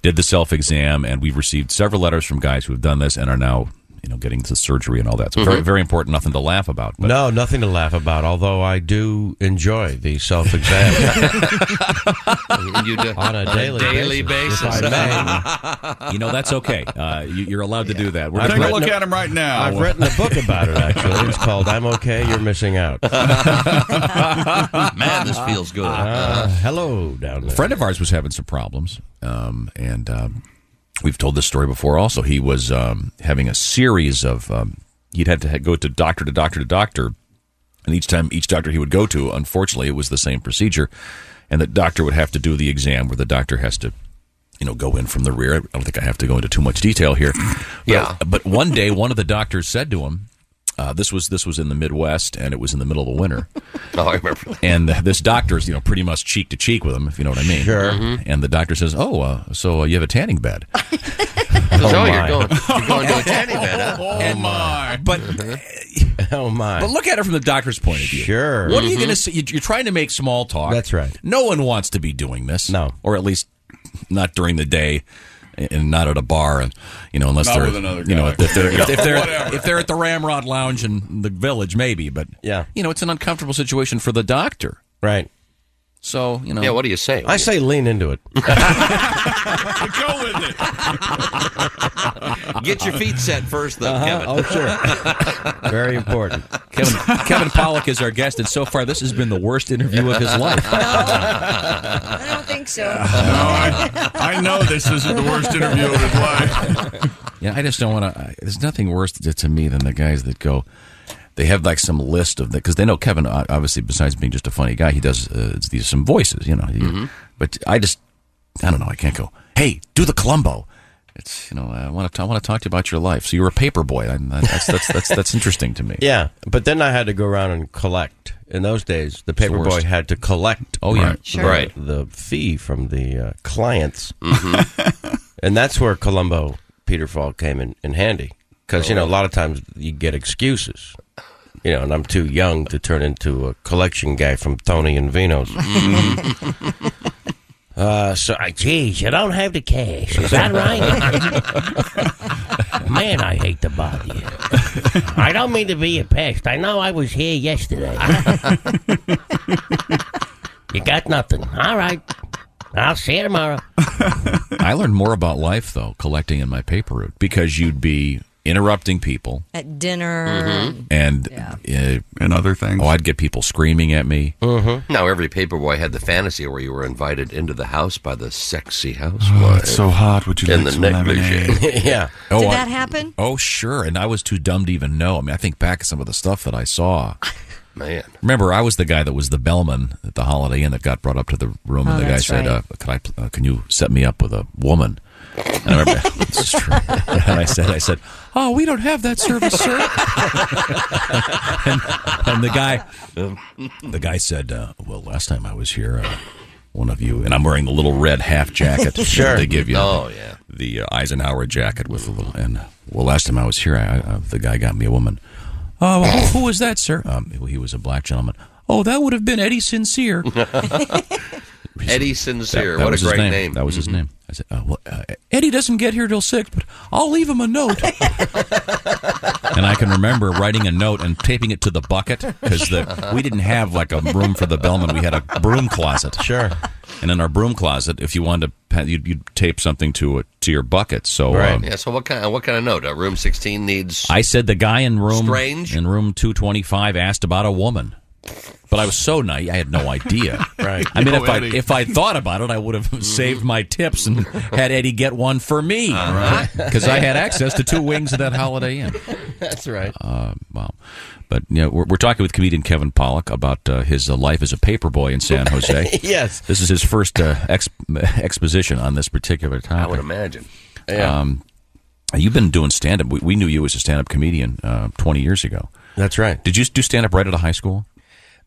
did the self exam, and we've received several letters from guys who have done this and are now you know getting the surgery and all that. So very
Mhm.
very important. Nothing to laugh about. But
No, nothing to laugh about. Although I do enjoy the self-exam
You do-
on a daily, if I may.
you know that's okay. Uh, you, you're allowed to do that.
I've
gonna-
written a- I've written a book about it. Actually, it's called "I'm Okay, You're Missing Out."
Man, this feels good.
Uh, hello down
A
there.
friend of ours was having some problems, um, and um, we've told this story before. Also, he was um, having a series of um, he'd had to ha- go to doctor to doctor to doctor, and each time each doctor he would go to, unfortunately, it was the same procedure, and the doctor would have to do the exam where the doctor has to. You know, go in from the rear. I don't think I have to go into too much detail here. yeah. But one day, one of the doctors said to him, uh, "This was this was in the Midwest, and it was in the middle of the winter."
oh, I remember.
and the, this doctor's you know pretty much cheek to cheek with him if you know what i mean
Sure. Mhm.
and the doctor says oh uh, so uh, you have a tanning bed Oh,
Oh, Mm-hmm. you're going, you're going to a tanning bed, huh?
And- but
oh my!
Oh, But look at it from the doctor's point of view.
Sure.
What are you
Mhm.
Mm-hmm.
going to say? You- You're trying to make small talk.
That's right.
No one wants to be doing this. No. Or at least not during the day. And not at a bar, and you know, unless
Not
they're,
with another
you know,
guy.
if they're if they're, if they're,
Whatever.
if they're at the Ramrod Lounge in the village, maybe, but yeah, you know, it's an uncomfortable situation for the doctor,
right?
So you know,
Yeah, what do you say?
I say lean into it.
Go with
it. Get your feet set first, though,
Uh-huh.
Kevin.
Oh, sure. Very important.
Kevin Kevin Pollock is our guest, and so far this has been the worst interview of his life.
I don't think so.
I know this isn't the worst interview of his life.
Yeah, I just don't want to. There's nothing worse to, to me than the guys that go. They have like some list of because they know Kevin. o- Obviously, besides being just a funny guy, he does uh, these some voices, you know. He-
Mm-hmm.
But I just, I don't know. I can't go. Hey, do the Columbo. It's you know I want to I want to talk to you about your life. So you were a paper boy. And that's that's that's that's interesting to me.
Yeah, but then I had to go around and collect. In those days, the paper boy
worst.
had to collect.
Oh, yeah.
the-
Sure. Right.
the fee from the uh, clients, and that's where Columbo Peter Fall came in, in handy because you know a lot of times you get excuses. You know, and I'm too young to turn into a collection guy from Tony and Vino's. uh, so, I, geez, you don't have the cash. Is that right?
Man, I hate to bother you. I don't mean to be a pest. I know I was here yesterday. you got nothing. All right. I'll see you tomorrow.
I learned more about life though collecting in my paper route because you'd be interrupting people.
At dinner.
Mm-hmm. and uh,
and other things.
Oh, I'd get people screaming at me.
Now every paperboy had the fantasy where you were invited into the house by the sexy house.
Oh, it's so hot. Would you
in
like
the
some
negligee?
lemonade?
yeah.
Did
I-
that happen?
Oh, sure. And I was too dumb to even know. I mean, I think back at some of the stuff that I saw.
Man.
Remember, I was the guy that was the bellman at the Holiday Inn that got brought up to the room,
Oh,
and the guy
that's
said,
right.
uh, "Can I? pl- Uh, can you set me up with a woman?" And I remember this is true. And I said, "I said," Oh, we don't have that service, sir. and, and the guy, the guy said, uh, "Well, last time I was here." Uh, one of you, and I'm wearing the little red half jacket
Sure.
that they give you.
Oh, yeah.
the uh, Eisenhower jacket with a little. And uh, well, last time I was here, I, I, the guy got me a woman. Oh, who was that, sir? Um, he was a black gentleman. Oh, that would have been Eddie Sincere.
Eddie Sincere.
That- that
what a
was his
great name. Mm-hmm.
That was his name. I said, uh, well, uh, Eddie doesn't get here till six, but I'll leave him a note. and I can remember writing a note and taping it to the bucket because we didn't have like a room for the bellman. We had a broom closet. Sure. And in our broom closet, if you wanted to, pa- you'd, you'd tape something to it to your bucket. So
Right.
um,
yeah. So what kind? What kind of note? Uh, room sixteen needs.
I said the guy in room
Strange.
in room two twenty five asked about a woman, but I was so naive I had no idea. right. I mean,
Oh,
if I
Eddie.
if I thought about it, I would
Mm-hmm.
have saved my tips and had Eddie get one for me because I had access to two wings at that Holiday Inn.
That's right.
Uh, wow. But you know, we're, we're talking with comedian Kevin Pollock about uh, his uh, life as a paperboy in San Jose.
Yes.
this is his first uh, ex- exposition on this particular
I
topic.
would imagine. Yeah.
Um, you've been doing stand up. We, we knew you as a stand up comedian uh, 20 years ago.
That's right.
Did you do stand up right out of high school?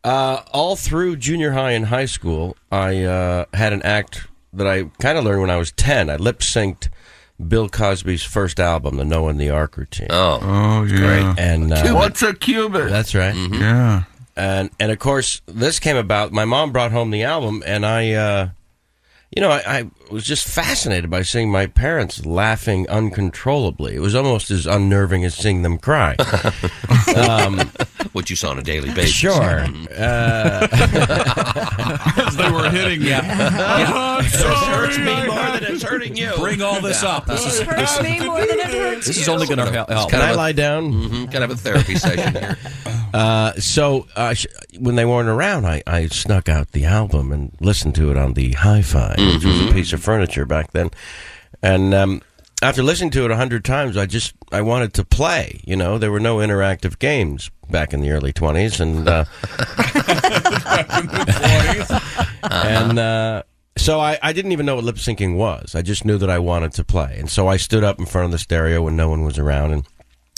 Uh, all through junior high and high school, I uh, had an act that I kind of learned when I was 10. I lip synced Bill Cosby's first album, The Noah and the Ark Routine.
Oh,
oh yeah.
Great. And, uh,
What's a Mm-hmm. cubit?
That's right.
Yeah.
And and of course, this came about. My mom brought home the album, and I, uh, you know, I, I was just fascinated by seeing my parents laughing uncontrollably. It was almost as unnerving as seeing them cry. um,
What you saw on a daily basis.
Sure.
As they were hitting you.
Yeah.
hurts me more than it's hurting you.
Bring all this up. This is, this, this is only going to help.
Can I lie down?
Mm-hmm. Kind of a therapy session here.
Uh, so uh, sh- when they weren't around, I, I snuck out the album and listened to it on the hi-fi, which
Mm-hmm.
was a piece of furniture back then. And um, after listening to it a hundred times, I just I wanted to play. You know, there were no interactive games back in the early twenties, and uh, and uh, so I, I didn't even know what lip syncing was. I just knew that I wanted to play, and so I stood up in front of the stereo when no one was around, and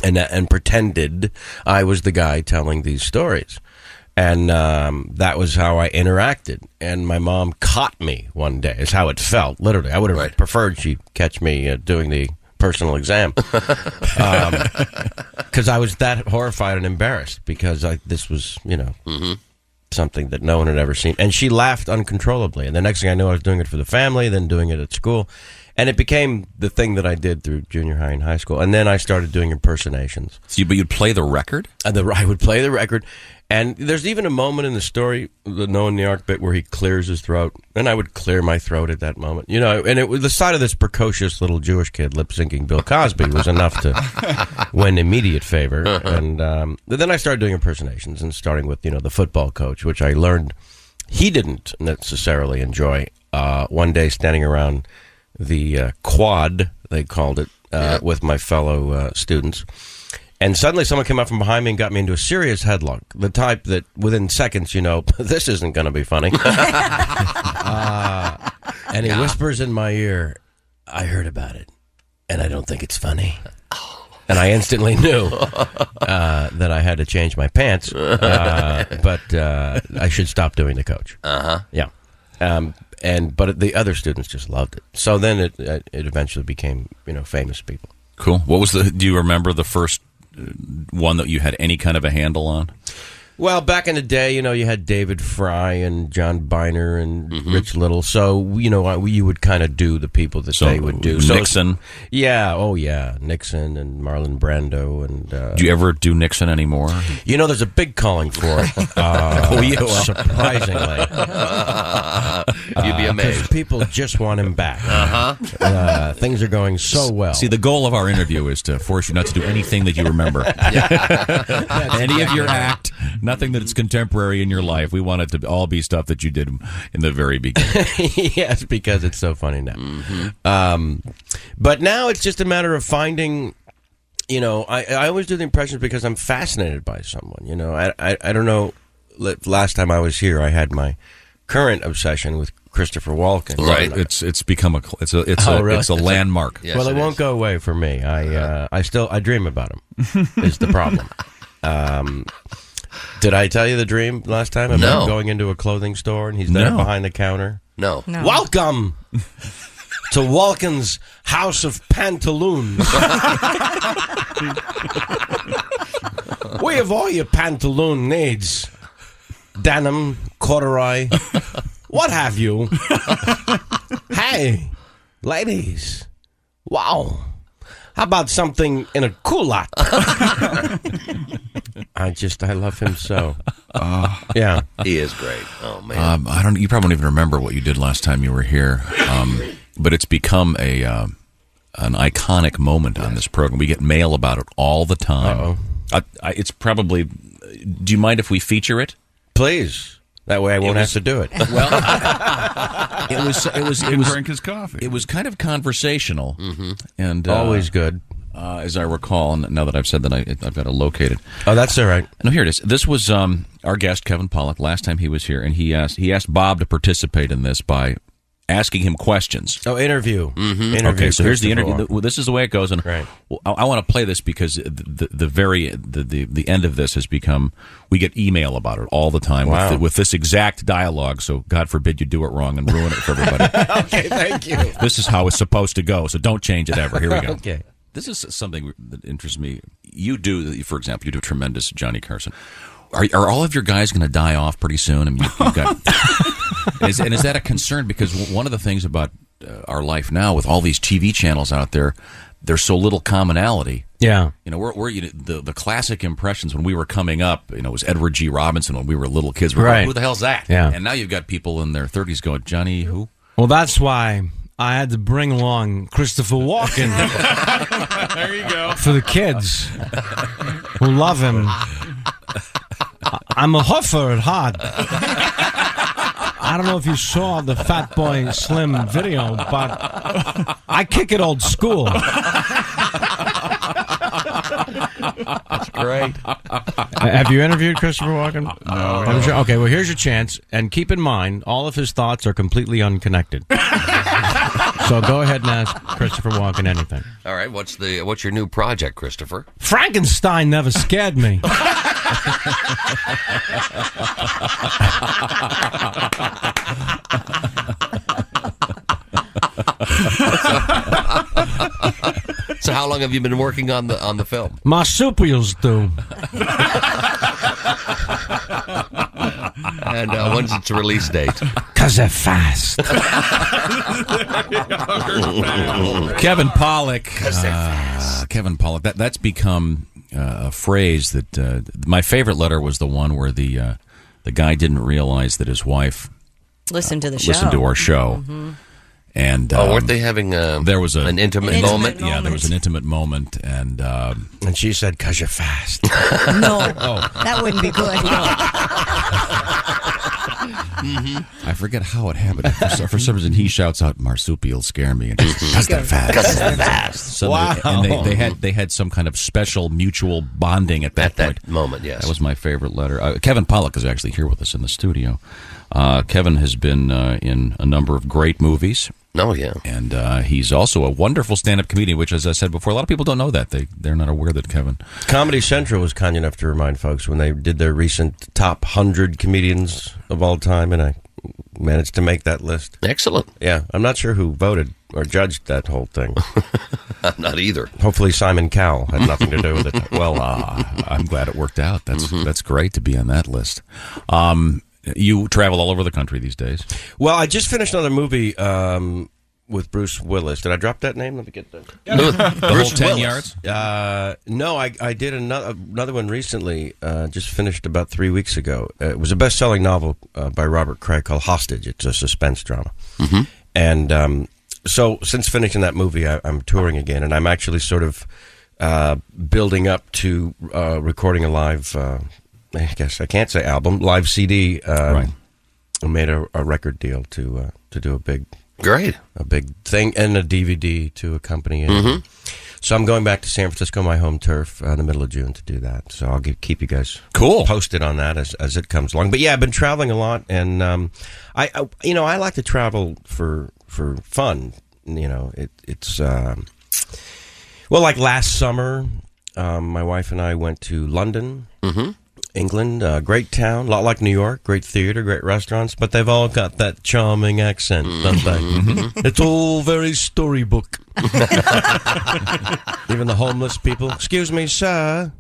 and uh, and pretended I was the guy telling these stories, and um, that was how I interacted. And my mom caught me one day. Is how it felt. Literally, I would have preferred she catch me uh, doing the personal exam. um, because I was that horrified and embarrassed because I this was you know something that no one had ever seen, and she laughed uncontrollably. And the next thing I knew, I was doing it for the family, then doing it at school, and it became the thing that I did through junior high and high school. And then I started doing impersonations. Uh,
So, you, but you'd play the record.
the, I would play the record, and there's even a moment in the story, the No in the Ark bit, where he clears his throat, and I would clear my throat at that moment, you know. And it was the sight of this precocious little Jewish kid lip syncing Bill Cosby was enough to win immediate favor. And um, but then I started doing impersonations, and starting with you know the football coach, which I learned he didn't necessarily enjoy. Uh, one day, standing around the uh, quad, they called it, uh, with my fellow uh, students. And suddenly someone came out from behind me and got me into a serious headlock. The type that within seconds, you know, this isn't going to be funny. uh, and he whispers in my ear, I heard about it, and I don't think it's funny. And I instantly knew uh, that I had to change my pants, uh, but uh, I should stop doing the coach. Uh
Uh-huh.
huh. Yeah. Um, and but the other students just loved it. So then it uh, it eventually became you know famous people.
Cool. What was the? Do you remember the first uh, one that you had any kind of a handle on?
Well, back in the day, you know, you had David Fry and John Biner and
Mm-hmm.
Rich Little. So, you know, I- you would kind of do the people that
So,
they would do.
Nixon.
yeah. Oh, yeah. Nixon and Marlon Brando. And uh,
Do you ever do Nixon anymore?
You know, there's a big calling for it. Uh,
Oh, yeah.
surprisingly,
You'd be
Uh, 'cause
amazed.
People just want him back. Uh-huh. things are going so well.
See, the goal of our interview is to force you not to do anything that you remember. Any of your act, nothing that's contemporary in your life. We want it to all be stuff that you did in the very beginning.
yes, because it's so funny now.
Mm-hmm.
Um, but now it's just a matter of finding. You know, I, I always do the impressions because I'm fascinated by someone. You know, I I, I don't know. li- Last time I was here, I had my current obsession with Christopher Walken.
Right. It's it's become a cl- it's a it's
Oh,
a
really?
it's a landmark. Uh-huh.
well, it, won't go away for me. I uh, I still I dream about him. is the problem. Um, did I tell you the dream last time about
No.
going into a clothing store and he's there
No.
behind the counter?
No. No.
Welcome to Walken's House of Pantaloons. we have all your pantaloon needs. Denim, corduroy, what have you. hey, ladies. Wow. How about something in a culotte? I just, I love him so. yeah.
He is great. Oh man.
Ah. Um, I don't. You probably don't even remember what you did last time you were here, um, but it's become a um an iconic moment on this program. We get mail about it all the time. I, I, it's probably. Do you mind if we feature it?
Please. That way I won't have to do it.
Well, it was. It was. It
Didn't
was.
drink his coffee.
It was kind of conversational,
Mm-hmm.
and
Always
good.
Uh, as I recall, and now that I've said that, I, I've got to locate it.
Oh, that's all right.
No, here it is. This was um, our guest Kevin Pollock last time he was here, and he asked he asked Bob to participate in this by asking him questions.
Oh, interview. Mm-hmm. interview
okay, so here's the
Christopher
interview.
Walken.
Well, This is the way it goes, and well, I, I want to play this because the, the, the very the, the the end of this has become we get email about it all the time
Wow.
with, the, with this exact dialogue. So God forbid you do it wrong and ruin it for everybody.
okay, thank you.
this is how it's supposed to go. So don't change it ever. Here we go.
Okay.
This is something that interests me. You do, for example, you do a tremendous Johnny Carson. Are, are all of your guys going to die off pretty soon? I mean, you've, you've got, is, and is that a concern? Because w- one of the things about uh, our life now, with all these TV channels out there, there's so little commonality.
Yeah.
You know, we're, we're you know, the the classic impressions when we were coming up. You know, it was Edward G. Robinson when we were little kids. We're
Right.
Like, Who the hell's that?
Yeah.
And now you've got people in their 30s going, Johnny, who?
Well, that's why I had to bring along Christopher Walken
there you go.
for the kids who love him. I- I'm a huffer at heart. I don't know if you saw the Fat Boy Slim video, but I kick it old school.
That's
great.
Have you interviewed Christopher Walken? No. I'm sure- okay, well, here's your chance. And keep in mind, all of his thoughts are completely unconnected. so go ahead and ask Christopher Walken anything.
All right. What's the what's your new project, Christopher?
Frankenstein never scared me.
So how long have you been working on the on the film?
Marsupials do.
And uh, when's its release date?
Because they're fast.
Kevin Pollock. Uh, Kevin Pollock. That that's become uh, a phrase that uh, my favorite letter was the one where the uh, the guy didn't realize that his wife uh,
Listen to the show. Mm-hmm.
listened to our show. And
Oh, weren't
um,
they having a,
there was a,
an intimate,
Intimate
moment?
Yeah, there was an intimate moment, and um,
and she said, "Cause you're fast."
no,
oh,
that wouldn't be good.
I forget how it happened. For, some- for some reason, he shouts out "marsupials scare me," and just "'Cause they're fast."
"'Cause they're fast."
So they- and
Wow.
they, they had they had some kind of special mutual bonding at that point.
moment. Yes,
that was my favorite letter. Uh, Kevin Pollock is actually here with us in the studio. Uh, Kevin has been uh, in a number of great movies.
Oh yeah,
and uh, he's also a wonderful stand-up comedian. Which, as I said before, a lot of people don't know that they they're not aware that Kevin.
Comedy Central was kind enough to remind folks when they did their recent top 100 comedians of all time, and I managed to make that list.
Excellent.
Yeah, I'm not sure who voted or judged that whole thing.
I'm not either.
Hopefully, Simon Cowell had nothing to do with it.
Well, uh, I'm glad it worked out. That's that's great to be on that list. Um, you travel all over the country these days.
Well, I just finished another movie um, with Bruce Willis. Did I drop that name? Let me get that.
Bruce- The whole 10 yards?
Uh, no, I, I did another, another one recently, uh, just finished about three weeks ago. Uh, it was a best selling novel uh, by Robert Craig called Hostage. It's a suspense drama.
Mm-hmm.
Mhm.
And um, so, since finishing that movie, I, I'm touring again, and I'm actually sort of uh, building up to uh, recording a live. Uh, I guess I can't say album, live CD. Um,
right.
I made a, a record deal to uh, to do a big,
great,
a big thing, and a DVD to accompany it.
Mhm.
So I'm going back to San Francisco, my home turf, uh, in the middle of June to do that. So I'll give, keep you guys
cool
posted on that as, as it comes along. But yeah, I've been traveling a lot, and um, I, I you know I like to travel for for fun. You know, it, it's um, well like last summer, um, my wife and I went to London. England, uh, great town, a lot like New York, great theater, great restaurants, but they've all got that charming accent, don't they? it's all very storybook. Even the homeless people. Excuse me, sir.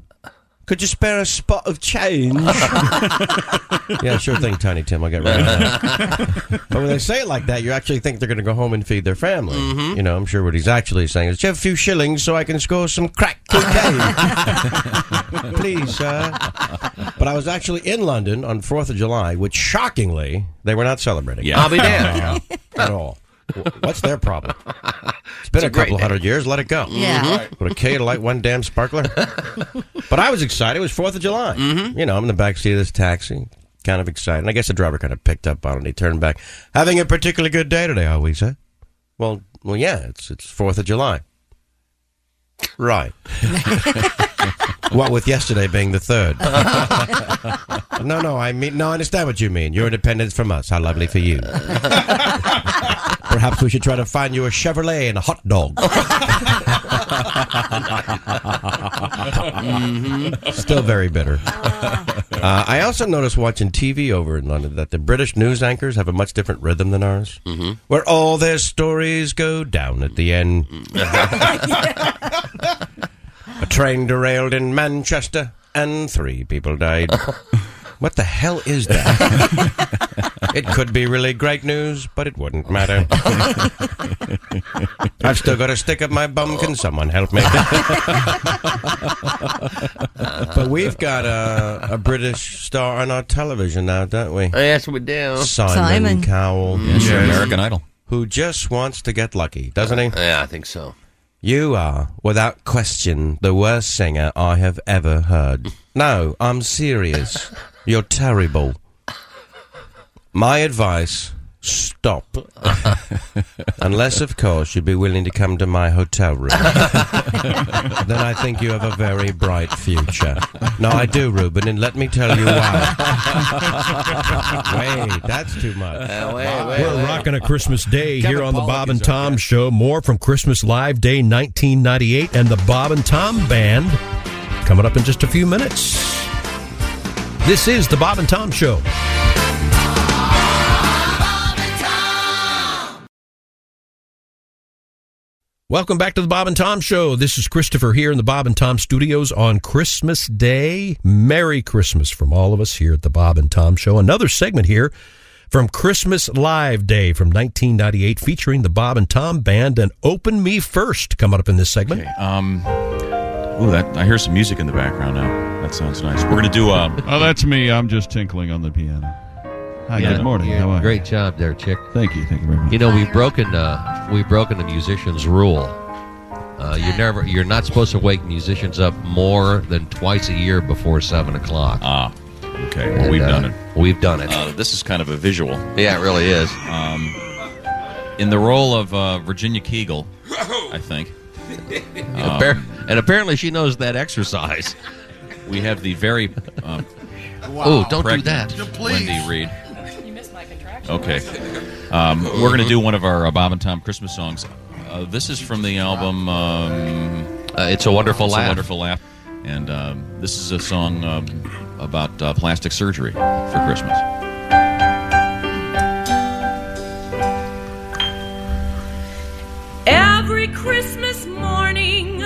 Could you spare a spot of change? yeah, sure thing, Tiny Tim. I'll get right on that. but when they say it like that, you actually think they're going to go home and feed their family. You know, I'm sure what he's actually saying is, Do you have a few shillings so I can score some crack cocaine? Please, sir. But I was actually in London on 4th of July, which shockingly, they were not celebrating.
Yeah. I'll be damned.
At all. What's their problem? It's been
It's a
a,
great
couple
day.
hundred years. Let it go.
Yeah. Mhm.
Right. Would a K to light one damn sparkler? but I was excited. It was Fourth of July.
Mm-hmm.
You know, I'm in the back seat of this taxi, kind of excited. And I guess the driver kind of picked up on it. He turned back, having a particularly good day today, are we, sir? Well, well, yeah. It's it's Fourth of July. Right. what with yesterday being the third. no, no, I mean, no, I understand what you mean. Your independence from us. How lovely for you. Perhaps we should try to find you a Chevrolet and a hot dog.
Mm-hmm.
Still very bitter. Uh, I also noticed watching TV over in London that the British news anchors have a much different rhythm than ours, where all their stories go down at the end. a train derailed in Manchester and three people died. What the hell is that? it could be really great news, but it wouldn't matter. I've still got a stick up my bum. Can someone help me? but we've got a, a British star on our television now, don't we?
Yes, we do.
Simon,
Simon.
Cowell.
Yes, you're Yes. American Idol.
Mm. Who just wants to get lucky, doesn't he?
Yeah, I think so.
You are, without question, the worst singer I have ever heard. No, I'm serious. You're terrible. My advice stop. Unless, of course, you'd be willing to come to my hotel room. then I think you have a very bright future. No, I do, Ruben, and let me tell you why. wait, that's too much.
We're rocking a Christmas day here on the Bob and Tom Show. More from Christmas Live Day 1998 and the Bob and Tom Band coming up in just a few minutes. This is the Bob and Tom Show. Welcome back to the Bob and Tom Show. This is Christopher here in the Bob and Tom Studios on Christmas Day. Merry Christmas from all of us here at the Bob and Tom Show. Another segment here from Christmas Live Day from 1998 featuring the Bob and Tom Band and Open Me First coming up in this segment.
Um, Ooh, that, I hear some music in the background now. That sounds nice. We're going to do um,
Oh, that's me. I'm just tinkling on the piano. Hi,
Yeah.
good morning.
Yeah,
How are you?
great.
Great job there, Chick.
Thank you. Thank you very much.
You know, we've broken uh, we've broken the musician's rule. Uh, you never you're not supposed to wake musicians up more than twice a year before seven o'clock.
Ah, okay. Well, we've done it.
We've done it.
Uh, this is kind of a visual.
Yeah, it really is.
Um, in the role of uh, Virginia Kegel, I think. Um,
Appar- and apparently, she knows that exercise.
We have the very. Uh,
Wow. Oh, don't do
pregnant
that. No, please.
Wendy Reed. Okay. Um,
Mm-hmm.
we're going to do one of our uh, Bob and Tom Christmas songs. Uh, this is from the album. Um,
Uh, it's a Wonderful
It's
Laugh.
a Wonderful Laugh. And um, this is a song um, about uh, plastic surgery for Christmas.
Every Christmas morning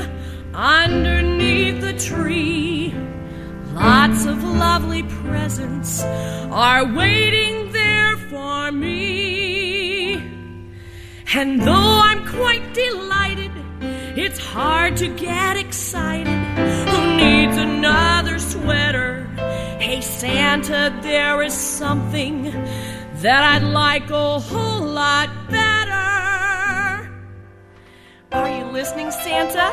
underneath the tree, lots of lovely presents are waiting there for me. And though I'm quite delighted, it's hard to get excited. Who needs another sweater? Hey, Santa, there is something that I'd like a whole lot better. Are you listening, Santa?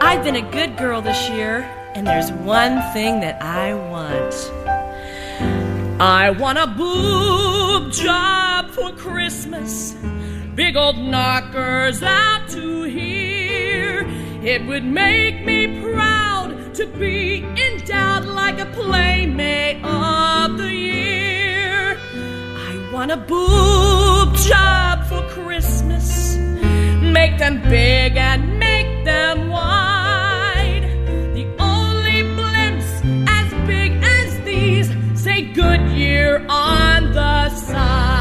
I've been a good girl this year, and there's one thing that I want. I want a boob job for Christmas. Big old knockers out to here. It would make me proud to be endowed like a playmate of the year. I want a boob job for Christmas. Make them big and make them wide. The only blimps as big as these say Goodyear on the side.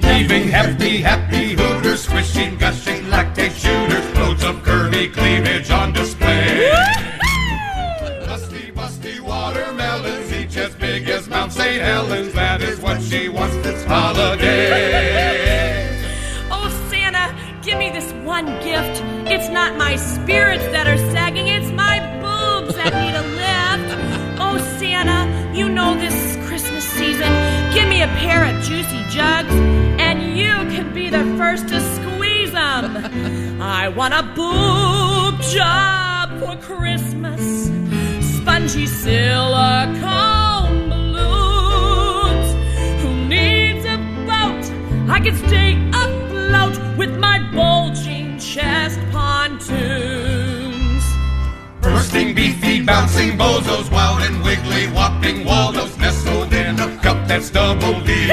Heaving, hefty, happy hooters, swishing, gushing, lactate shooters, loads of curvy cleavage on display. Lusty, busty Uh-huh. watermelons, each as big as Mount St. Helens. That is what she wants this holiday.
Oh, Santa, give me this one gift. It's not my spirits that are sagging, it's my boobs that need a lift. Oh, Santa, you know this Christmas season. Give me a pair of juicy jugs, and you can be the first to squeeze them. I want a boob job for Christmas. Spongy silicone balloons. Who needs a boat? I can stay afloat with my bulging chest pontoons.
Bursting, beefy, bouncing bozos, wild and wiggly, whopping Waldos, nestled in a cup that's double D.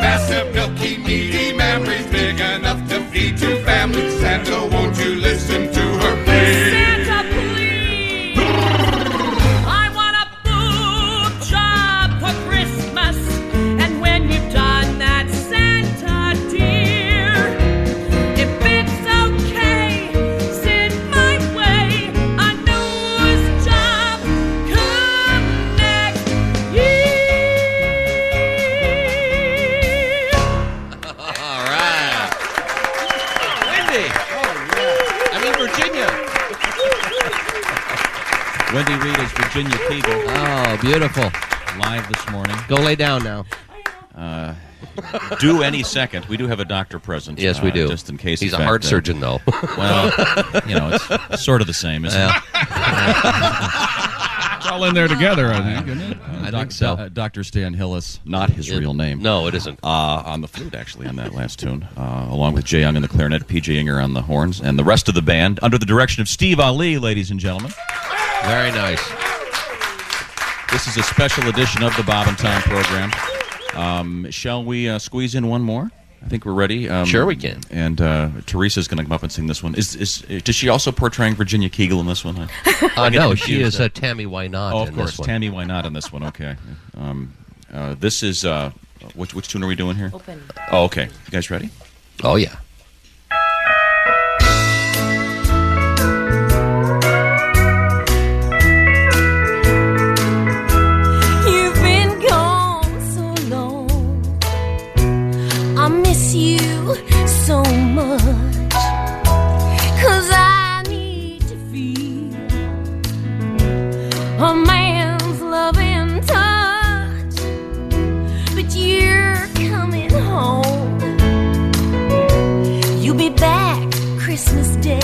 Massive, milky, meaty mammaries, big enough to feed two families. Santa, won't you listen to her, please?
Santa, please. I want a boob job for Christmas. And when you've done that, Santa dear, if it's okay, send my way a nose job. Come next year.
All right.
Wendy. I mean Virginia.
Wendy Reed is Virginia Kegel.
Oh, beautiful.
Live this morning.
Go lay down now.
Uh, due any second. We do have a doctor present.
Yes, we
uh,
do.
Just in case.
He's
in
a
fact,
heart
uh,
surgeon, though.
Well, you know, it's sort of the same, isn't
Yeah.
it?
It's all in there together, I think, isn't it?
I think so. Uh, Dr. Stan Hillis, not his real name.
No, it isn't.
Uh, on the flute, actually, on that last tune, uh, along with Jay Young on the clarinet, P.J. Inger on the horns, and the rest of the band under the direction of Steve Ali, ladies and gentlemen.
Very nice.
This is a special edition of the Bob and Tom program. Um, shall we uh, squeeze in one more? I think we're ready. Um,
Sure we can.
And uh, Teresa's going to come up and sing this one. Is, is, is she also portraying Virginia Kegel in this one? I- Oh, I
Uh,
get
no, she
confused.
is a Tammy Wynot
Oh, of
in
course,
this one.
Tammy Wynot in this one. Okay. Um, uh, this is uh, which which tune are we doing here?
Open.
Oh, okay. You guys ready?
Oh yeah.
a man's loving touch. But you're coming home. You'll be back Christmas Day.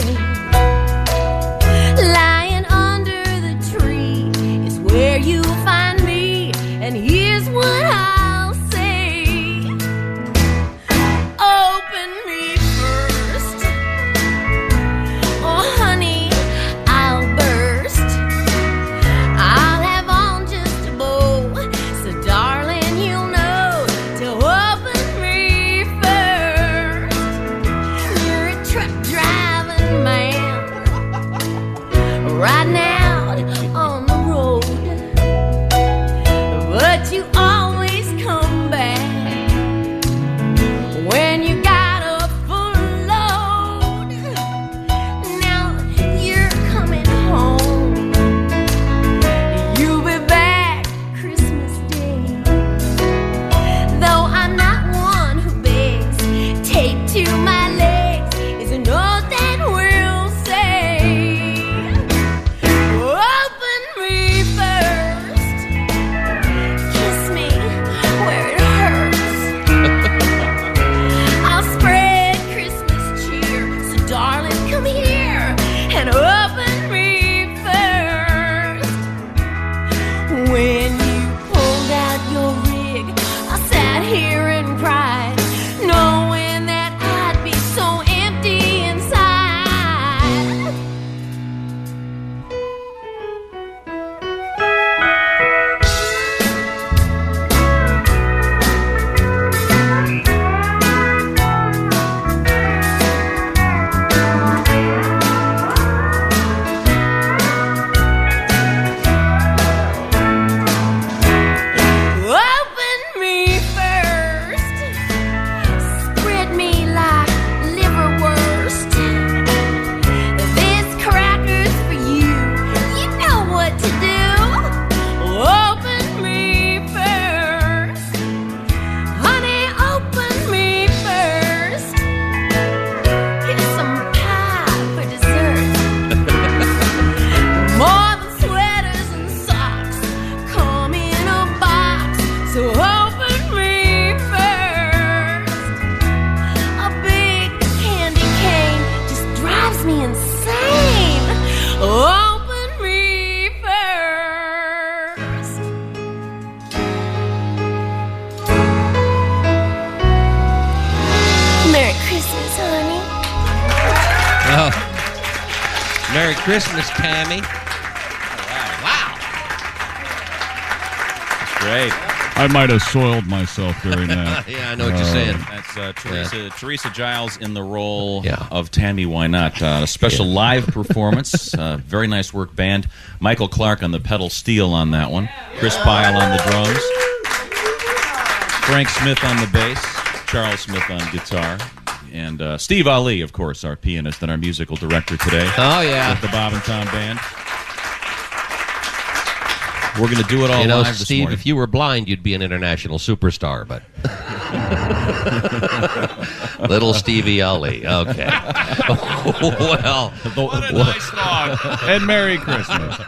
Lying under the tree is where you'll find me. And here's what I'll say Open me first. Oh, honey, I'll burst. I'll have on just a bow. So, darling, you'll know to open me first. You're a truck driving man riding out on the road. But you always come back when you got a full load. Now you're coming home. You'll be back Christmas Day. Though I'm not one who begs, tape to my legs is an old that will say. Open me first. Kiss me where it hurts. I'll spread Christmas cheer. So, darling, come here and open me first. When you pulled out your rig, I sat here and cried, knowing that I'd be so empty inside. Open me first. Spread me like liverwurst. This cracker's for you. You know what to do. Open me first. Honey, open me first. Here's some pie for dessert. More than sweaters and socks come in a box. So open me first. A big candy cane just drives me insane. Open me first. Merry Christmas, honey.
Oh. Merry Christmas, Tammy.
Great.
I might have soiled myself during that. Uh,
That's uh, Teresa, Teresa Giles in the role of Tammy Why Not. Uh, a special live performance. uh, very nice work, band. Michael Clark on the pedal steel on that one. Chris Pyle on the drums. Frank Smith on the bass. Charles Smith on guitar. And uh, Steve Ali, of course, our pianist and our musical director today.
Oh, yeah.
With the Bob and Tom Band. We're going to do it all
you know,
live this
Steve,
morning.
if you were blind, you'd be an international superstar, but. Little Stevie Ollie. Okay. well.
What a nice dog.
And Merry Christmas.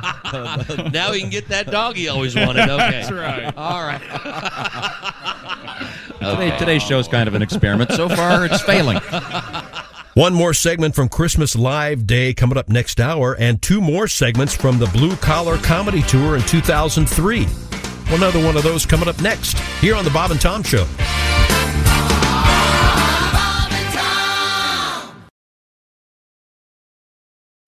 now he can get that dog he always wanted. Okay.
That's right.
All right. Oh.
Today, today's show is kind of an experiment. So far, it's failing.
One more segment from Christmas Live Day coming up next hour, and two more segments from the Blue Collar Comedy Tour in 2003. Another one of those coming up next here on The Bob and Tom Show.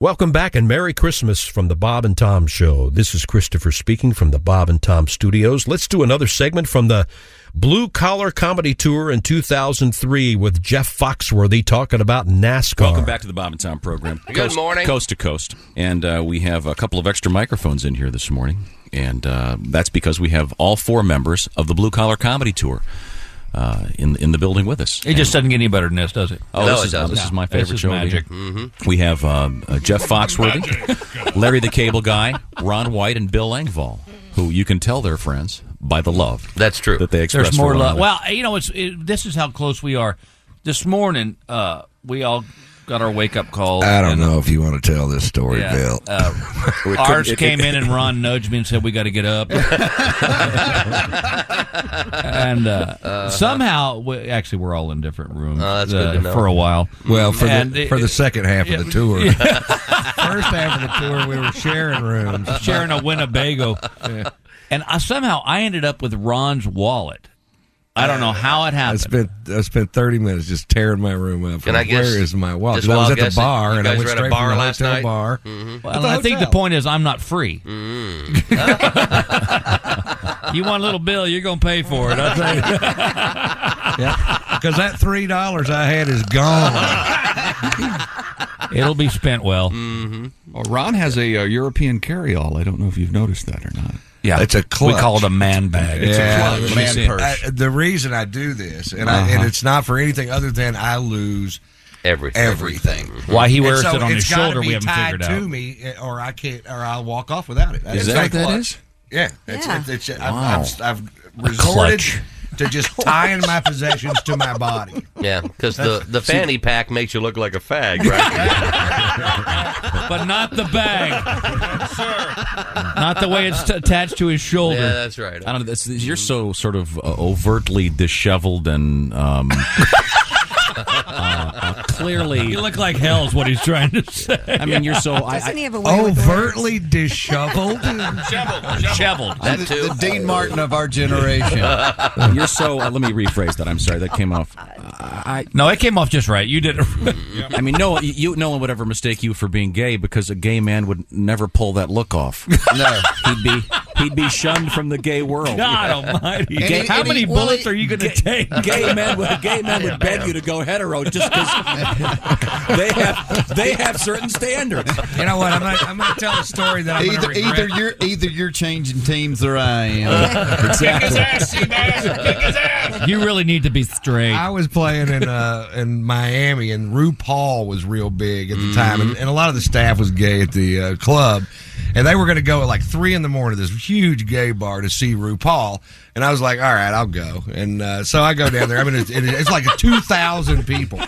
Welcome back and Merry Christmas from the Bob and Tom Show. This is Christopher speaking from the Bob and Tom Studios. Let's do another segment from the Blue Collar Comedy Tour in 2003 with Jeff Foxworthy talking about NASCAR.
Welcome back to the Bob and Tom program.
Good
coast,
morning.
Coast to coast. And uh, we have a couple of extra microphones in here this morning. And uh, that's because we have all four members of the Blue Collar Comedy Tour uh, in, in the building with us.
It just doesn't get any better than this, does it?
Oh, this, is, this is my favorite
this is
show. to be
Magic.
here. We have um, uh, Jeff Foxworthy, Larry the Cable Guy, Ron White, and Bill Engvall, who you can tell they're friends by the love. That's true. That they express
There's
for
more
one
love.
another.
Well, you know, it's it, this is how close we are. This morning, uh, we all
got our wake up call.
I don't
and-
know if you want to tell this story,
Yeah.
Bill.
Uh,
We couldn't-
Arch came in and Ron nudged me and said, "We got to get up." and uh, somehow, we, actually, we're all in different rooms
Uh-huh.
uh,
Oh, that's good to know.
for a while.
Well, for the-
And it-
for the second half of the tour.
First
half of the tour, we were sharing rooms.
sharing a Winnebago,
Yeah.
and I, somehow I ended up with Ron's wallet. I don't know how it
I
happened.
spent I spent thirty minutes just tearing my room up.
Can I guess-
Where is my wallet?
just
'Cause I was
wild
at the
guessing,
bar
you
and I
guys
went
were at a
straight
bar
from the
last
hotel
night?
bar. to
Mhm. Well,
the
I think the
hotel.
point is I'm not free. Mm. you want a little bill, you're gonna pay for it. I tell you.
yeah, because that three dollars I had is gone.
Uh,
It'll be spent well.
Well, Ron has a uh, European carry-all. I don't know if you've noticed that or not.
Yeah,
it's a clutch.
We call it a man bag. It's
yeah,
a clutch.
man
You see it.
purse. I- the reason I do this, and I, and
Uh-huh.
it's not for anything other than I lose
Everything.
Everything.
Mm-hmm. Why he
And
wears
so
it on his
it's gotta
shoulder,
be
we haven't
tied
figured
to
out.
me, eh, or I can't, or I'll walk off without it.
Is
It's
that
like
what that
clutch.
is?
Yeah, it's,
Yeah.
It's, it's,
Wow.
I've, I've,
A
I've resorted
clutch.
to just tying my possessions to my body.
Yeah, because the, the fanny pack makes you look like a fag, right?
but not the bag. Not the way it's t- attached to his shoulder.
Yeah, that's right.
I don't know. That's, you're so sort of uh, overtly disheveled and um, uh, clearly.
You look like hell is what he's trying to say.
I mean, you're so- I- Doesn't he have a way with
overtly disheveled?
Mm-hmm.
Disheveled.
That
too.
The Dean Martin of our generation.
you're so. Uh, let me rephrase that. I'm sorry. That came off. I,
no, it came off just right. Uh, You did.
I mean, no, you, no one would ever mistake you for being gay because a gay man would never pull that look off.
No,
he'd be he'd be shunned from the gay world.
God Almighty! How many bullets are you going to take?
Gay men would gay men would beg you to go hetero just because they have they have certain standards.
You know what? I'm not-
I'm going to tell a story that
either either you're either you're changing teams or I am.
You really need to be straight.
I was playing in uh, in Miami, and RuPaul was real big at the time,
Mm-hmm.
and, and a lot of the staff was gay at the uh, club, and they were going to go at like three in the morning to this huge gay bar to see RuPaul, and I was like, all right, I'll go, and uh, so I go down there. I mean, it's, it- it's like two thousand people.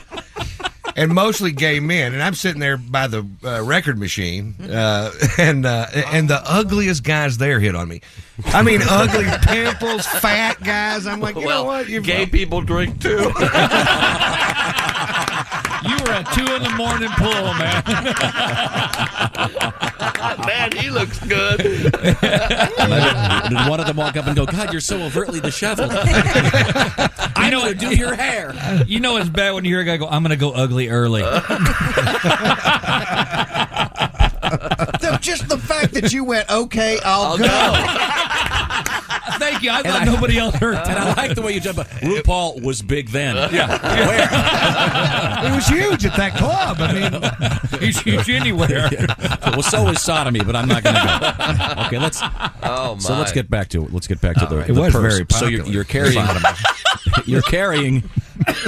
And mostly gay men, and I'm sitting there by the uh, record machine, uh, and uh, and the ugliest guys there hit on me. I mean, ugly pimples, fat guys. I'm like, you know what? You're
Gay people drink too.
You were a two in the morning pool, man.
Man, he looks good.
Did one of them walk up and go, "God, you're so overtly disheveled"? I know to do your hair.
You know it's bad when you hear a guy go, "I'm going to go ugly early."
So just the fact that you went, okay, I'll, go.
Thank you. I thought nobody else heard.
And I like the way you jump. up. RuPaul was big then. Yeah,
it was huge at that club. I mean,
he's huge anywhere.
Well, so is sodomy, but I'm not going to go. Okay, let's.
Oh,
So let's
my.
get back to it. Let's get back
Oh,
to the,
right.
the
It was
purse.
very
So you're,
popular.
you're carrying. you're carrying.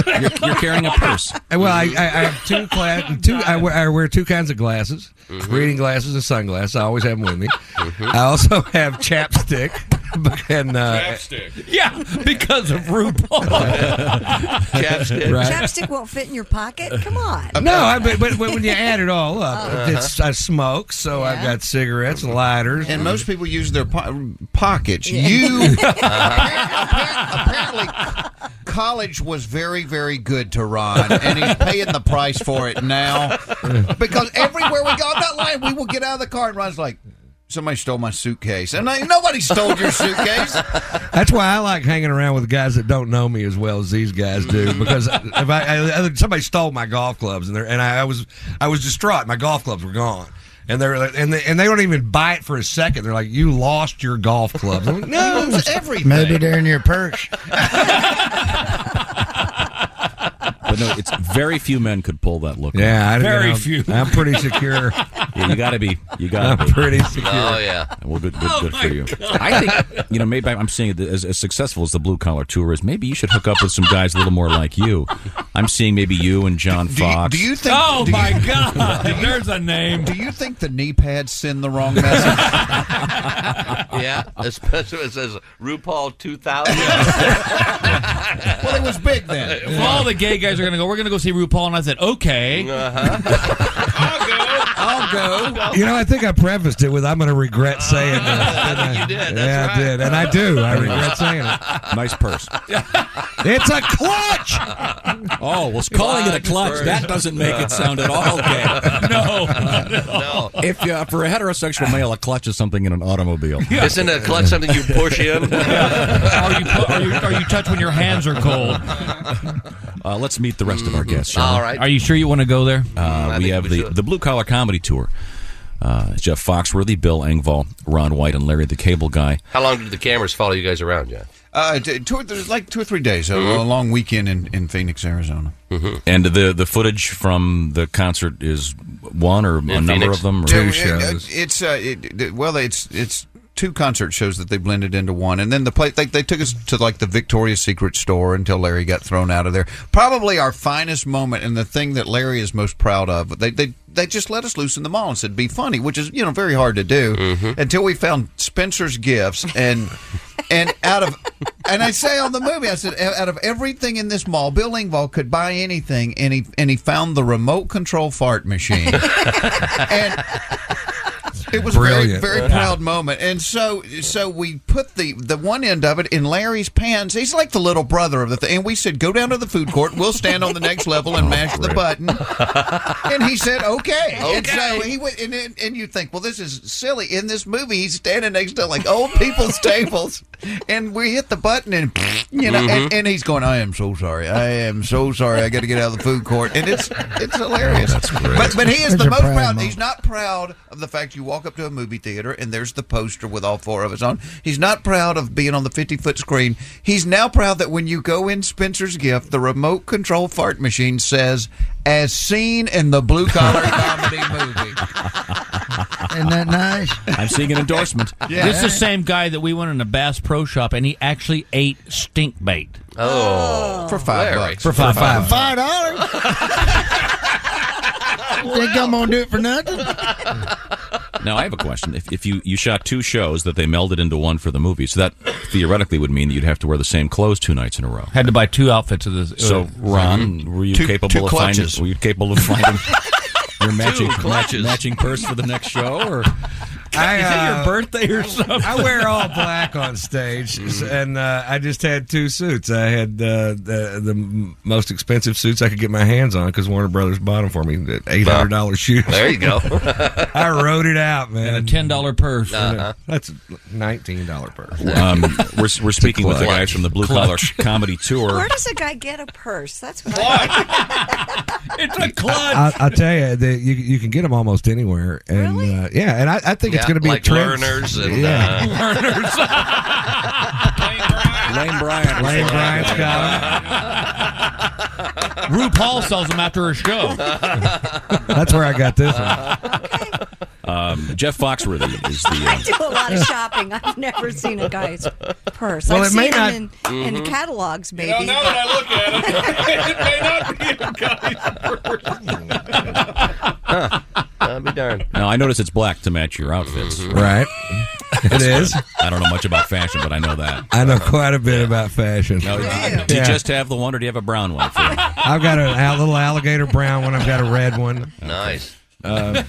You're, you're carrying a purse.
Well, I, I, I have two cla- two. I wear, I wear two kinds of glasses:
Mhm.
reading glasses and sunglasses. I always have them with me. I also have chapstick. And, uh,
Yeah, because of RuPaul.
Chapstick. Right.
Chapstick won't fit in your pocket. Come on.
No, I, but, but when you add it all up,
Uh-huh.
it's, I smoke, so I've got cigarettes and lighters.
And most people use their po- pockets. You apparently college was very, very good to Ron, and he's paying the price for it now. Because everywhere we go, I'm not lying. We will get out of the car, and Ron's like, "Somebody stole my suitcase," and I, nobody stole your suitcase.
That's why I like hanging around with guys that don't know me as well as these guys do. Because if I, I somebody stole my golf clubs and they're- and I, I was I was distraught. My golf clubs were gone. And they're like- and they, and they don't even buy it for a second. They're like, "You lost your golf clubs." I'm like, no,
It's everything.
Maybe they're in your purse.
But no, it's very few men could pull that look.
Yeah, I,
off.
you know, I'm pretty secure.
Yeah, you got to be. You got to
I'm
be
pretty secure.
Oh
yeah.
Well, good, good,
Oh,
good
my
for you.
God.
I think you know. Maybe I'm seeing that as, as successful as the blue collar tour is. Maybe you should hook up with some guys a little more like you. I'm seeing maybe you and John Fox.
Do you think?
Oh
do
my
you-
God! There's a name.
Do you think the knee pads send the wrong message?
yeah, especially when it says RuPaul 2000.
well, it was big then.
If all the gay guys are going to go, we're going to go see RuPaul. And I said, okay. Uh-huh.
I'll go. I'll go.
You know, I think I prefaced it with "I'm going to regret saying this."
you did.
yeah, I did, and I do. I regret saying it.
Nice purse.
It's a clutch.
Oh, was calling it a clutch. That doesn't make it sound at all gay.
no,
no. If uh, for a heterosexual male, a clutch is something in an automobile.
Isn't a clutch something you push in?
Are you, are, you, are you touch when your hands are cold?
Uh, let's meet the rest of our guests.
All right. Are you sure you want to go there?
Uh, we have the, the Blue Collar Comedy Tour. Uh, Jeff Foxworthy, Bill Engvall, Ron White, and Larry the Cable Guy.
How long did the cameras follow you guys around, John?
Uh, t- two, or th- like two or three days, a, a
Mhm.
long weekend in, in Phoenix, Arizona.
Mm-hmm. And the the footage from the concert is one or a number
Phoenix?
of them? Or
Yeah, it- it- It's uh, it, it- well, it's it's two concert shows that they blended into one, and then the play they, they took us to like the Victoria's Secret store until Larry got thrown out of there. Probably our finest moment, and the thing that Larry is most proud of. They they they just let us loose in the mall and said be funny, which is you know very hard to do until we found Spencer's gifts and. And out of, and I say on the movie, I said, out of everything in this mall, Bill Engvall could buy anything, and he and he found the remote control fart machine. It was a very
Brilliant.
very
Yeah.
proud moment, and so so we put the the one end of it in Larry's pants. He's like the little brother of the thing, and we said, "Go down to the food court. We'll stand on the next level
Oh,
and mash the button." And he said, "Okay." And so
Okay.
he went, and, and and you think, "Well, this is silly." In this movie, he's standing next to like old people's tables, and we hit the button, and you know,
Mm-hmm.
Mhm.
and, and he's going, "I am so sorry. I am so sorry. I got to get out of the food court." And it's it's hilarious.
Oh, that's great.
But but he is
That's
the
a
most
proud
proud.
moment.
He's not proud of the fact you walk up to a movie theater and there's the poster with all four of us on. He's not proud of being on the 50 foot screen. He's now proud that when you go in Spencer's gift, the remote control fart machine says, as seen in the blue collar comedy movie.
Isn't that
nice?
I'm seeing an endorsement.
Yeah.
This is the same guy that we went in a Bass Pro Shop and he actually ate stink bait.
Oh. For five
Larry.
bucks.
For five bucks.
Five dollars.
Think I'm gonna do it for nothing?
Now I have a question. If, if you you shot two shows that they melded into one for the movie, so that theoretically would mean that you'd have to wear the same clothes two nights in a row.
Had to buy two outfits of this. Uh,
So, Ron, were you
Two-
capable
two
of finding?
clutches.
Were you capable of finding your matching match-
clutches.
matching purse for the next show? Or
I,
Is it your
uh,
birthday or something?
I wear all black on stage,
Mm-hmm.
and uh, I just had two suits. I had uh, the, the m- most expensive suits I could get my hands on because Warner Brothers bought them for me. Eight hundred dollars shoes.
There you go.
I wrote it out, man.
And a $10 purse.
Uh-huh.
And a- That's a nineteen dollar purse.
um, we're we're speaking with the
clutch.
guys from the Blue Collar
Clutch.
Comedy Tour.
Where does a guy get a purse? That's what I
It's a
I, I'll tell you that you you can get them almost anywhere, and uh, yeah, and I, I think it's
Yeah,
going to be a
like
trend.
learners and
yeah.
uh, learners.
Lane Bryant.
Lane
uh,
Bryant's got
RuPaul sells them after a show.
That's where I got this one.
Um, Jeff Foxworthy is the. uh,
I do a lot of shopping. I've never seen a guy's purse.
Well,
I've
it may
seen
not-
them in, in
Mhm.
catalogs, maybe.
now that I look at it, it may not be a
I'll be darned.
Now I notice it's black to match your outfits.
Mm-hmm.
Right. It is.
I don't know much about fashion, but I know that.
I know quite a bit about fashion.
Now,
Oh, Yeah.
do you just have the one, or do you have a brown one? For you?
I've got a, al- little alligator brown one. I've got a red one.
Oh.
Nice.
Uh,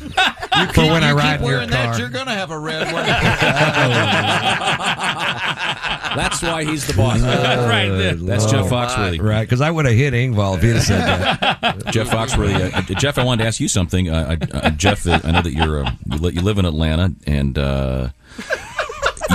for when I ride in your car.
you're gonna have a red one.
That's why he's the boss.
Uh,
right. That's Jeff Foxworthy.
Right, because I would have hit Ingvall if he'd have said that.
Jeff Foxworthy. Uh, uh, Jeff, I wanted to ask you something. Uh, I- uh, Jeff, uh, I know that you're uh, you, li- you live in Atlanta, and uh,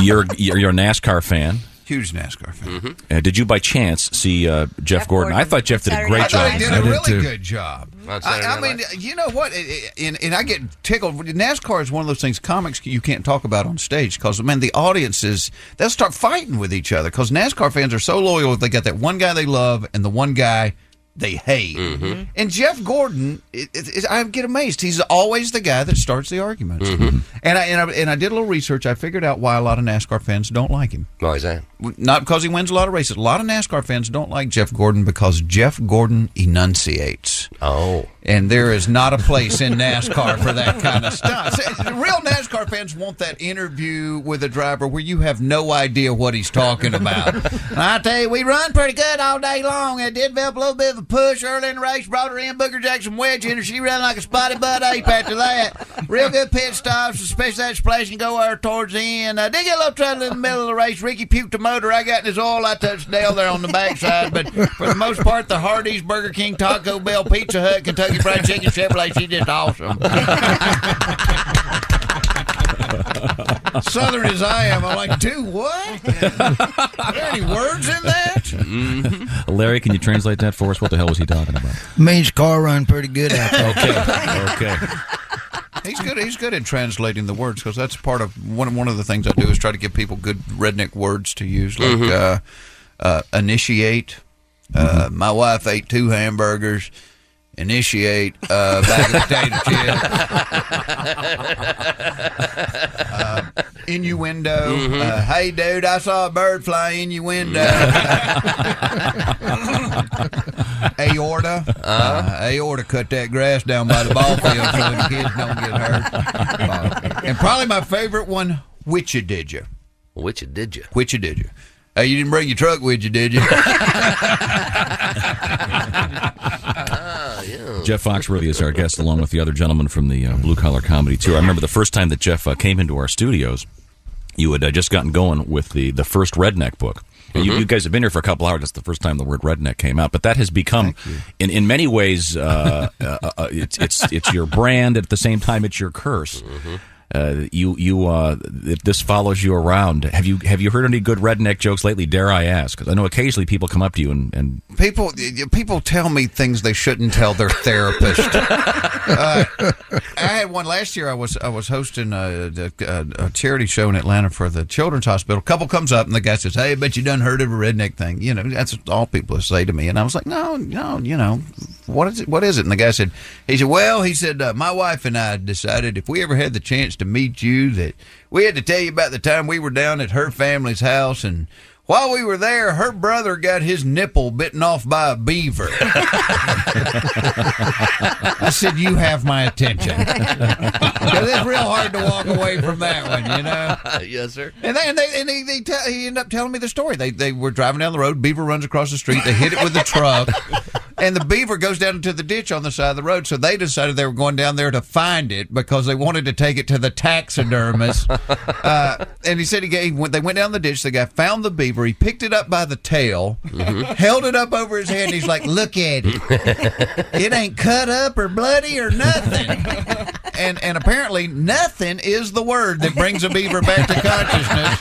you're you're you're a NASCAR fan.
Huge NASCAR fan.
Uh, did you by chance see uh, Jeff, Gordon? I thought Jeff did a great
I
job.
thought he did a really good job.
On
I,
Saturday
I
Night
mean, you know what? It- it- and, and I get tickled. NASCAR is one of those things. Comics you can't talk about on stage because man, the audiences they'll start fighting with each other because NASCAR fans are so loyal. They got that one guy they love and the one guy they hate.
Mm-hmm.
And Jeff Gordon, it, it, it- I get amazed. He's always the guy that starts the arguments.
Mm-hmm.
And I, and I and I did a little research. I figured out why a lot of NASCAR fans don't like him.
Why is that?
Not because he wins a lot of races. A lot of NASCAR fans don't like Jeff Gordon because Jeff Gordon enunciates.
Oh,
and there is not a place in NASCAR for that kind of stuff. See, Real NASCAR fans want that interview with a driver where you have no idea what he's talking about. And I tell you, we run pretty good all day long. It did develop a little bit of a push early in the race. Brought her in, Booker Jackson wedge in her. She ran like a spotted butt ape after that. Real good pit stops, especially that splash and go air towards the end. I did get a little trouble in the middle of the race. Ricky puked the motor. I got in his oil. I touched Dale there on the backside. But for the most part, the Hardee's, Burger King, Taco Bell, Pizza Hut, Kentucky Fried Chicken, Chevrolet, she just awesome. Southern as I am, I'm like, dude, what? Are there any words in that?
Mm-hmm. Larry, can you translate that for us? What the hell was he talking about?
Means car run pretty good out there.
Okay.
He's good. He's good at translating the words because that's part of one. One of the things I do is try to give people good redneck words to use, like
Mhm.
uh, uh, initiate. Uh,
Mm-hmm.
my wife ate two hamburgers. Initiate uh, bag of potato chips. Uh, innuendo.
Mhm.
Uh, hey, dude, I saw a bird fly in your window. aorta. uh aorta cut that grass down by the ball field so the kids don't get hurt. Uh, and probably my favorite one, which you did you?
Which you did you?
Which you did you? Hey, you didn't bring your truck with you, did you?
Jeff Foxworthy is our guest, along with the other gentleman from the uh, Blue Collar Comedy Tour. I remember the first time that Jeff uh, came into our studios, you had uh, just gotten going with the, the first Redneck book. And You,
Mhm.
you guys have been here for a couple hours. That's the first time the word redneck came out, but that has become, in, in many ways, uh, uh, uh, it's it's it's your brand. At the same time, it's your curse. Uh, you you uh, th- this follows you around. Have you have you heard any good redneck jokes lately? Dare I ask? 'Cause I know occasionally people come up to you and, and
people people tell me things they shouldn't tell their therapist. uh, I had one last year. I was I was hosting a, a, a charity show in Atlanta for the Children's Hospital. A couple comes up and the guy says, "Hey, but you done heard of a redneck thing?" You know, that's all people say to me. And I was like, "No, no, you know, what is it? What is it?" And the guy said, "He said, well, he said, uh, my wife and I decided if we ever had the chance to meet you, that we had to tell you about the time we were down at her family's house and." While we were there, her brother got his nipple bitten off by a beaver. I said, "You have my attention." 'Cause it's real hard to walk away from that one, you know.
yes, sir.
And they, and they, and they, they tell, he ended up telling me the story. They they were driving down the road. Beaver runs across the street. They hit it with a truck, and the beaver goes down into the ditch on the side of the road. So they decided they were going down there to find it because they wanted to take it to the taxidermist. Uh, and he said he gave, when they went down the ditch, the guy found the beaver. He picked it up by the tail, held it up over his head, and he's like, "Look at it." it ain't cut up or bloody or nothing. and and apparently nothing is the word that brings a beaver back to consciousness.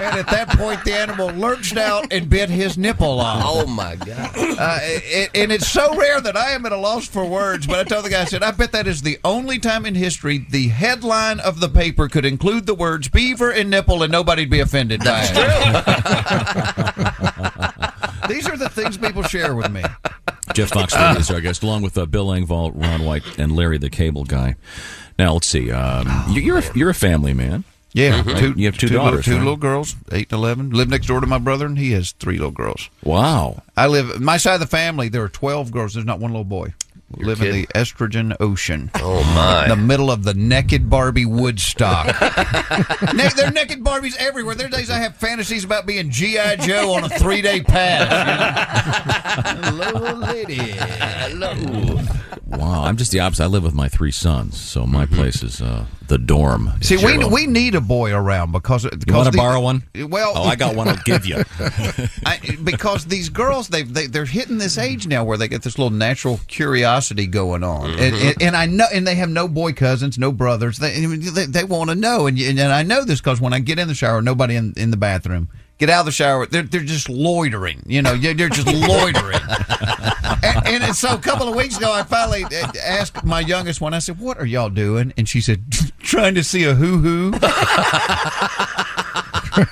and at that point, the animal lurched out and bit his nipple off.
Oh my God!
Uh, it, and it's so rare that I am at a loss for words. But I told the guy, I said, I bet that is the only time in history the headline of the paper could include the words beaver and nipple, and nobody'd be offended by it. These are the things people share with me.
Jeff Foxworthy is our guest, along with uh, Bill Engvall, Ron White, and Larry the Cable Guy. Now let's see. Um, you, you're a, you're a family man.
Oh, Yeah,
Right?
two,
Mm-hmm. you have two,
little-
daughters.
two
right?
little girls, eight and eleven. Live next door to my brother, and he has three little girls.
Wow!
I live my side of the family. There are twelve girls. There's not one little boy. We live in the estrogen ocean. Oh
my.
The middle of the naked Barbie Woodstock. ne- there are naked Barbies everywhere. There are days I have fantasies about being GI Joe on a three day pass. you know? Hello, lady. Hello.
Wow! I'm just the opposite. I live with my three sons, so my place is uh, the dorm.
Mm-hmm. See, we
Sure.
we need a boy around because because
You want to
the-
borrow one?
Well,
oh, I got one. I'll give you.
I, because these girls they, they they're hitting this age now where they get this little natural curiosity going on and,
Mm-hmm.
Mhm.
and, and I know and they have no boy cousins no brothers they I mean, they, they want to know and, and I know this because when I get in the shower nobody in, in the bathroom get out of the shower they're, they're just loitering you know they're they're just loitering and, and it's- so a couple of weeks ago I finally uh, asked my youngest one I said what are y'all doing and she said trying to see a hoo hoo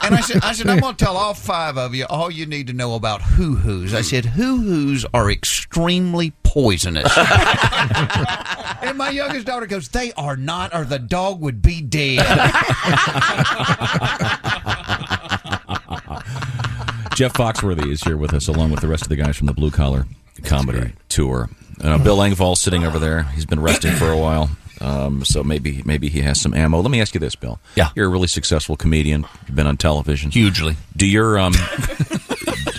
and I said, I said, I'm going to tell all five of you all you need to know about hoo hoos. I said, hoo hoos are extremely poisonous. and my youngest daughter goes, They are not, or the dog would be dead.
Jeff Foxworthy is here with us, along with the rest of the guys from the Blue Collar Comedy Tour. Uh, Bill Engvall sitting over there. He's been resting for a while, um, so maybe maybe he has some ammo. Let me ask you this, Bill. Yeah, you're a really successful comedian. You've been on television hugely. Do your um,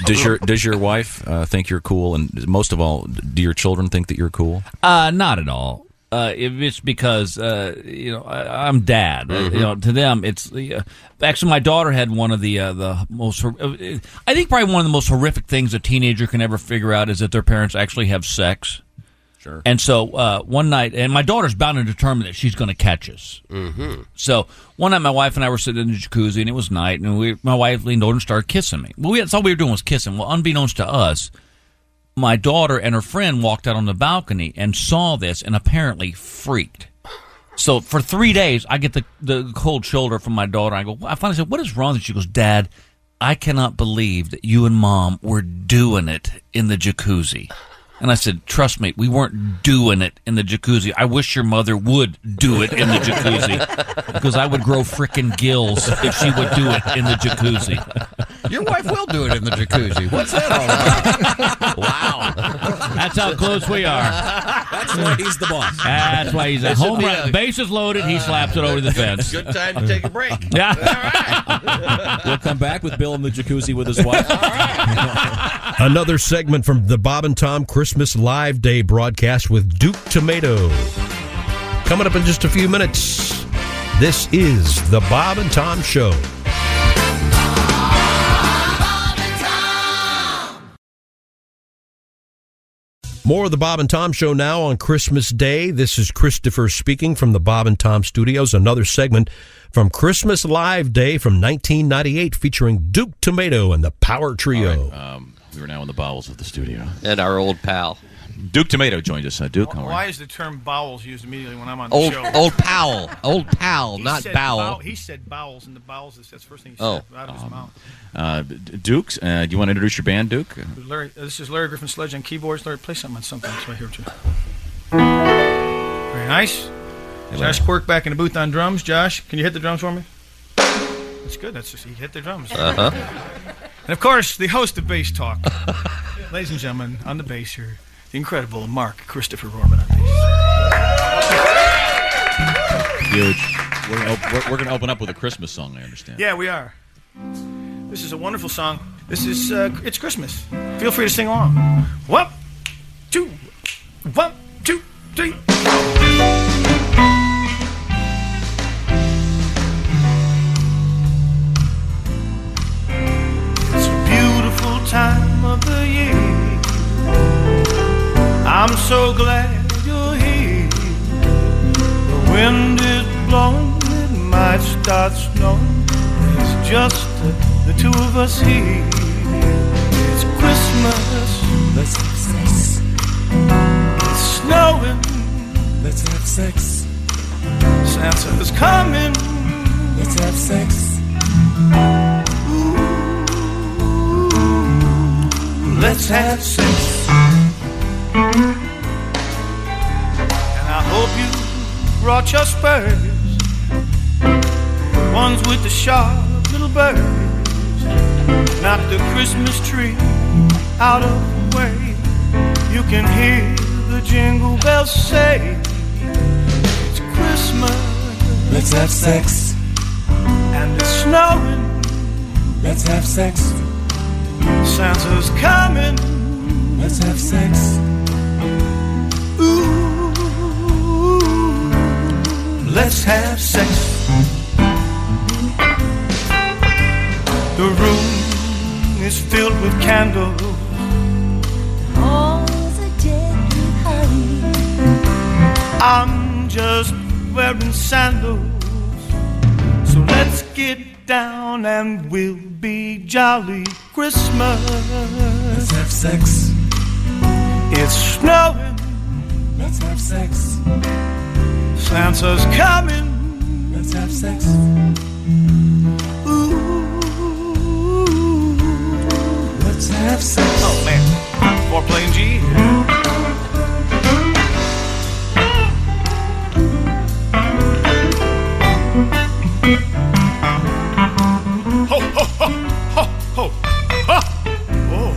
does your does your wife uh, think you're cool? And most of all, do your children think that you're cool?
Uh, not at all. Uh, it- it's because uh, you know I, I'm dad. Uh, you know, to them, it's uh, actually my daughter had one of the uh, the most. hor- Uh, I think probably one of the most horrific things a teenager can ever figure out is that their parents actually have sex.
Sure.
And so uh, one night, and my daughter's bound and determined that she's going to catch us.
Mm-hmm.
Mhm.
So one night, my wife and I were sitting in the jacuzzi, and it was night, and we, my wife leaned over and started kissing me. Well, we, that's all we were doing was kissing. Well, unbeknownst to us, my daughter and her friend walked out on the balcony and saw this, and apparently freaked. So for three days, I get the, the cold shoulder from my daughter. I go, I finally said, "What is wrong?" And she goes, "Dad, I cannot believe that you and Mom were doing it in the jacuzzi." And I said, "Trust me, we weren't doing it in the jacuzzi. I wish your mother would do it in the jacuzzi because I would grow frickin' gills if she would do it in the jacuzzi."
Your wife will do it in the jacuzzi. What's that all
about? wow, that's how close we are.
That's why he's the boss.
That's why he's a
This should
home
be
run.
a-
Base is loaded. He slaps it over
Uh,
the fence.
Good time to take a break.
Yeah.
We'll come back with Bill in the jacuzzi with his wife.
Another segment from the Bob and Tom Christmas Live Day broadcast with Duke Tomato. Coming up in just a few minutes, this is the Bob and Tom Show. More of the Bob and Tom Show now on Christmas Day. This is Christopher speaking from the Bob and Tom Studios. Another segment from Christmas Live Day from 1998 featuring Duke Tomato and the Power Trio.
Um, we are now in the bowels of the studio.
And our old pal.
Duke Tomato joined us. Uh, Duke, how are you?
Why is the term bowels used immediately when I'm on
Old-
the show?
old pal. Old pal,
He
not
said
bowel. um,
bow- he said bowels, and the bowels is that's the first thing he said
Oh.
out of his mouth.
Uh, D- Dukes, uh, do you want to introduce your band, Duke?
Larry, this is Larry Griffin Sledge on keyboards. Larry, play something on something. It's right here too. Very nice. Josh Quirk back in the booth on drums. Josh, can you hit the drums for me? That's good. That's just, he hit the drums.
Uh-huh.
And of course, the host of Bass Talk, ladies and gentlemen, on the bass here, the incredible Mark Christopher Rorman on bass.
Huge. We're going op- to open up with a Christmas song, I understand.
Yeah, we are. This is a wonderful song. This is uh, it's Christmas. Feel free to sing along. One, two, one, two, three. It's a beautiful time of the year. I'm so glad you're here. The wind is blowing, it might start snowing. It's just the, the two of us here. It's Christmas. Let's have sex. It's snowing. Let's have sex. Santa's coming. Let's have sex. Let's have sex. And I hope you brought your spurs, ones with the sharp little birds, not the Christmas tree out of the way. You can hear the jingle bells say, It's Christmas.
Let's have sex.
And it's snowing. Let's have sex. Santa's coming. Let's have sex. Ooh, let's have sex. The room is filled with candles. Halls are dead with honey. I'm just wearing sandals. So let's get down and we'll be jolly Christmas. Let's have sex. It's snowing. Let's have sex. Santa's coming. Let's have sex. Ooh,
more Oh, plain G. Ho, ho, ho, ho, ho, ho. Oh.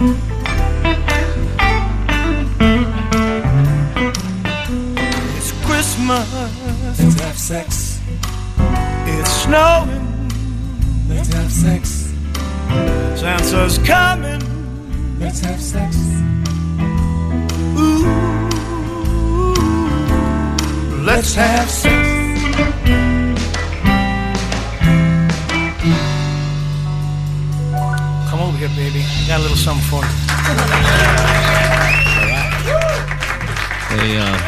It's Christmas. Let's have sex. It's snowing. Let's have sex. Santa's coming. Let's have sex. Ooh. Let's have sex. Come over here, baby. I got a little something for you.
A uh,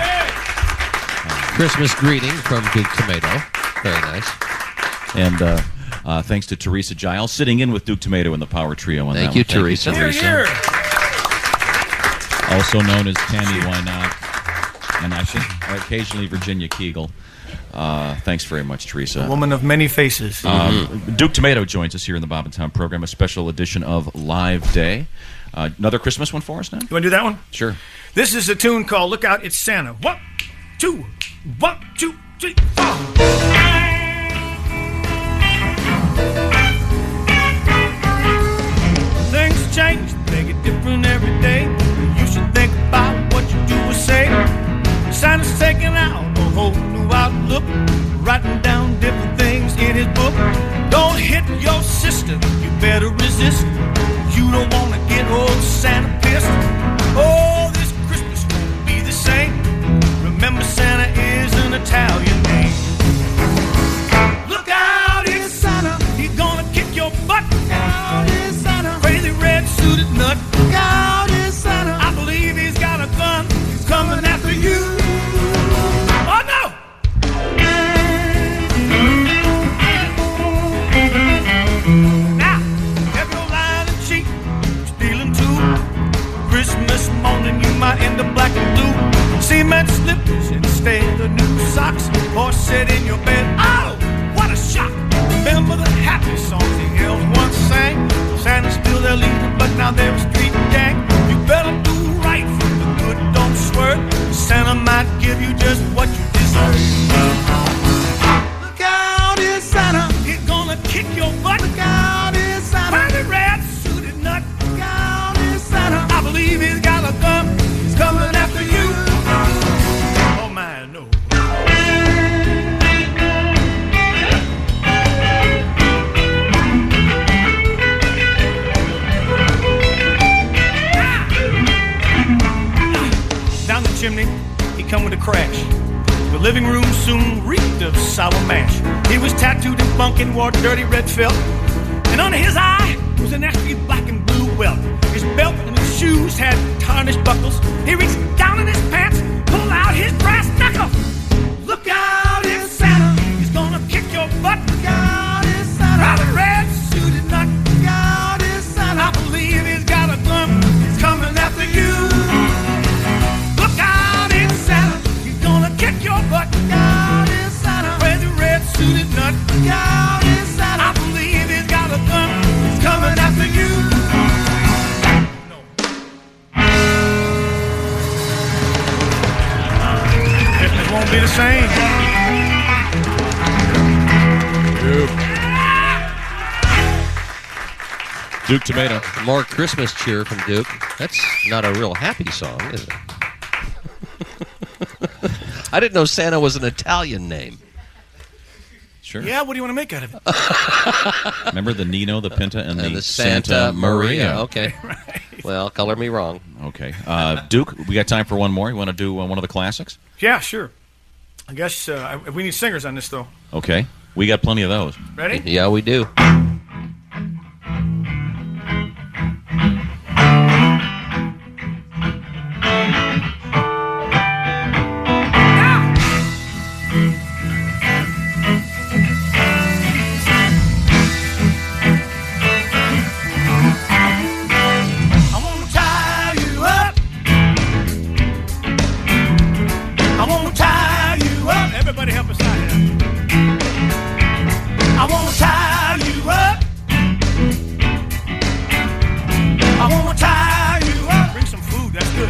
Christmas greeting from Big Tomato. Very nice.
And uh, uh, thanks to Teresa Giles, sitting in with Duke Tomato and the Power Trio on
Thank
that
you,
one.
Teresa. Here, here.
Also known as Tammy Wynot, and I think occasionally Virginia Kegel. Uh, thanks very much, Teresa.
A woman of many faces.
Mm-hmm.
Um, Duke Tomato joins us here in the Bob and Tom program, a special edition of Live Day. Uh, another Christmas one for us now?
You want to do that one?
Sure.
This is a tune called Look Out, It's Santa. One, two, one, two, three, four. Things change, they get different every day. You should think about what you do or say. Santa's taking out a whole new outlook, writing down different things in his book. Don't hit your sister, you better resist. You don't wanna get old Santa pissed. Oh, this Christmas won't be the same. Remember, Santa is an Italian name. Look out, it's Santa. He's gonna kick your butt. Look out, it's Santa. Crazy red suited nut. Look out, it's Santa. I believe he's got a gun. He's coming after you. Oh no! Now, if you're lying and cheating, stealing too, Christmas morning you might end up black and blue. Cement slippers instead of new socks. Horse sit in your bed. Oh, what a shock! Remember the happy songs the elves once sang. Santa's still their leader, but now they're a street gang. You better do right for the good, don't swerve. Santa might give you just what you deserve. Look out, it's Santa. He's gonna kick your butt. Look out, it's Santa. Tiny red suited nut. Look out, it's Santa. I believe he's got a gun. He's coming after you. Oh my, no. Ah! Ah! Down the chimney, he come with a crash. The living room soon reeked of sour mash. He was tattooed and bunk and wore dirty red felt. And under his eye was an nasty black and blue welt. His belt and his shoes had tarnished buckles. He reached down in his pants, pulled out his brass knuckle. Look out, it's Santa. He's gonna kick your butt. Look out, it's Santa. Robert Red suited nut. Look out, it's Santa. I believe he's got a gun. He's coming after you. Look out, it's Santa. He's gonna kick your butt. Look out, it's Santa. Red red suited nut. Look out, it's Santa. I believe he's got a gun. He's coming after you. Christmas won't be the same.
Duke Tomato. More Christmas cheer from Duke. That's not a real happy song, is it? I didn't know Santa was an Italian name.
Sure.
Yeah, what do you want to make out of it?
Remember the Nino, the Pinta, and,
And the
Santa,
Santa
Maria.
Maria. Okay. Right. Well, color me wrong.
Okay. Uh, Duke, we got time for one more. You want to do uh, one of the classics?
Yeah, sure. I guess uh, I- we need singers on this, though.
Okay. We got plenty of those.
Ready?
Yeah, we do.
I wanna tie you up. I wanna tie you up. Everybody help us out here. I wanna tie you Oh,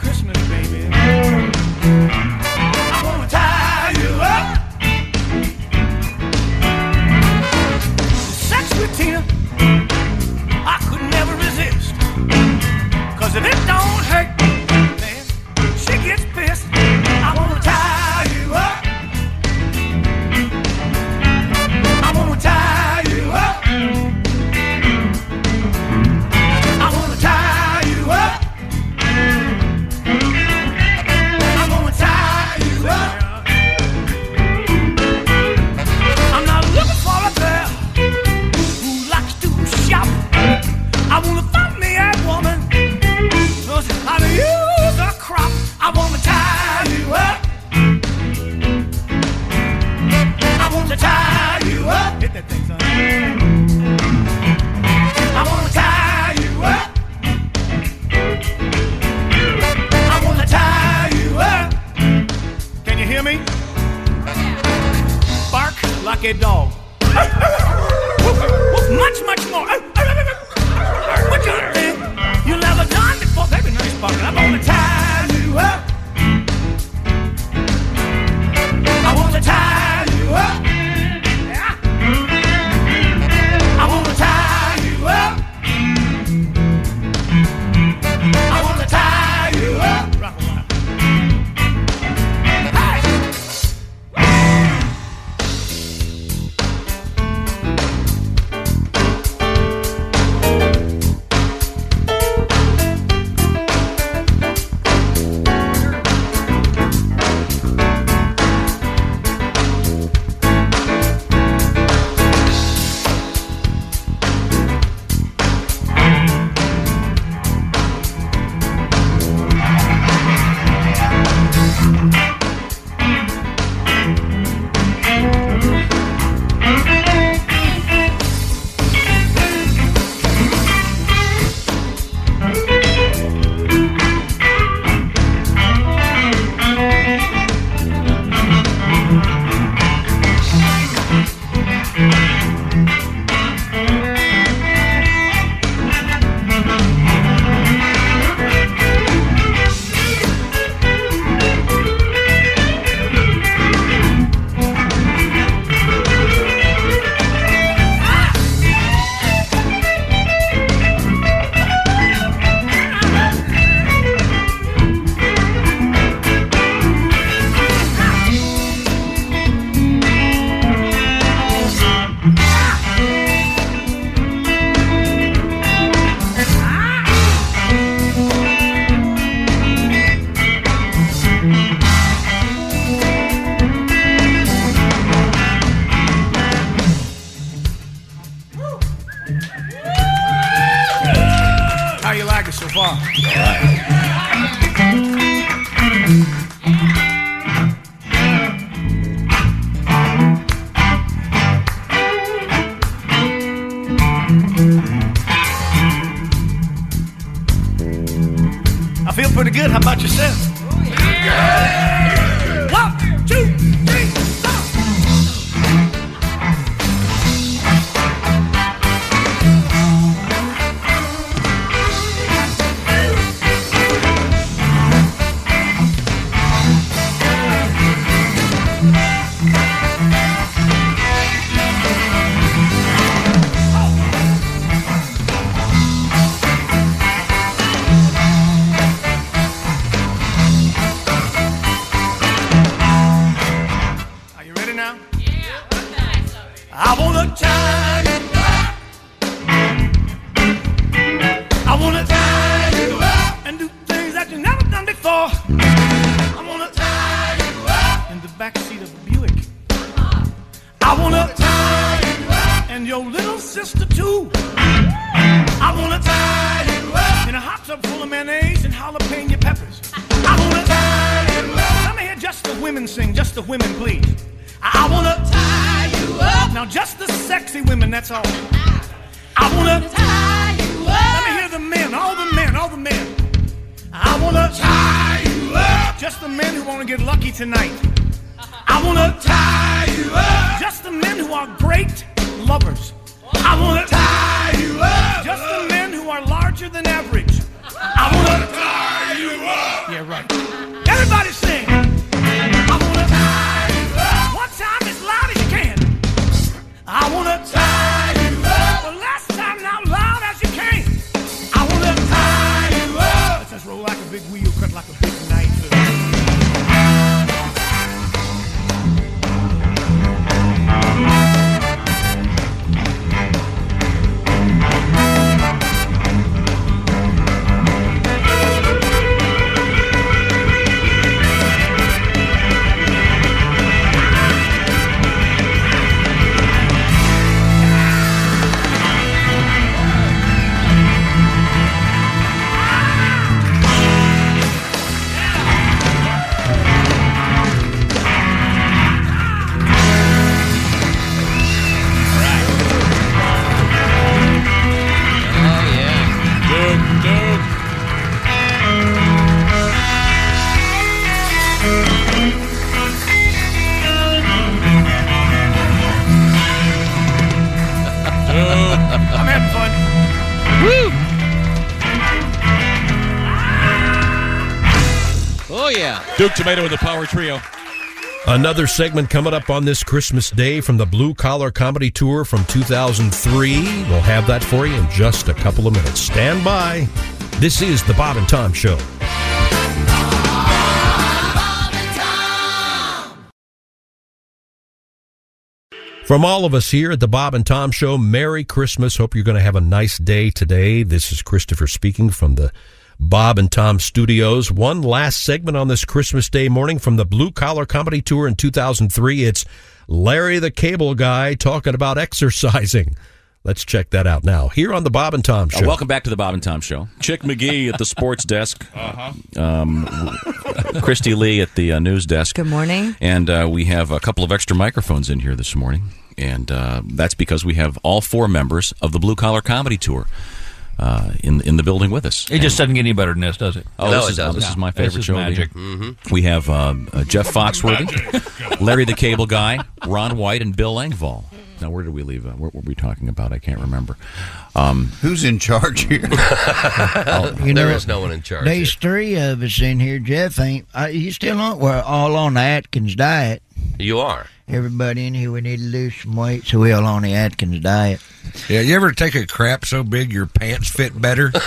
like a dog. much, much more. What you think you never done before? Baby, no, you sparkle. I'm gonna tie you up. I wanna tie you up. Yeah. I wanna tie you up. I wanna tie you up. Rock and roll. Hey!
How you like it so far?
I feel pretty good. How about yourself? One, two, three, four.
Are you ready now?
I wanna tie you up. I wanna tie you up and do things that you never done before. I wanna tie you up in the backseat of a Buick. I wanna tie you up and your little sister too. I wanna tie you up in a hot tub full of mayonnaise and jalapeno peppers. I wanna tie you up. Let me hear just the women sing, just the women please. I wanna tie you up. Now just the sexy women, that's all. I wanna tie you up. Let me hear the men, all the men, all the men. I wanna tie you up. Just the men who wanna get lucky tonight. I wanna tie you up. Just the men who are great lovers. I wanna tie you up. Just the men who are larger than average. I wanna tie you up. Yeah, right. Everybody sing. I wanna tie you up. One time as loud as you can. I wanna tie you up. The last time and out loud as you can. I wanna tie you up. Let's just roll like a big wheel, cut like a big knife.
Iya.
Oh, yeah.
Duke Tomato and the Power Trio.
Another segment coming up on this Christmas Day from the Blue Collar Comedy Tour from 2003. We'll have that for you in just a couple of minutes. Stand by. This is the Bob and Tom Show. From all of us here at the Bob and Tom Show, Merry Christmas. Hope you're going to have a nice day today. This is Christopher speaking from the Bob and Tom Studios. One last segment on this Christmas Day morning from the Blue Collar Comedy Tour in 2003. It's Larry the Cable Guy talking about exercising. Let's check that out now here on the Bob and Tom
Uh,
Show.
welcome back to the Bob and Tom Show. Chick McGee at the sports desk. Um, Christy Lee at the uh, news desk.
Good morning.
And uh, we have a couple of extra microphones in here this morning. And uh, that's because we have all four members of the Blue Collar Comedy Tour uh, in, in the building with us.
It just doesn't get any better than this, does it?
Oh, this, is, oh, this is my favorite show. of the year. We have um, uh, Jeff Foxworthy, Larry the Cable Guy, Ron White, and Bill Engvall. Now, where did we leave? Uh, what were we talking about? I can't remember. Um,
Who's in charge here? Oh,
You know,
in
There's three of us in here. Jeff ain't. Uh, you still on? We're all on the Atkins diet.
You are.
Everybody in here, we need to lose some weight, so we're all on the Atkins diet.
Yeah, you ever take a crap so big your pants fit better?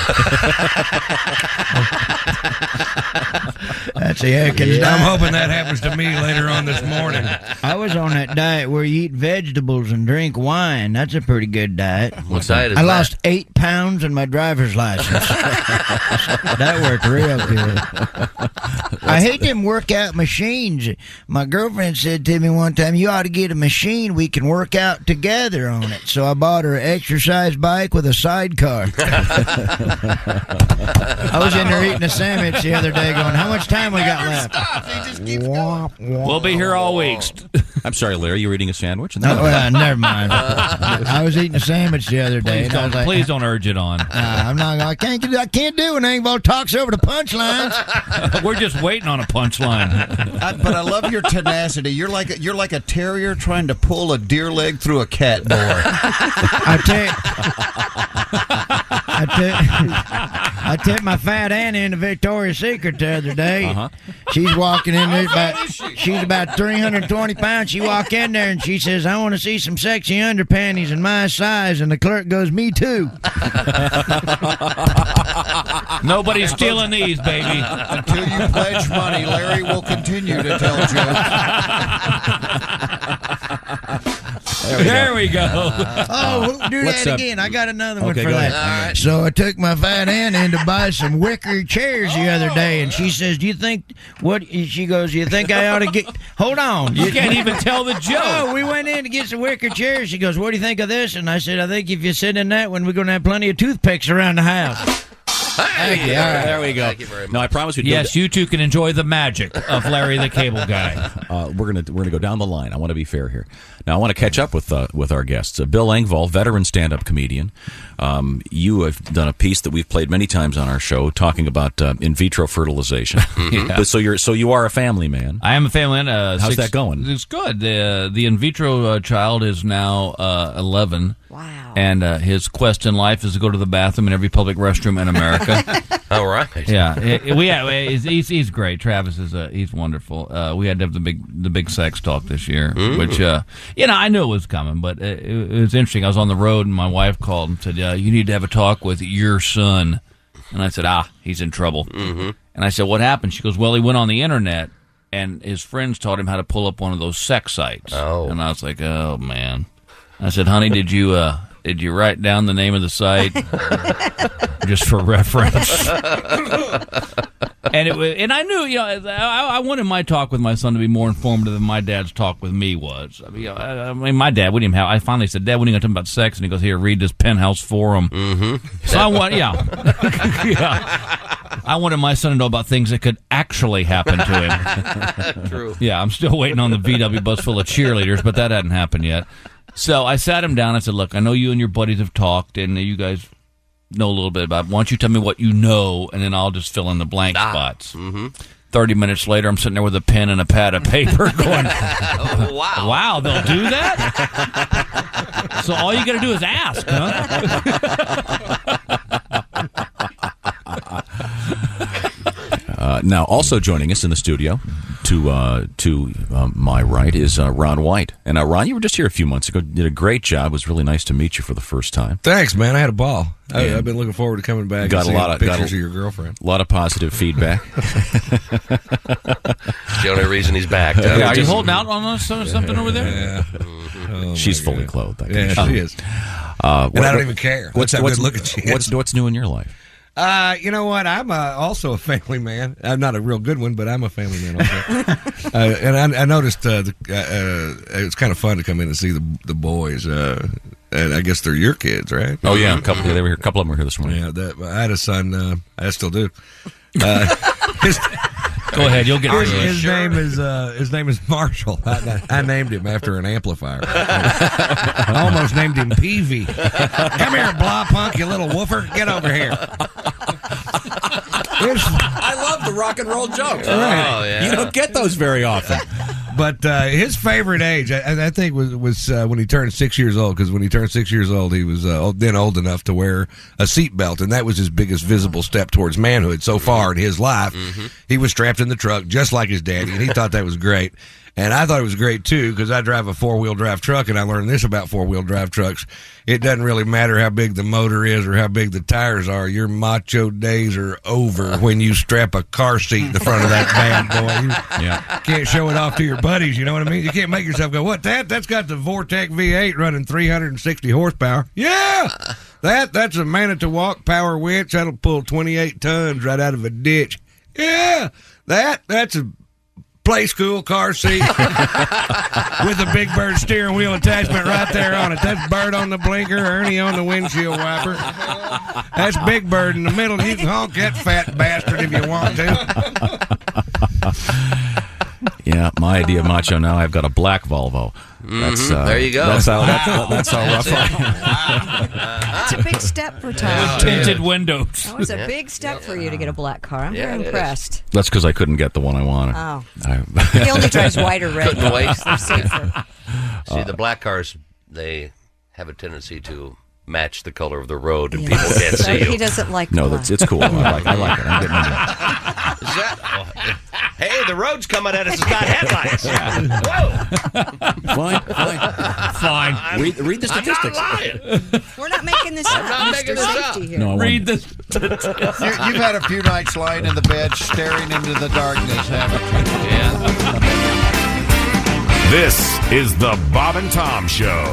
That's the Atkins diet.
I'm hoping that happens to me later on this morning.
I was on that diet where you eat vegetables and drink wine. That's a pretty good diet.
What diet is
I
that?
lost eight pounds and my driver's license. that worked real good. I hate them workout machines. My girlfriend said to me one time, "You ought to get a machine we can work out together on it." So I bought her an exercise bike with a sidecar. I was in there eating a sandwich the other day, going, "How much time we got left?" Womp, womp.
We'll be here all week.
I'm sorry, Larry. You were eating a sandwich.
No, Oh, well, never mind. I was eating a sandwich the other day.
Please
and I
don't,
was like,
please don't urge it on.
"Nah, I'm not. I can't. do- I can't do an angle talks over the punchlines.
We're just waiting on a punchline.
I, but I love your tenacity. You're like a, you're like a terrier trying to pull a deer leg through a cat door. I
tell I took, I took my fat Annie into Victoria's Secret the other day.
Uh-huh.
She's walking in there about she's about 320 pounds. She walk in there and she says, "I want to see some sexy underpanties in my size." And the clerk goes, "Me too."
Nobody's stealing these, baby.
Until you pledge money, Larry will continue to tell jokes.
There we go.
Oh, we'll do
What's
that
up?
again. I got another one
Okay,
for
go
that.
ahead. All right.
So I took my fat aunt in to buy some wicker chairs the other day, and
Oh.
she says, "Do you think what?" and She goes, "Do you think I ought to get?" Hold on,
You can't even tell the joke.
Oh, we went in to get some wicker chairs. She goes, "What do you think of this?" And I said, "I think if you sit in that one, we're going to have plenty of toothpicks around the house."
Thank
you. All right.
There we go.
Thank you
very much. No, I promise we'd
Yes,
go
you two can enjoy the magic of Larry the Cable Guy.
Uh, we're gonna we're gonna go down the line. I want to be fair here. Now I want to catch up with uh, with our guests. Uh, Bill Engvall, veteran stand up comedian. Um, you have done a piece that we've played many times on our show, talking about uh, in vitro fertilization.
Yeah.
But so you're so you are a family man.
I am a family. man, Uh,
How's
six-
that going?
It's good. The the in vitro uh, child is now uh, eleven. Wow! And uh, his quest in life is to go to the bathroom in every public restroom in America.
All right.
Yeah, it- it- we yeah, he's, he's he's great. Travis is uh, he's wonderful. Uh, we had to have the big the big sex talk this year,
Mm.
which uh, you know I knew it was coming, but it, it was interesting. I was on the road and my wife called and said, uh, "You need to have a talk with your son," and I said, "Ah, he's in trouble." Mm-hmm. And I said, "What happened?" She goes, "Well, he went on the internet." And his friends taught him how to pull up one of those sex sites. Oh. And I was like, oh, man. I said, honey, did you uh, did you write down the name of the site just for reference? and it was, and I knew, you know, I, I wanted my talk with my son to be more informative than my dad's talk with me was. I mean, you know, I, I mean my dad wouldn't even have. I finally said, Dad, when are you going to talk about sex? And he goes, Here, read this penthouse forum. Mm-hmm. So I want, yeah. yeah. I wanted my son to know about things that could actually happen to him.
True.
Yeah, I'm still waiting on the VW bus full of cheerleaders, but that hadn't happened yet. So I sat him down. I said, "Look, I know you and your buddies have talked, and you guys know a little bit about. It. Why don't you tell me what you know, and then I'll just fill in the blank spots." Thirty minutes later, I'm sitting there with a pen and a pad of paper, going,
wow.
"Wow, they'll do that." so all you got to do is ask, huh?
Uh, now, also joining us in the studio, to uh, to uh, my right is uh, Ron White, and uh, Ron, you were just here a few months ago. Did a great job. It was really nice to meet you for the first time.
Thanks, man. I had a ball. I,
Yeah.
I've been looking forward to coming back.
got a
and
lot
seeing
of
pictures
got a,
of your girlfriend.
A lot of positive feedback.
the only reason he's back.
Yeah, are you holding out on us
uh,
or something over there?
She's fully clothed. I
Yeah,
guess. Oh.
she is.
Uh,
And I don't even care. That's how good looking she is.
What's what's new in your life?
Uh, you know what? I'm uh, also a family man. I'm not a real good one, but I'm a family man. Also. uh, and I, I noticed uh, the, uh, uh, it's kind of fun to come in and see the the boys. Uh, and I guess they're your kids, right?
Oh yeah, a couple. They were here. A couple of them were here this morning.
Yeah, that, I had a son. Uh, I still do. Uh, his-
Go ahead, you'll get
his,
through it.
his
Sure.
name is uh, his name is Marshall. I, I named him after an amplifier. I almost named him Peavy. Come here, blah punk, you little woofer. Get over here.
I love the rock and roll jokes. Oh,
Right.
You don't get those very often.
But uh, his favorite age, I, I think, was was uh, when he turned six years old. Because when he turned six years old, he was uh, old- then old enough to wear a seatbelt, and that was his biggest visible step towards manhood so far in his life. He was strapped in the truck just like his daddy, and he thought that was great. And I thought it was great too because I drive a four wheel drive truck, and I learned this about four wheel drive trucks: it doesn't really matter how big the motor is or how big the tires are. Your macho days are over when you strap a car seat in the front of that bad boy. You
Yeah.
can't show it off to your buddies. You know what I mean? You can't make yourself go, "What that? That's got the Vortec V8 running 360 horsepower." Yeah, that that's a Manitowoc power winch that'll pull 28 tons right out of a ditch. Yeah, that that's a play school car seat with a big bird steering wheel attachment right there on it. That's bird on the blinker, Ernie on the windshield wiper. That's big bird in the middle. You can honk that fat bastard if you want to.
Yeah, my idea of macho now. I've got a black Volvo. That's uh,
Mhm, there you go.
That's how.
Wow.
That's, that's how
That's
rough. I-
That's a big step for Tom.
With tinted windows.
That was a big step for you to get a black car. I'm
Yeah, it
very
is.
impressed.
That's because I couldn't get the one I wanted.
Oh.
I-
He only drives white or red.
Couldn't wait.
They're safer.
See, the black cars, they have a tendency to match the color of the road, and people can't
So
see you.
he doesn't like
No, that's it's cool. I like. I like it. I'm getting into it.
Is that- hey, the road's coming at us. It's got headlights. Whoa.
Fine, fine,
fine.
Read, read the statistics.
We're not making this up.
not
Mr.
making this
Safety
up.
Here.
No, I Read
the
You, you've had a few nights lying in the bed, staring into the darkness, haven't you?
This is the Bob and Tom Show.